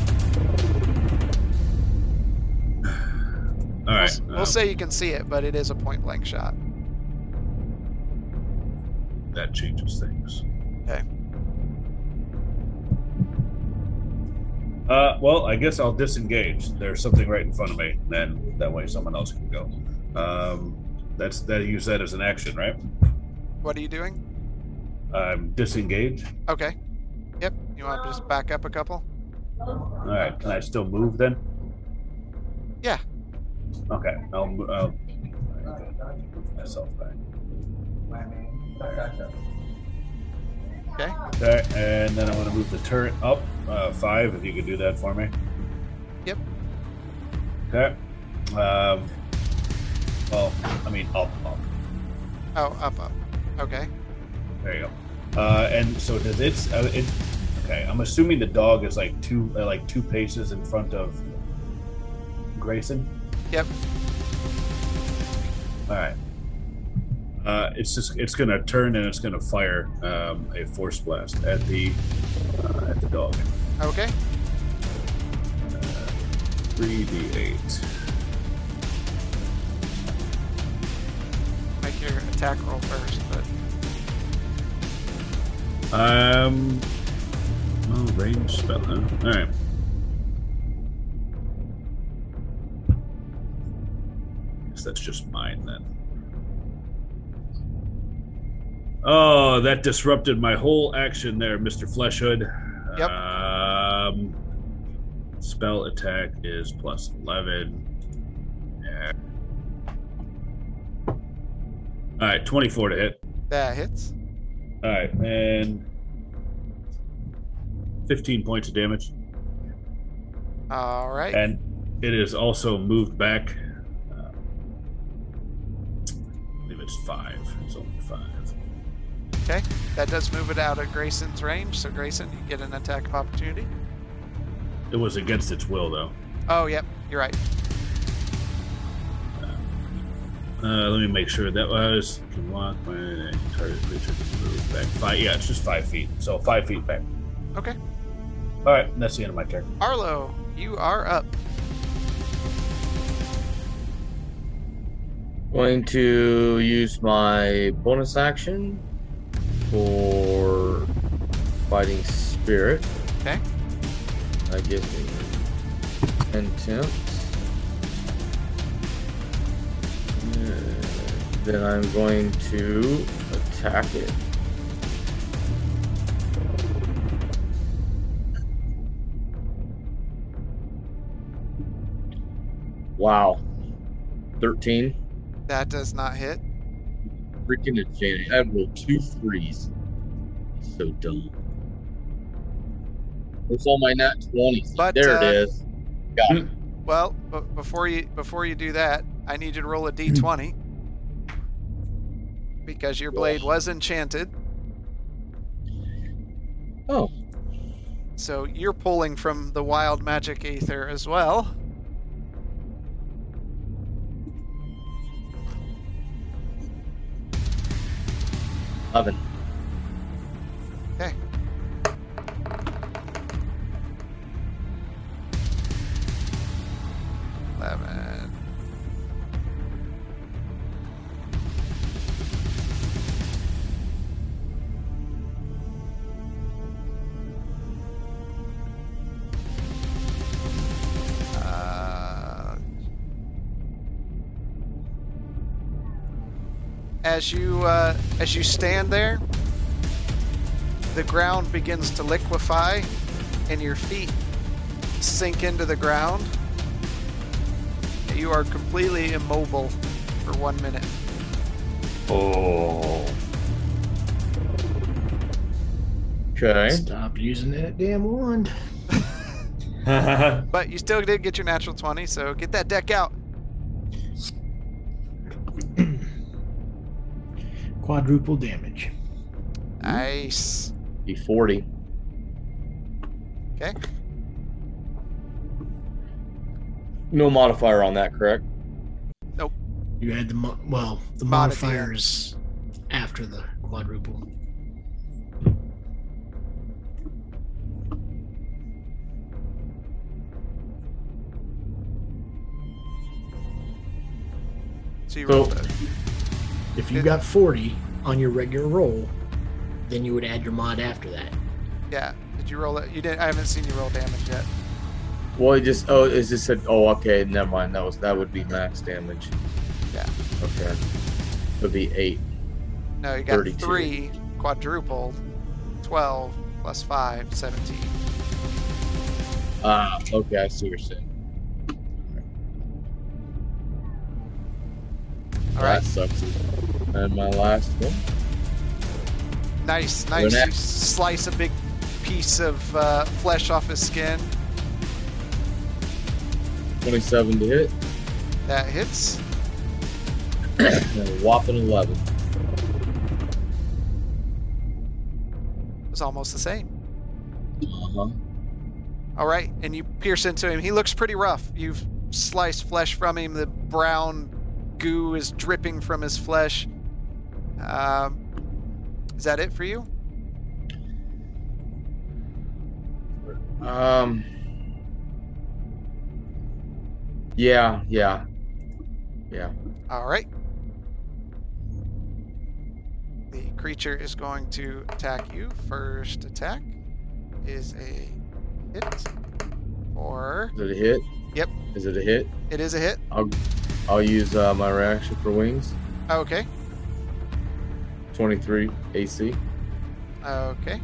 All
We'll
right.
s- We'll,
um,
say you can see it, but it is a point blank shot.
that changes things.
Okay.
Uh, well, I guess I'll disengage. There's something right in front of me. Then that way, someone else can go. Um, that's that. Use that as an action, right?
What are you doing?
Um, disengage.
Okay. Yep. You want to just back up a couple?
All right. Can I still move then?
Yeah.
Okay, I'll, mo- I'll myself back.
Okay.
Okay, and then I'm going to move the turret up uh, five. If you could do that for me.
Yep.
Okay. Um, well, I mean up, up.
Oh, up, up. Okay.
There you go. Uh, and so does it's uh, it? Okay, I'm assuming the dog is like two uh, like two paces in front of Grayson.
Yep.
All right. Uh, it's just it's gonna turn and it's gonna fire um, a force blast at the uh, at the dog.
Okay.
Three d eight.
Make your attack roll first, but
Um. Oh, range spell. Huh? All right. Guess that's just mine then. Oh, that disrupted my whole action there, Mister Fleshhood.
Yep.
Um, spell attack is plus eleven. Yeah. All right, twenty-four to hit.
that hits.
All right, and 15 points of damage.
All right.
And it is also moved back. Uh, I believe it's five. It's only five.
That does move it out of Grayson's range, so Grayson, you get an attack of opportunity.
It was against its will, though.
Oh, yep, you're right.
Uh, let me make sure that was. Can walk when a target creature can move back five. Yeah, it's just five feet. So five feet back.
Okay.
All right, and that's the end of my turn.
Arlo, you are up.
Going to use my bonus action for fighting spirit.
Okay.
That gives me contempt. Uh, Then I'm going to attack it. Wow. 13.
That does not hit.
Freaking enchanted. I rolled two threes. So dumb. It's on my nat 20s.
But,
there
uh,
it is. Got it.
Well, b- before you before you do that, I need you to roll a d20 because your blade was enchanted.
Oh.
So you're pulling from the wild magic ether as well.
Eleven.
Eleven. Uh, As you uh, as you stand there, the ground begins to liquefy, and your feet sink into the ground. You are completely immobile for one minute.
Oh.
Okay.
Stop using that damn wand.
But you still did get your natural 20, so get that deck out.
Quadruple damage.
Nice.
Be 40.
Okay.
No modifier on that, correct?
You had the mo- well, the
Mod at the end.
modifiers after the quadruple.
So you
So-
rolled it.
If you
It-
got 40 on your regular roll, then you would add your mod after that.
Yeah. Did you roll it? You didn't. I haven't seen you roll damage yet.
Well, it just oh, it just said oh, okay, never mind. That was that would be max damage.
Yeah.
Okay. Would be eight.
No, you got
32.
three quadrupled, 12 plus 5, 17.
Ah, okay, I see what you're saying.
All
that
right.
sucks. And my last one.
Nice,
You're
nice. You
next.
slice a big piece of uh, flesh off his skin.
27 to hit.
That hits.
And a whopping 11.
It's almost the same.
Uh-huh.
All right, and you pierce into him. He looks pretty rough. You've sliced flesh from him. The brown goo is dripping from his flesh. Um, is that it for you?
Um. Yeah, yeah.
All right. The creature is going to attack you. First attack is a hit. Or
Is it a hit?
Yep.
Is it a hit?
it is a hit.
I'll use uh, my reaction for wings.
Okay.
23 AC.
Okay.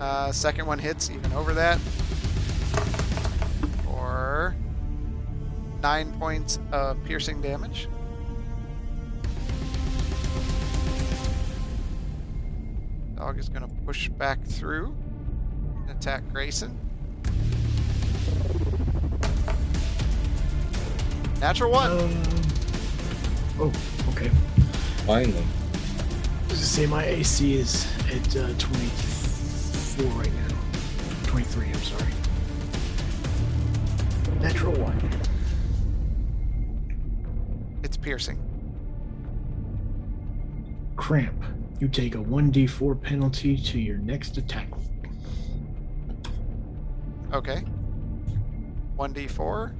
Uh, second one hits even over that. For nine points of piercing damage. Dog is going to push back through and attack Grayson. Natural one.
Um, oh, okay.
Finally.
Does it say my AC is at uh, 24 right now? 23, I'm sorry. Natural one.
It's piercing.
Cramp. You take a 1d4 penalty to your next attack. roll.
Okay. 1d4.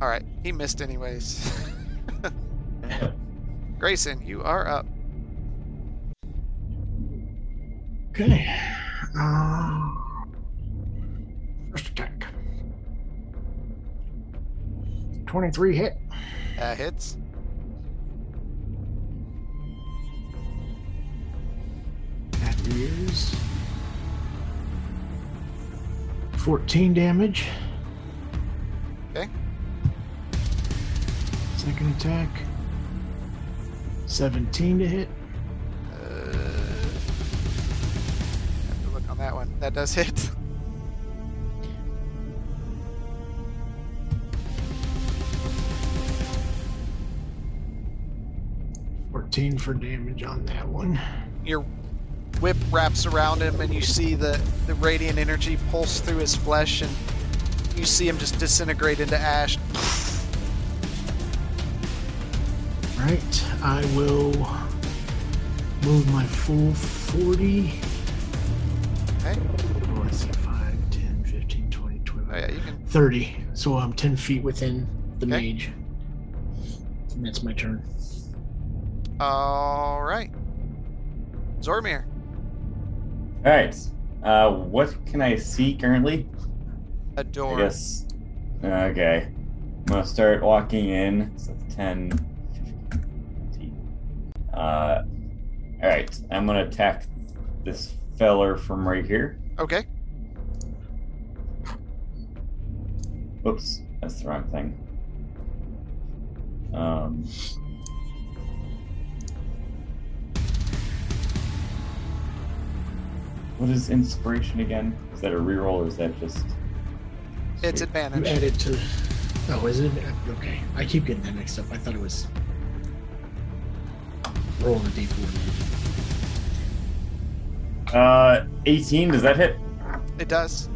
Alright, he missed anyways. [LAUGHS] Grayson, you are up.
Okay. Uh, first attack. 23 hit.
That Uh, hits.
That is 14 damage.
Okay.
Second attack. 17 to hit.
Uh, have to look on that one. That does hit. [LAUGHS]
Fourteen for damage on that one.
Your whip wraps around him, and you see the, the radiant energy pulse through his flesh, and you see him just disintegrate into ash.
Right. I will move my full 40.
Okay.
Oh, let's see. 5, 10, 15, 20, 25.
Oh, yeah, you can.
30. So I'm 10 feet within the
Okay.
mage. And that's my turn.
Alright. Zormir.
All right. Uh, what can I see currently?
A door.
I guess. Okay. I'm gonna start walking in. So it's 10. 15. Uh, all right. I'm gonna attack this feller from right here.
Okay.
Oops, that's the wrong thing. Um. What is inspiration again? Is that a reroll or is that just?
It's
You
advantage.
add it to. Oh, is it? Okay. I keep getting that mixed up. I thought it was. Rolling a d4.
Uh, 18. Does that hit?
It does.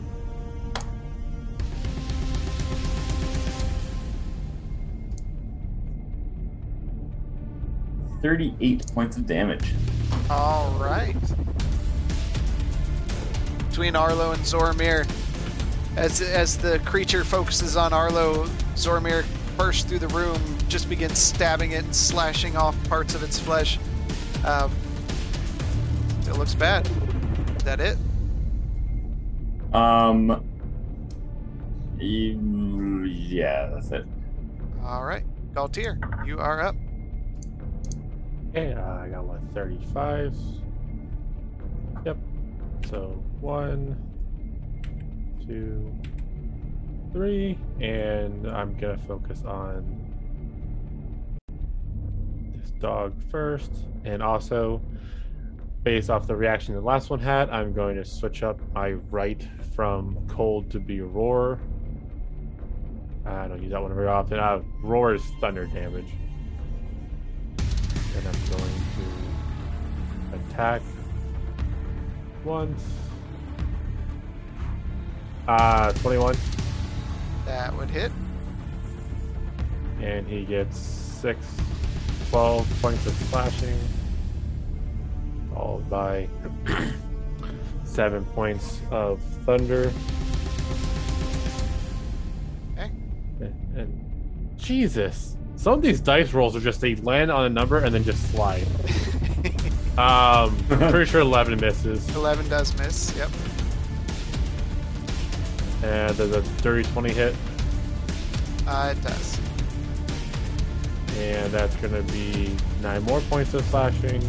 Thirty-eight points of damage.
All right. Between Arlo and Zoromir, as as the creature focuses on Arlo, Zoromir bursts through the room, just begins stabbing it and slashing off parts of its flesh. Um, it looks bad. Is that it?
Um. you- Yeah, that's it.
All right. Galtier, you are up.
Okay, uh, I got what, 35? Yep. So, one, two, three, and I'm gonna focus on this dog first, and also based off the reaction the last one had, I'm going to switch up my right from cold to be roar. I don't use that one very often. Uh, roar is thunder damage, and I'm going to attack once. Uh, 21.
That would hit.
and he gets 6, 12 points of slashing, followed by [CLEARS THROAT] 7 points of thunder.
Okay.
And, and- Jesus, some of these dice rolls are just they land on a number and then just slide. Um, pretty sure 11 misses.
11 does miss. Yep.
And there's a dirty 20 hit,
Uh, it does.
and that's gonna be 9 more points of slashing,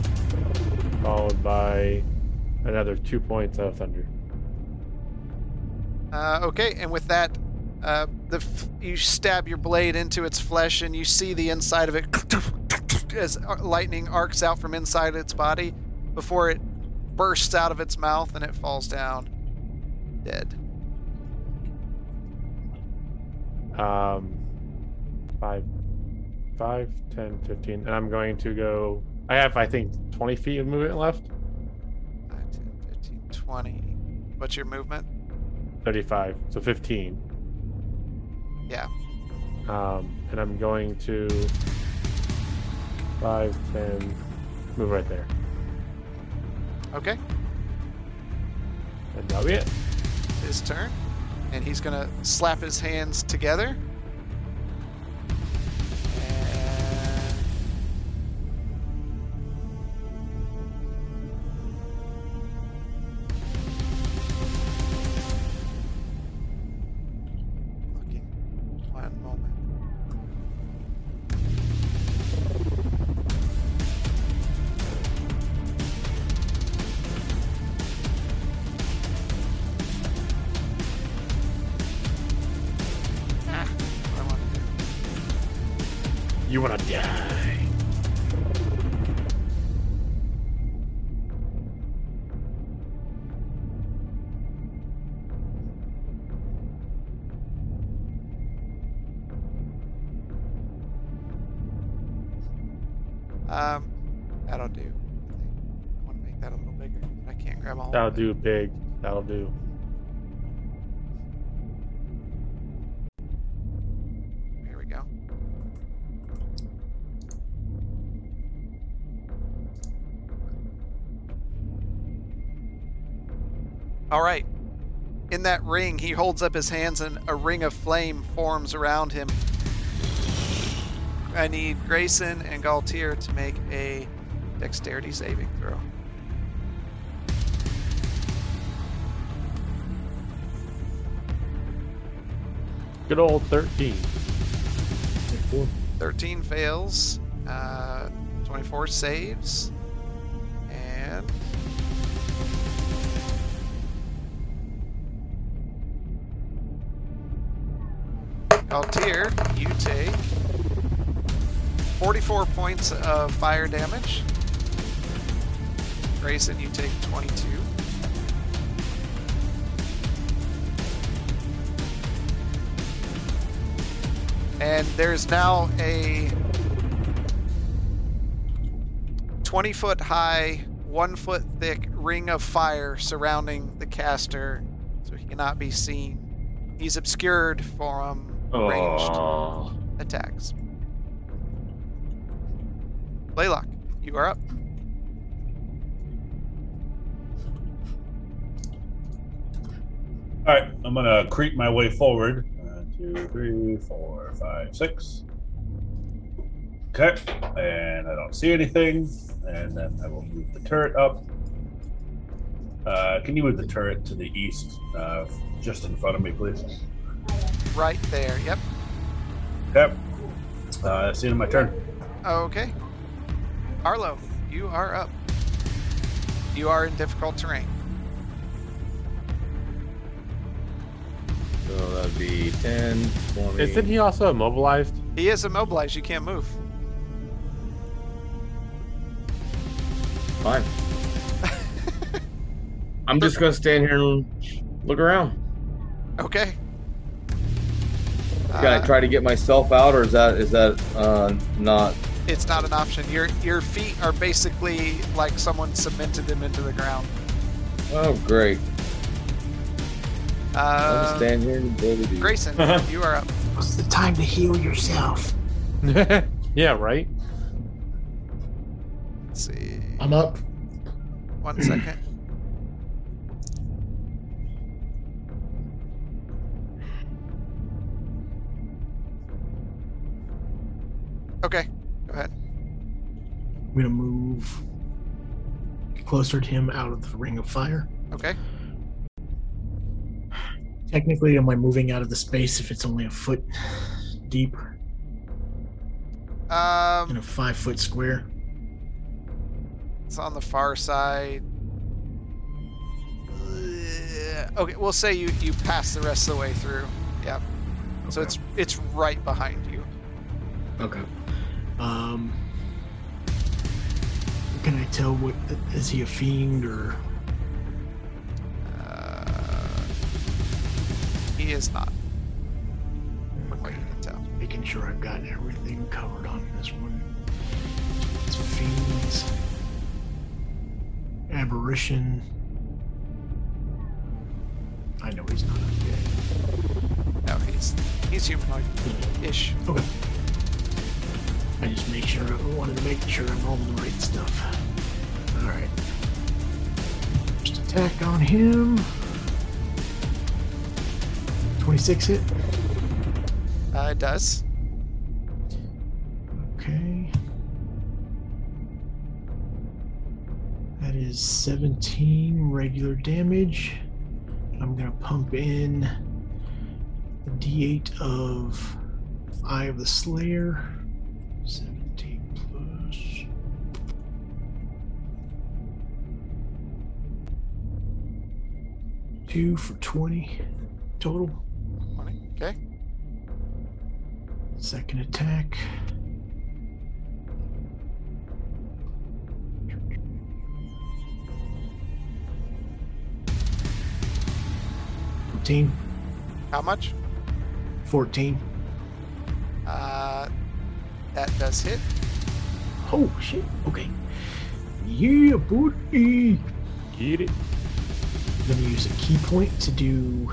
followed by another 2 points of thunder.
Uh, okay, and with that, uh, the f- you stab your blade into its flesh, and you see the inside of it [CLEARS THROAT] as ar- lightning arcs out from inside its body before it bursts out of its mouth and it falls down dead.
um, 5, 5, 10, 15. And I'm going to go. I have, I think, 20 feet of movement left.
9, 10, 15, 20. What's your movement?
35. So 15.
Yeah.
Um, and I'm going to 5, 10, move right there.
Okay,
And that'll be it.
his turn, and he's gonna slap his hands together. And Looking. One moment. Ah, what I want to do.
You want to die.
Um, that'll do. I think. I want to make that a little bigger. but I can't grab all.
That'll
of it.
do, big. That'll do.
Here we go. All right. In that ring, he holds up his hands, and a ring of flame forms around him. I need Grayson and Galtier to make a dexterity saving throw.
Good old 13.
24.
13 fails, uh, 24 saves, and. Altier, you take 44 points of fire damage. Grayson, you take 22. And there's now a 20 foot high, 1 foot thick ring of fire surrounding the caster, so he cannot be seen. He's obscured from ranged
Oh,
attacks. Blaylock, you are up.
All right, I'm gonna creep my way forward. One, two, three, four, five, six. Okay, and I don't see anything. And then I will move the turret up. Uh, can you move the turret to the east, uh, just in front of me, please?
Right there. Yep.
Okay. Uh, that's the end of my turn.
Okay. Arlo, you are up. You are in difficult terrain.
that'd be 10, 20.
Isn't he also immobilized?
He is immobilized. You can't move. [LAUGHS]
Fine. I'm just gonna stand here and look around.
Okay.
Can I
Uh,
try to get myself out, or is that is that uh, not?
it's not an option. Your your feet are basically like someone cemented them into the ground.
Oh, great. I'll just
Uh,
stand here and go to the.
Grayson, you are up.
It's the time to heal yourself.
[LAUGHS] yeah, right?
Let's see.
I'm up.
One second. Okay, go ahead.
I'm gonna move closer to him out of the ring of fire.
Okay.
Technically, am I moving out of the space if it's only a foot deep in
Um,
a five foot square?
it's on the far side. Okay, we'll say you you pass the rest of the way through. Yeah. So it's it's right behind you.
Okay. Um, can I tell what is he a fiend or
Uh, he is not. From what you can tell.
making sure I've got everything covered on this one? It's fiends, aberration. I know he's not a gay.
No, he's he's humanoid ish.
Okay. I just make sure I wanted to make sure I'm rolling the right stuff. Alright. First attack on him. 26 hit.
Uh, it does.
Okay. That is 17 regular damage. I'm going to pump in the d8 of Eye of the Slayer. 17 plus. Two for 20 total.
Twenty. Okay.
Second attack. Fourteen.
How much?
Fourteen.
Uh, that does hit.
Oh shit. Okay. Yeah, buddy.
Get it.
I'm gonna use a key point to do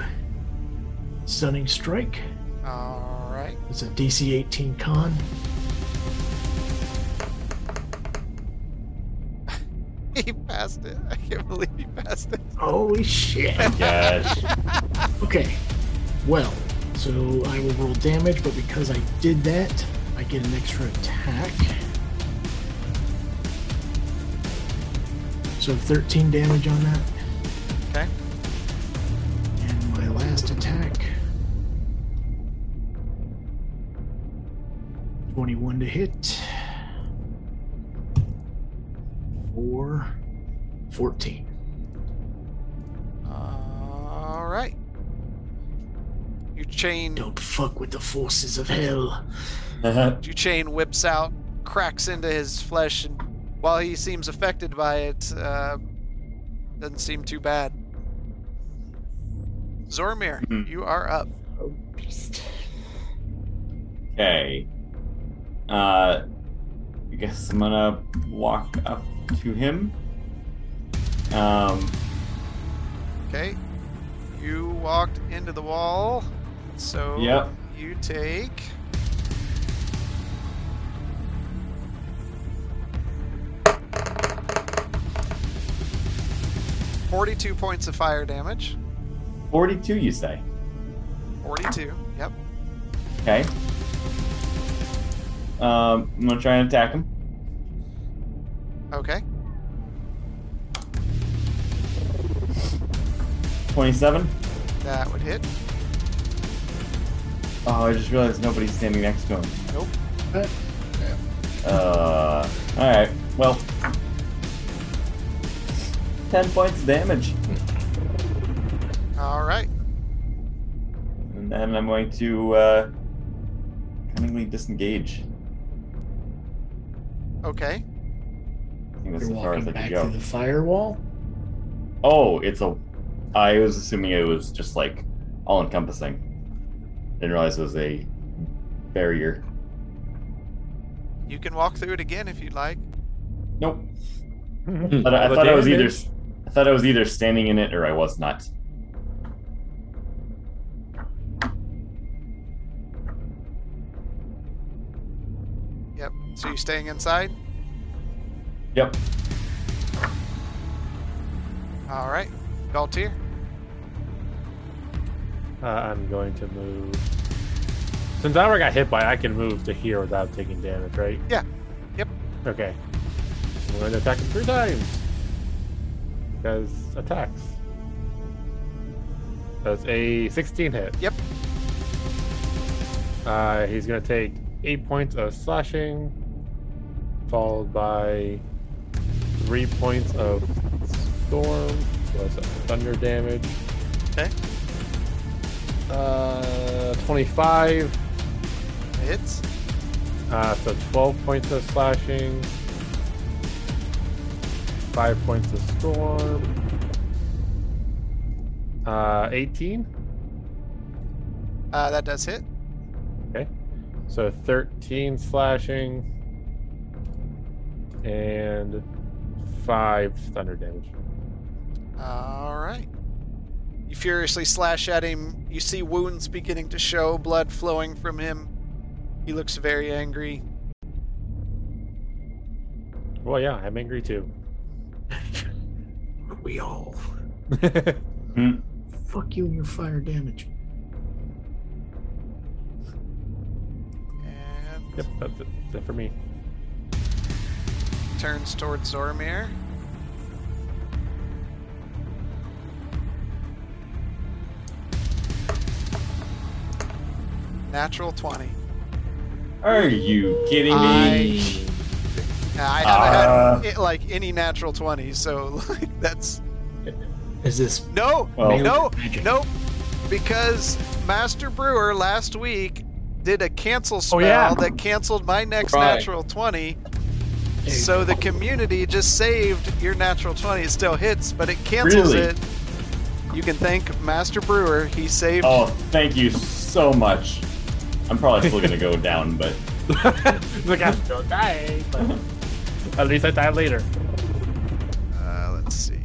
stunning strike.
All right.
It's a DC 18 con.
[LAUGHS] He passed it. I can't believe he passed it.
Holy shit.
Gosh.
Okay. Well, so I will roll damage, but because I did that, I get an extra attack. So 13 damage on that.
Okay.
And my last attack 21 to hit. 4 14.
All right. Your chain
Don't fuck with the forces of hell.
your chain whips out, cracks into his flesh, and while he seems affected by it, uh, doesn't seem too bad. Zormir,
Mhm.
you are up.
Okay. Uh, I guess I'm gonna walk up to him. Um,
Okay. You walked into the wall, so
Yep.
you take. Forty-two points of fire damage.
42, you say?
Forty-two. Yep.
Okay. Um, I'm gonna try and attack him.
Okay.
27.
That would hit.
Oh, I just realized nobody's standing next to him.
Nope.
Uh, alright. Well, 10 points of damage.
All right.
And and then I'm going to uh, cunningly disengage.
Okay.
I think that's
You're
as far as
walking
I can
back
go.
through the firewall.
Oh, it's a. I was assuming it was just like all encompassing. Didn't realize it was a barrier.
You can walk through it again if you'd like.
Nope. But I, I
All the
thought I was either.
damage.
I thought I was either standing in it or I was not.
Yep. So you're staying inside?
Yep.
All right. Galtier.
Uh, I'm going to move. Since I already got hit by, it, I can move to here without taking damage, right?
Yeah. Yep.
Okay. I'm going to attack him three times. Because attacks. That's a 16 hit.
Yep.
Uh, he's going to take eight points of slashing, followed by three points of storm plus thunder damage.
Okay.
Uh, 25.
Hits.
Uh, so 12 points of slashing, 5 points of storm, uh, 18.
Uh, that does hit.
Okay. So 13 slashing and 5 thunder damage.
All right. You furiously slash at him. You see wounds beginning to show, blood flowing from him. He looks very angry.
Well, yeah, I'm angry too. [LAUGHS]
We all
All
fuck you and your fire damage.
And
Yep, that's it. That's for me.
turns towards Zoromir. Natural 20.
Are you kidding me?
I- Now, I haven't had it, like any natural 20s, so [LAUGHS] like that's
Is this
no,
Well,
melee
no,
magic?
nope. Because Master Brewer last week did a cancel spell
Oh, yeah.
that canceled my next
Right.
natural 20.
Hey,
So the community just saved your natural 20. It still hits, but it cancels
Really?
it. You can thank Master Brewer. He saved.
Oh, thank you so much. I'm probably still gonna [LAUGHS] go down, but
Look, I'm still dying, but at least I die later.
Uh, let's see.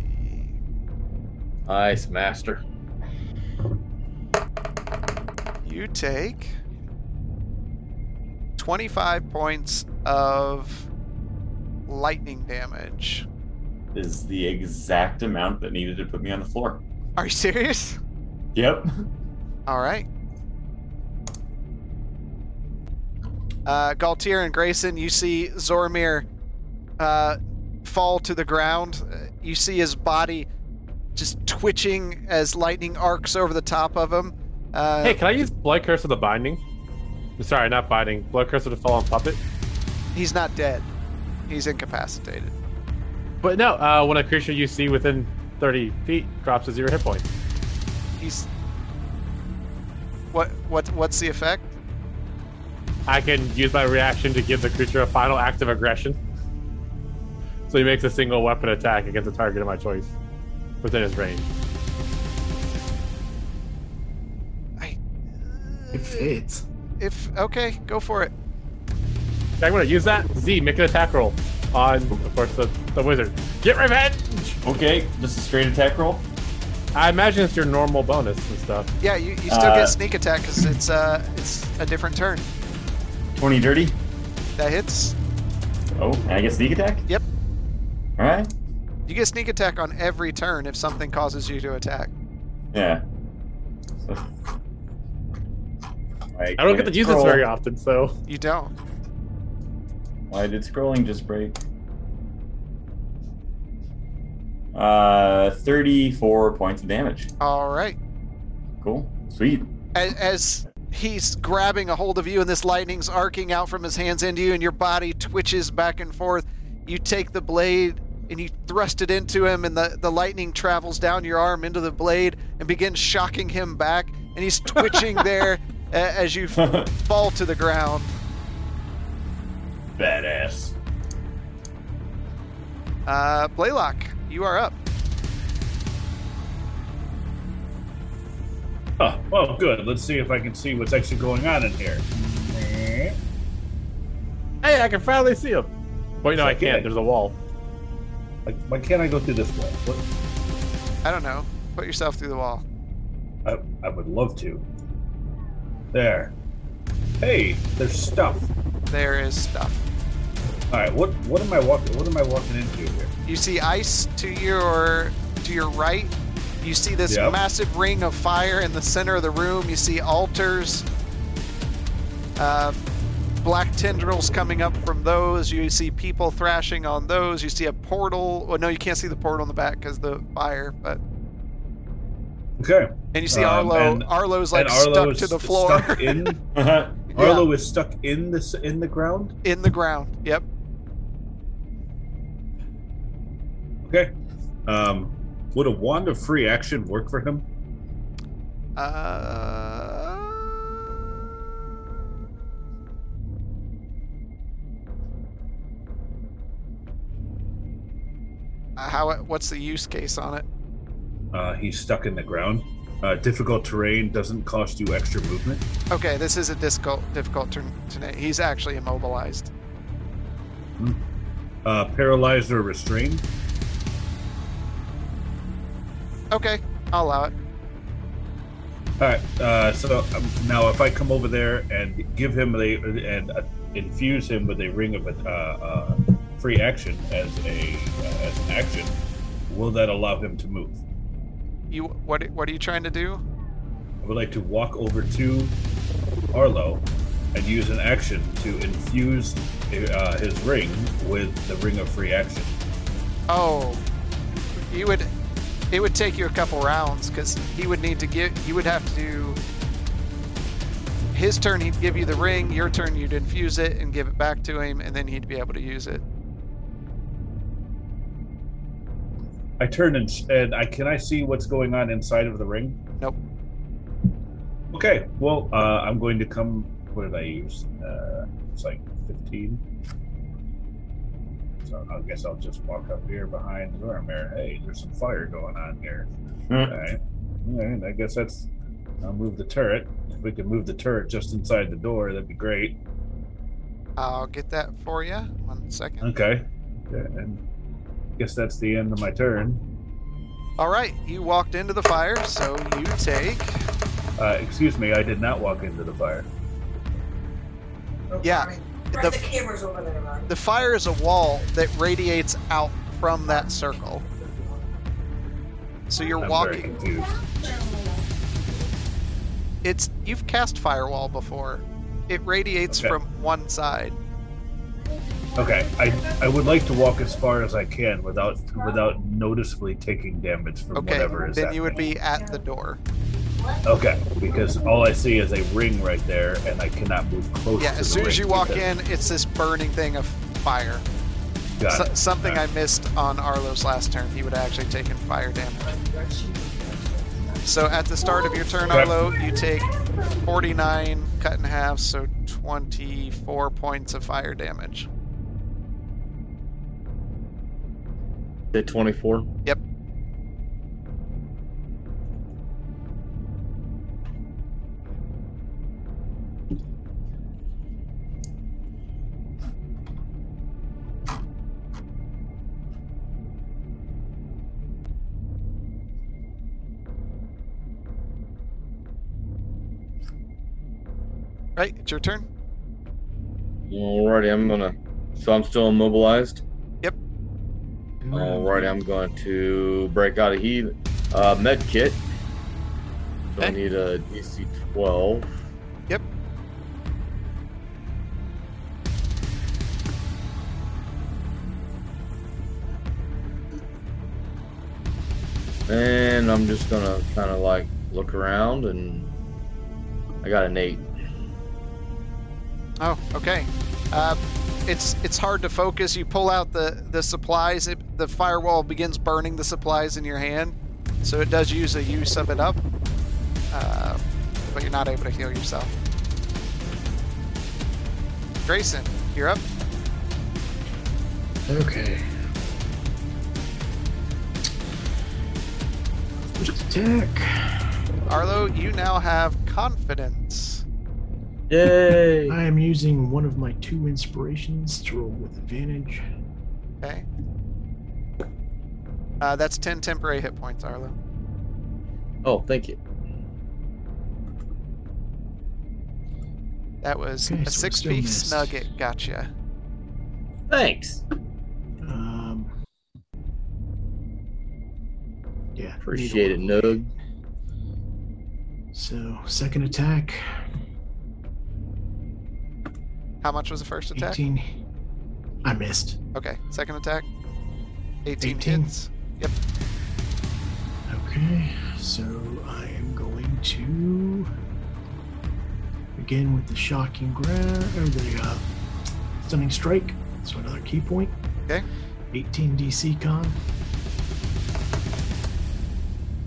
Nice, master.
You take 25 points of lightning damage.
this is the exact amount that needed to put me on the floor.
Are you serious?
Yep.
All right. Uh, Galtier and Grayson, you see Zoromir uh, fall to the ground. Uh, You see his body just twitching as lightning arcs over the top of him. Uh,
Hey, can I use Blood Curse of the Binding? Sorry, not Binding. Blood Curse of the Fallen Puppet.
He's not dead. He's incapacitated.
But no, uh, when a creature you see within 30 feet drops to zero hit points.
He's what? What? What's the effect?
I can use my reaction to give the creature a final act of aggression. So he makes a single weapon attack against a target of my choice within his range.
I.
It fits.
Uh, If okay, go for it.
Okay, I'm gonna use that. Z, make an attack roll on, of course, the, the wizard. Get revenge!
Okay, just a straight attack roll.
I imagine it's your normal bonus and stuff.
Yeah, you, you still
Uh,
get sneak attack because it's uh it's a different turn.
Twenty dirty.
That hits.
Oh, and I get sneak attack.
Yep.
All right.
You get sneak attack on every turn if something causes you to attack.
Yeah. So-
I don't get to use this
Scroll.
very often, so.
You don't.
Why did scrolling just break? Uh, 34 points of damage.
All right.
Cool.
[LAUGHS]
Sweet.
As, as he's grabbing a hold of you and this lightning's arcing out from his hands into you and your body twitches back and forth, you take the blade and you thrust it into him and the, the lightning travels down your arm into the blade and begins shocking him back. and he's twitching there a- as you f- fall to the ground.
Badass.
Uh, Blaylock, you are up.
Oh, well, good. Let's see if I can see what's actually going on in here.
Hey, I can finally see him. Wait, no, I can't. There's a wall.
Like, why can't I go through this way? What?
I don't know. Put yourself through the wall.
I, I would love to. There. Hey, there's stuff.
There is stuff.
All right, what what am I walking? What am I walking into here?
You see ice to your to your right. You see this
Yep.
massive ring of fire in the center of the room. You see altars, uh, black tendrils coming up from those. You see people thrashing on those. You see a portal. Well, no, you can't see the portal in the back because the fire. But
Okay.
and you see
Um,
Arlo.
and-
Arlo's like
and Arlo
stuck
is
to the floor Uh-huh.
Stuck in.
Yeah.
Arlo is stuck in this in the ground.
[LAUGHS] in the ground. Yep.
Okay. Um, would a wand of free action work for him?
Uh, how? What's the use case on it?
Uh, he's stuck in the ground. Uh, difficult terrain doesn't cost you extra movement.
Okay, this is a difficult difficult turn today. He's actually immobilized.
Uh, paralyzed or restrained.
Okay, I'll allow it.
All right. Uh, so um, now, if I come over there and give him the and uh, infuse him with a ring of a uh, uh, free action as a uh, as an action, will that allow him to move?
You what? What are you trying to do?
I would like to walk over to Arlo and use an action to infuse uh, his ring with the ring of free action.
Oh, you would. It would take you a couple rounds because he would need to get. You would have to. His turn, he'd give you the ring. Your turn, you'd infuse it and give it back to him, and then he'd be able to use it.
I turn and, and I can I see what's going on inside of the ring?
Nope.
Okay. Well, uh, I'm going to come. What did I use? Uh, it's like 15. So I guess I'll just walk up here behind Zoramir. Hey, there's some fire going on here.
Hmm.
All right. All right. I guess that's. I'll move the turret. If we can move the turret just inside the door, that'd be great.
I'll get that for you. One second.
Okay. Yeah, and I guess that's the end of my turn.
All right, you walked into the fire, so you take.
Uh, excuse me, I did not walk into the fire.
Yeah,
Press
the-
the, cameras over there, Ron.
The fire is a wall that radiates out from that circle. So you're
I'm very
walking.
confused.
It's you've cast firewall before. It radiates
Okay.
from one side.
Okay, I I would like to walk as far as I can without without noticeably taking damage from
Okay,
whatever is
then
happening.
you would be at the door.
okay because all I see is a ring right there, and I cannot move close.
Yeah,
to
as
the
soon as
ring
you walk
because-
in, it's this burning thing of fire.
Got
So-
it.
something
Got
I missed on Arlo's last turn. He would have actually taken fire damage. So at the start of your turn,
Okay.
Arlo, you take 49 cut in half, so 24 points of fire damage.
Did 24.
Yep. Right, it's your turn.
Alrighty, I'm gonna. So I'm still immobilized.
Yep.
Alrighty, I'm going to break out a heal, uh, med kit. So I
Okay.
need a DC 12.
Yep.
And I'm just gonna kind of like look around, and I got an eight.
Oh, okay. Uh, it's it's hard to focus. You pull out the the supplies. It, the firewall begins burning the supplies in your hand, so it does use a use of it up. Uh, but you're not able to heal yourself. Grayson, you're up.
Okay. First attack.
Arlo, you now have confidence.
Yay!
I am using one of my two inspirations to roll with advantage.
Okay. Uh, that's 10 temporary hit points, Arlo.
Oh, thank you.
That was
Okay,
a
so we
six
still
piece
missed.
nugget. Gotcha.
Thanks.
Um, yeah. neither
Appreciate it,
one.
Nug.
So, second attack.
How much was the first attack?
18. I missed.
Okay, second attack. 18,
18.
hits.
Okay, so I am going to begin with the shocking grab or the uh, stunning strike. So another key point.
Okay.
18 DC con.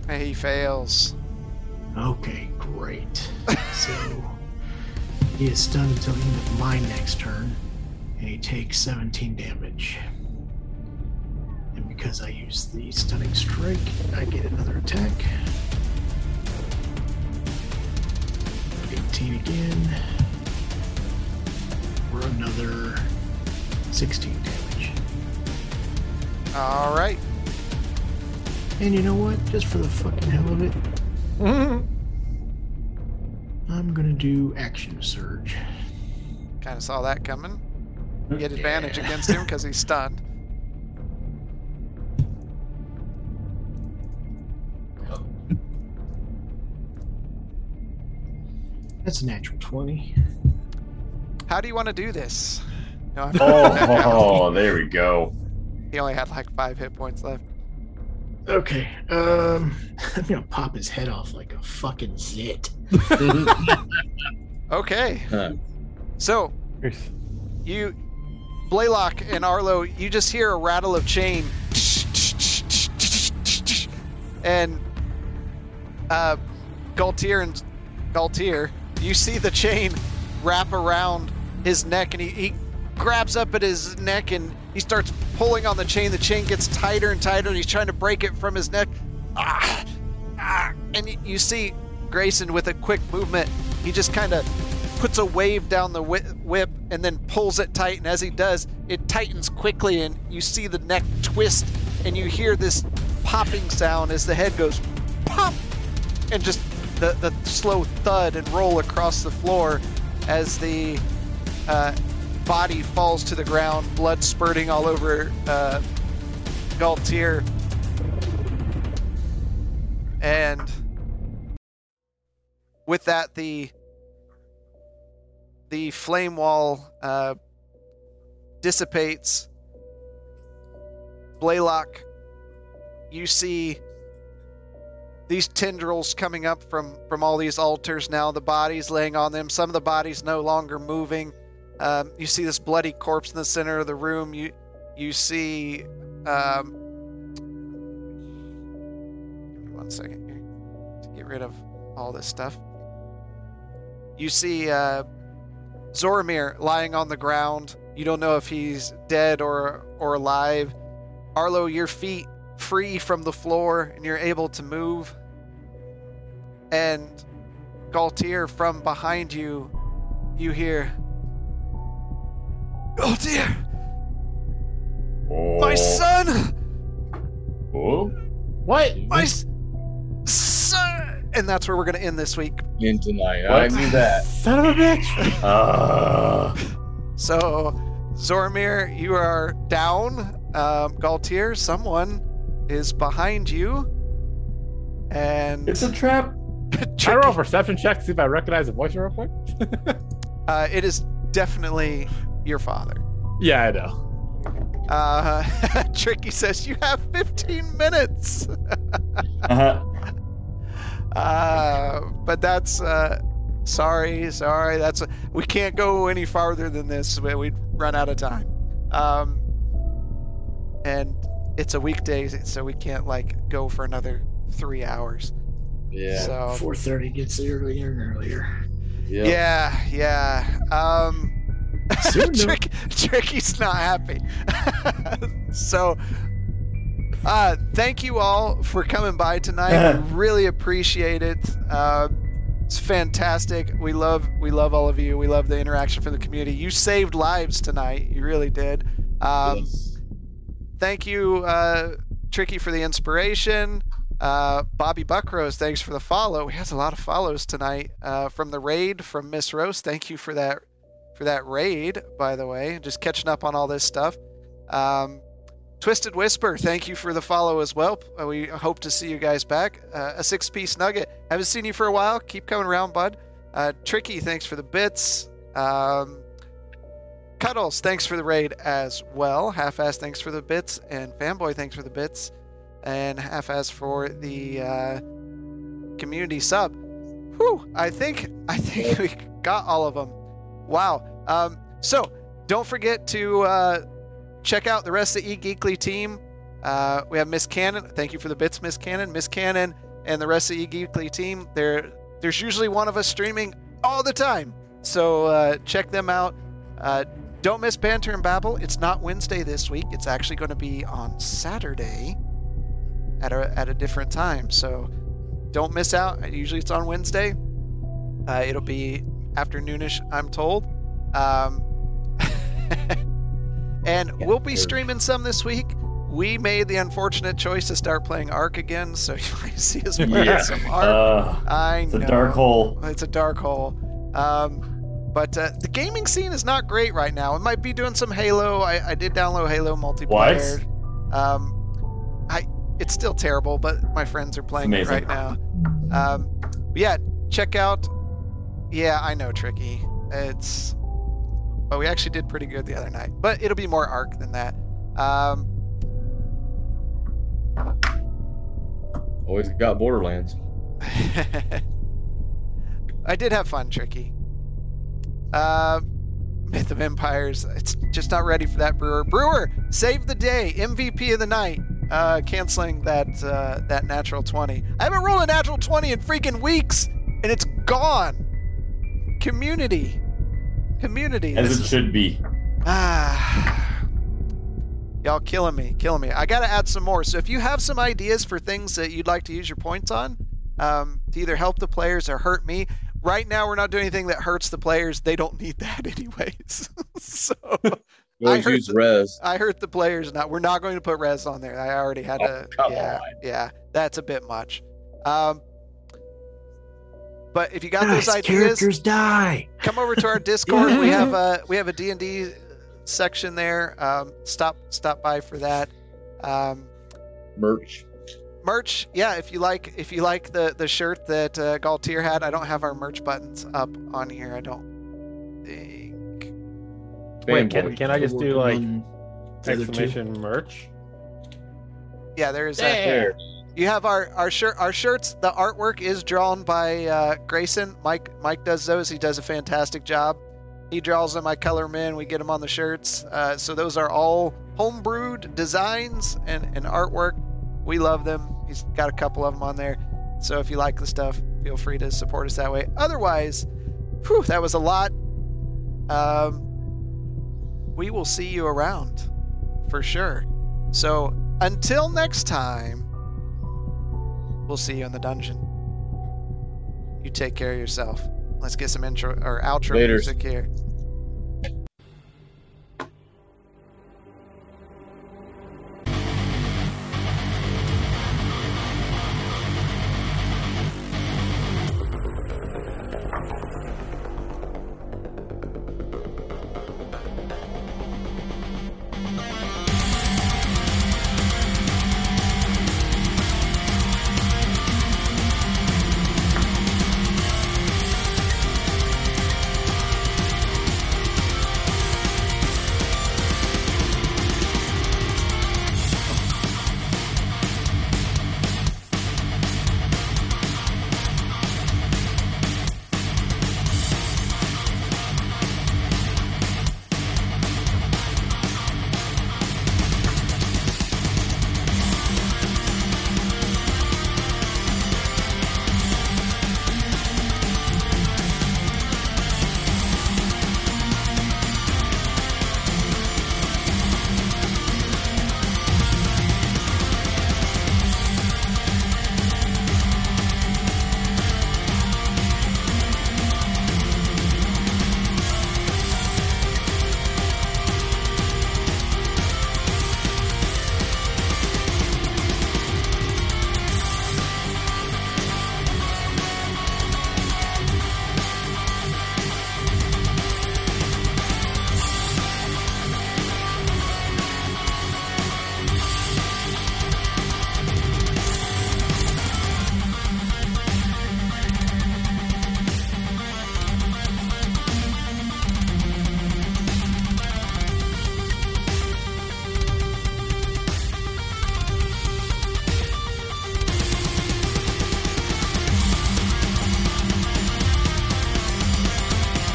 Hey, He fails.
Okay, great. [LAUGHS] so he is stunned until the end of my next turn, and he takes 17 damage. And because I used the stunning strike, I get another attack. 18 again. For another 16 damage.
All right.
And you know what? Just for the fucking hell of it, I'm gonna do action surge.
Kind of saw that coming. You had advantage
Yeah.
against him because he's stunned.
That's a natural 20.
How do you want to do this? No, I
Oh, there we go.
[LAUGHS] he only had like five hit points left.
Okay. Um, [LAUGHS] I'm gonna pop his head off like a fucking zit.
Okay.
Huh.
So you, Blaylock and Arlo, you just hear a rattle of chain, and uh, Galtier and Galtier, you see the chain wrap around his neck, and he, he grabs up at his neck and he starts pulling on the chain. The chain gets tighter and tighter, and he's trying to break it from his neck. Ah, ah, and y- you see Grayson with a quick movement. He just kind of puts a wave down the whi- whip and then pulls it tight. And as he does, it tightens quickly, and you see the neck twist, and you hear this popping sound as the head goes pop, and just the, the slow thud and roll across the floor as the uh, body falls to the ground, blood spurting all over uh, Galtier. And with that, the the flame wall uh, dissipates. Blaylock, you see these tendrils coming up from from all these altars now. The bodies laying on them. Some of the bodies no longer moving. Um, you see this bloody corpse in the center of the room. You you see. Um, give me one second here to get rid of all this stuff. You see. Uh, Zoramir lying on the ground. You don't know if he's dead or or alive. Arlo, your feet free from the floor and you're able to move. And Galtier from behind you, you hear Galtier,
Oh.
my son,
Oh.
what?
my s- son, and that's where we're gonna end this week.
In tonight. I
What?
knew that.
Son of a bitch!
Uh,
So, Zoramir, you are down. Um, Galtier, someone is behind you. And
it's a trap.
Can I roll a
tricky.
perception check to see if I recognize the voice real quick?
Uh, it is definitely your father.
Yeah, I know.
Uh, [LAUGHS] Tricky says, You have 15 minutes.
Uh-huh.
Uh, but that's. Uh, sorry, sorry. That's. we can't go any farther than this. We- We'd run out of time. Um, and it's a weekday, so we can't, like, go for another three hours.
Yeah.
So
4:30 gets earlier
[LAUGHS]
and earlier.
yeah.
yeah, yeah. Um,
[LAUGHS] Soon enough.
Trick, Tricky's not happy. [LAUGHS] so, uh, thank you all for coming by tonight. We really appreciate it. Uh, it's fantastic. We love we love all of you. We love the interaction from the community. You saved lives tonight. You really did. Um,
Yes.
thank you, uh, Tricky, for the inspiration. Uh, Bobby Buckrose, thanks for the follow. We had a lot of follows tonight uh, from the raid from Miss Rose. Thank you for that for that raid, by the way. Just catching up on all this stuff. Um, Twisted Whisper, thank you for the follow as well. Uh, We hope to see you guys back. Uh, a six piece nugget. Haven't seen you for a while. Keep coming around, bud. Uh, Tricky, thanks for the bits. Um, Cuddles, thanks for the raid as well. Half Ass, thanks for the bits. And Fanboy, thanks for the bits. And Half Ass for the uh, community sub. Whew, I think I think [LAUGHS] we got all of them. Wow. Um, so don't forget to uh, check out the rest of the eGeekly team. Uh, we have Miss Cannon. Thank you for the bits, Miss Cannon. Miss Cannon and the rest of the eGeekly team. There, there's usually one of us streaming all the time. So uh, check them out. Uh, don't miss Banter and Babble. It's not Wednesday this week. It's actually going to be on Saturday at a, at a different time. So don't miss out. Usually it's on Wednesday. Uh, it'll be afternoonish, I'm told. Um, [LAUGHS] and we'll be streaming some this week. We made the unfortunate choice to start playing Ark again, so [LAUGHS] you might see us playing
Yeah.
some Ark.
Uh,
I
it's
know
a dark hole.
it's a dark hole. Um, but uh, the gaming scene is not great right now. It might be doing some Halo. I, I did download Halo multiplayer. What? Um, I it's still terrible, but my friends are playing it
amazing.
right now. Um, but yeah, check out. Yeah, I know, tricky. It's but we actually did pretty good the other night. But it'll be more arc than that. Um,
Always got Borderlands.
[LAUGHS] I did have fun, Tricky. Uh, Myth of Empires. It's just not ready for that, Brewer. Brewer, save the day, MVP of the night. Uh, canceling that uh, that natural twenty. I haven't rolled a natural twenty in freaking weeks, and it's gone. Community, community. This
As it
is-
should be.
Ah. [SIGHS] Y'all killing me, killing me. I gotta add some more. So if you have some ideas for things that you'd like to use your points on, um, to either help the players or hurt me, right now we're not doing anything that hurts the players. They don't need that [LAUGHS] anyways. so
You always
heard
use
the-
res.
I hurt the players. Not we're not going to put res on there. I already had
Oh,
to.
come
yeah, yeah, that's a bit much. Um, but if you got those
Guys,
ideas,
characters die.
come over to our Discord. we have a we have a D and D section there. Um, stop stop by for that. Um,
Merch.
merch, yeah. If you like if you like the the shirt that uh, Galtier had, I don't have our merch buttons up on here. I don't think.
Wait,
Fanboy.
can, can I just do
Working
like
on the other two.
exclamation merch?
Yeah, there is. A,
There.
you have our our shirt our shirts. The artwork is drawn by uh, Grayson. Mike Mike does those. He does a fantastic job. He draws them. I color them in. We get them on the shirts. Uh, so those are all homebrewed designs and, and artwork. We love them. He's got a couple of them on there. So if you like the stuff, feel free to support us that way. Otherwise, whew, that was a lot. Um, we will see you around for sure. So until next time, we'll see you in the dungeon. You take care of yourself. Let's get some intro or outro
Laters.
music here.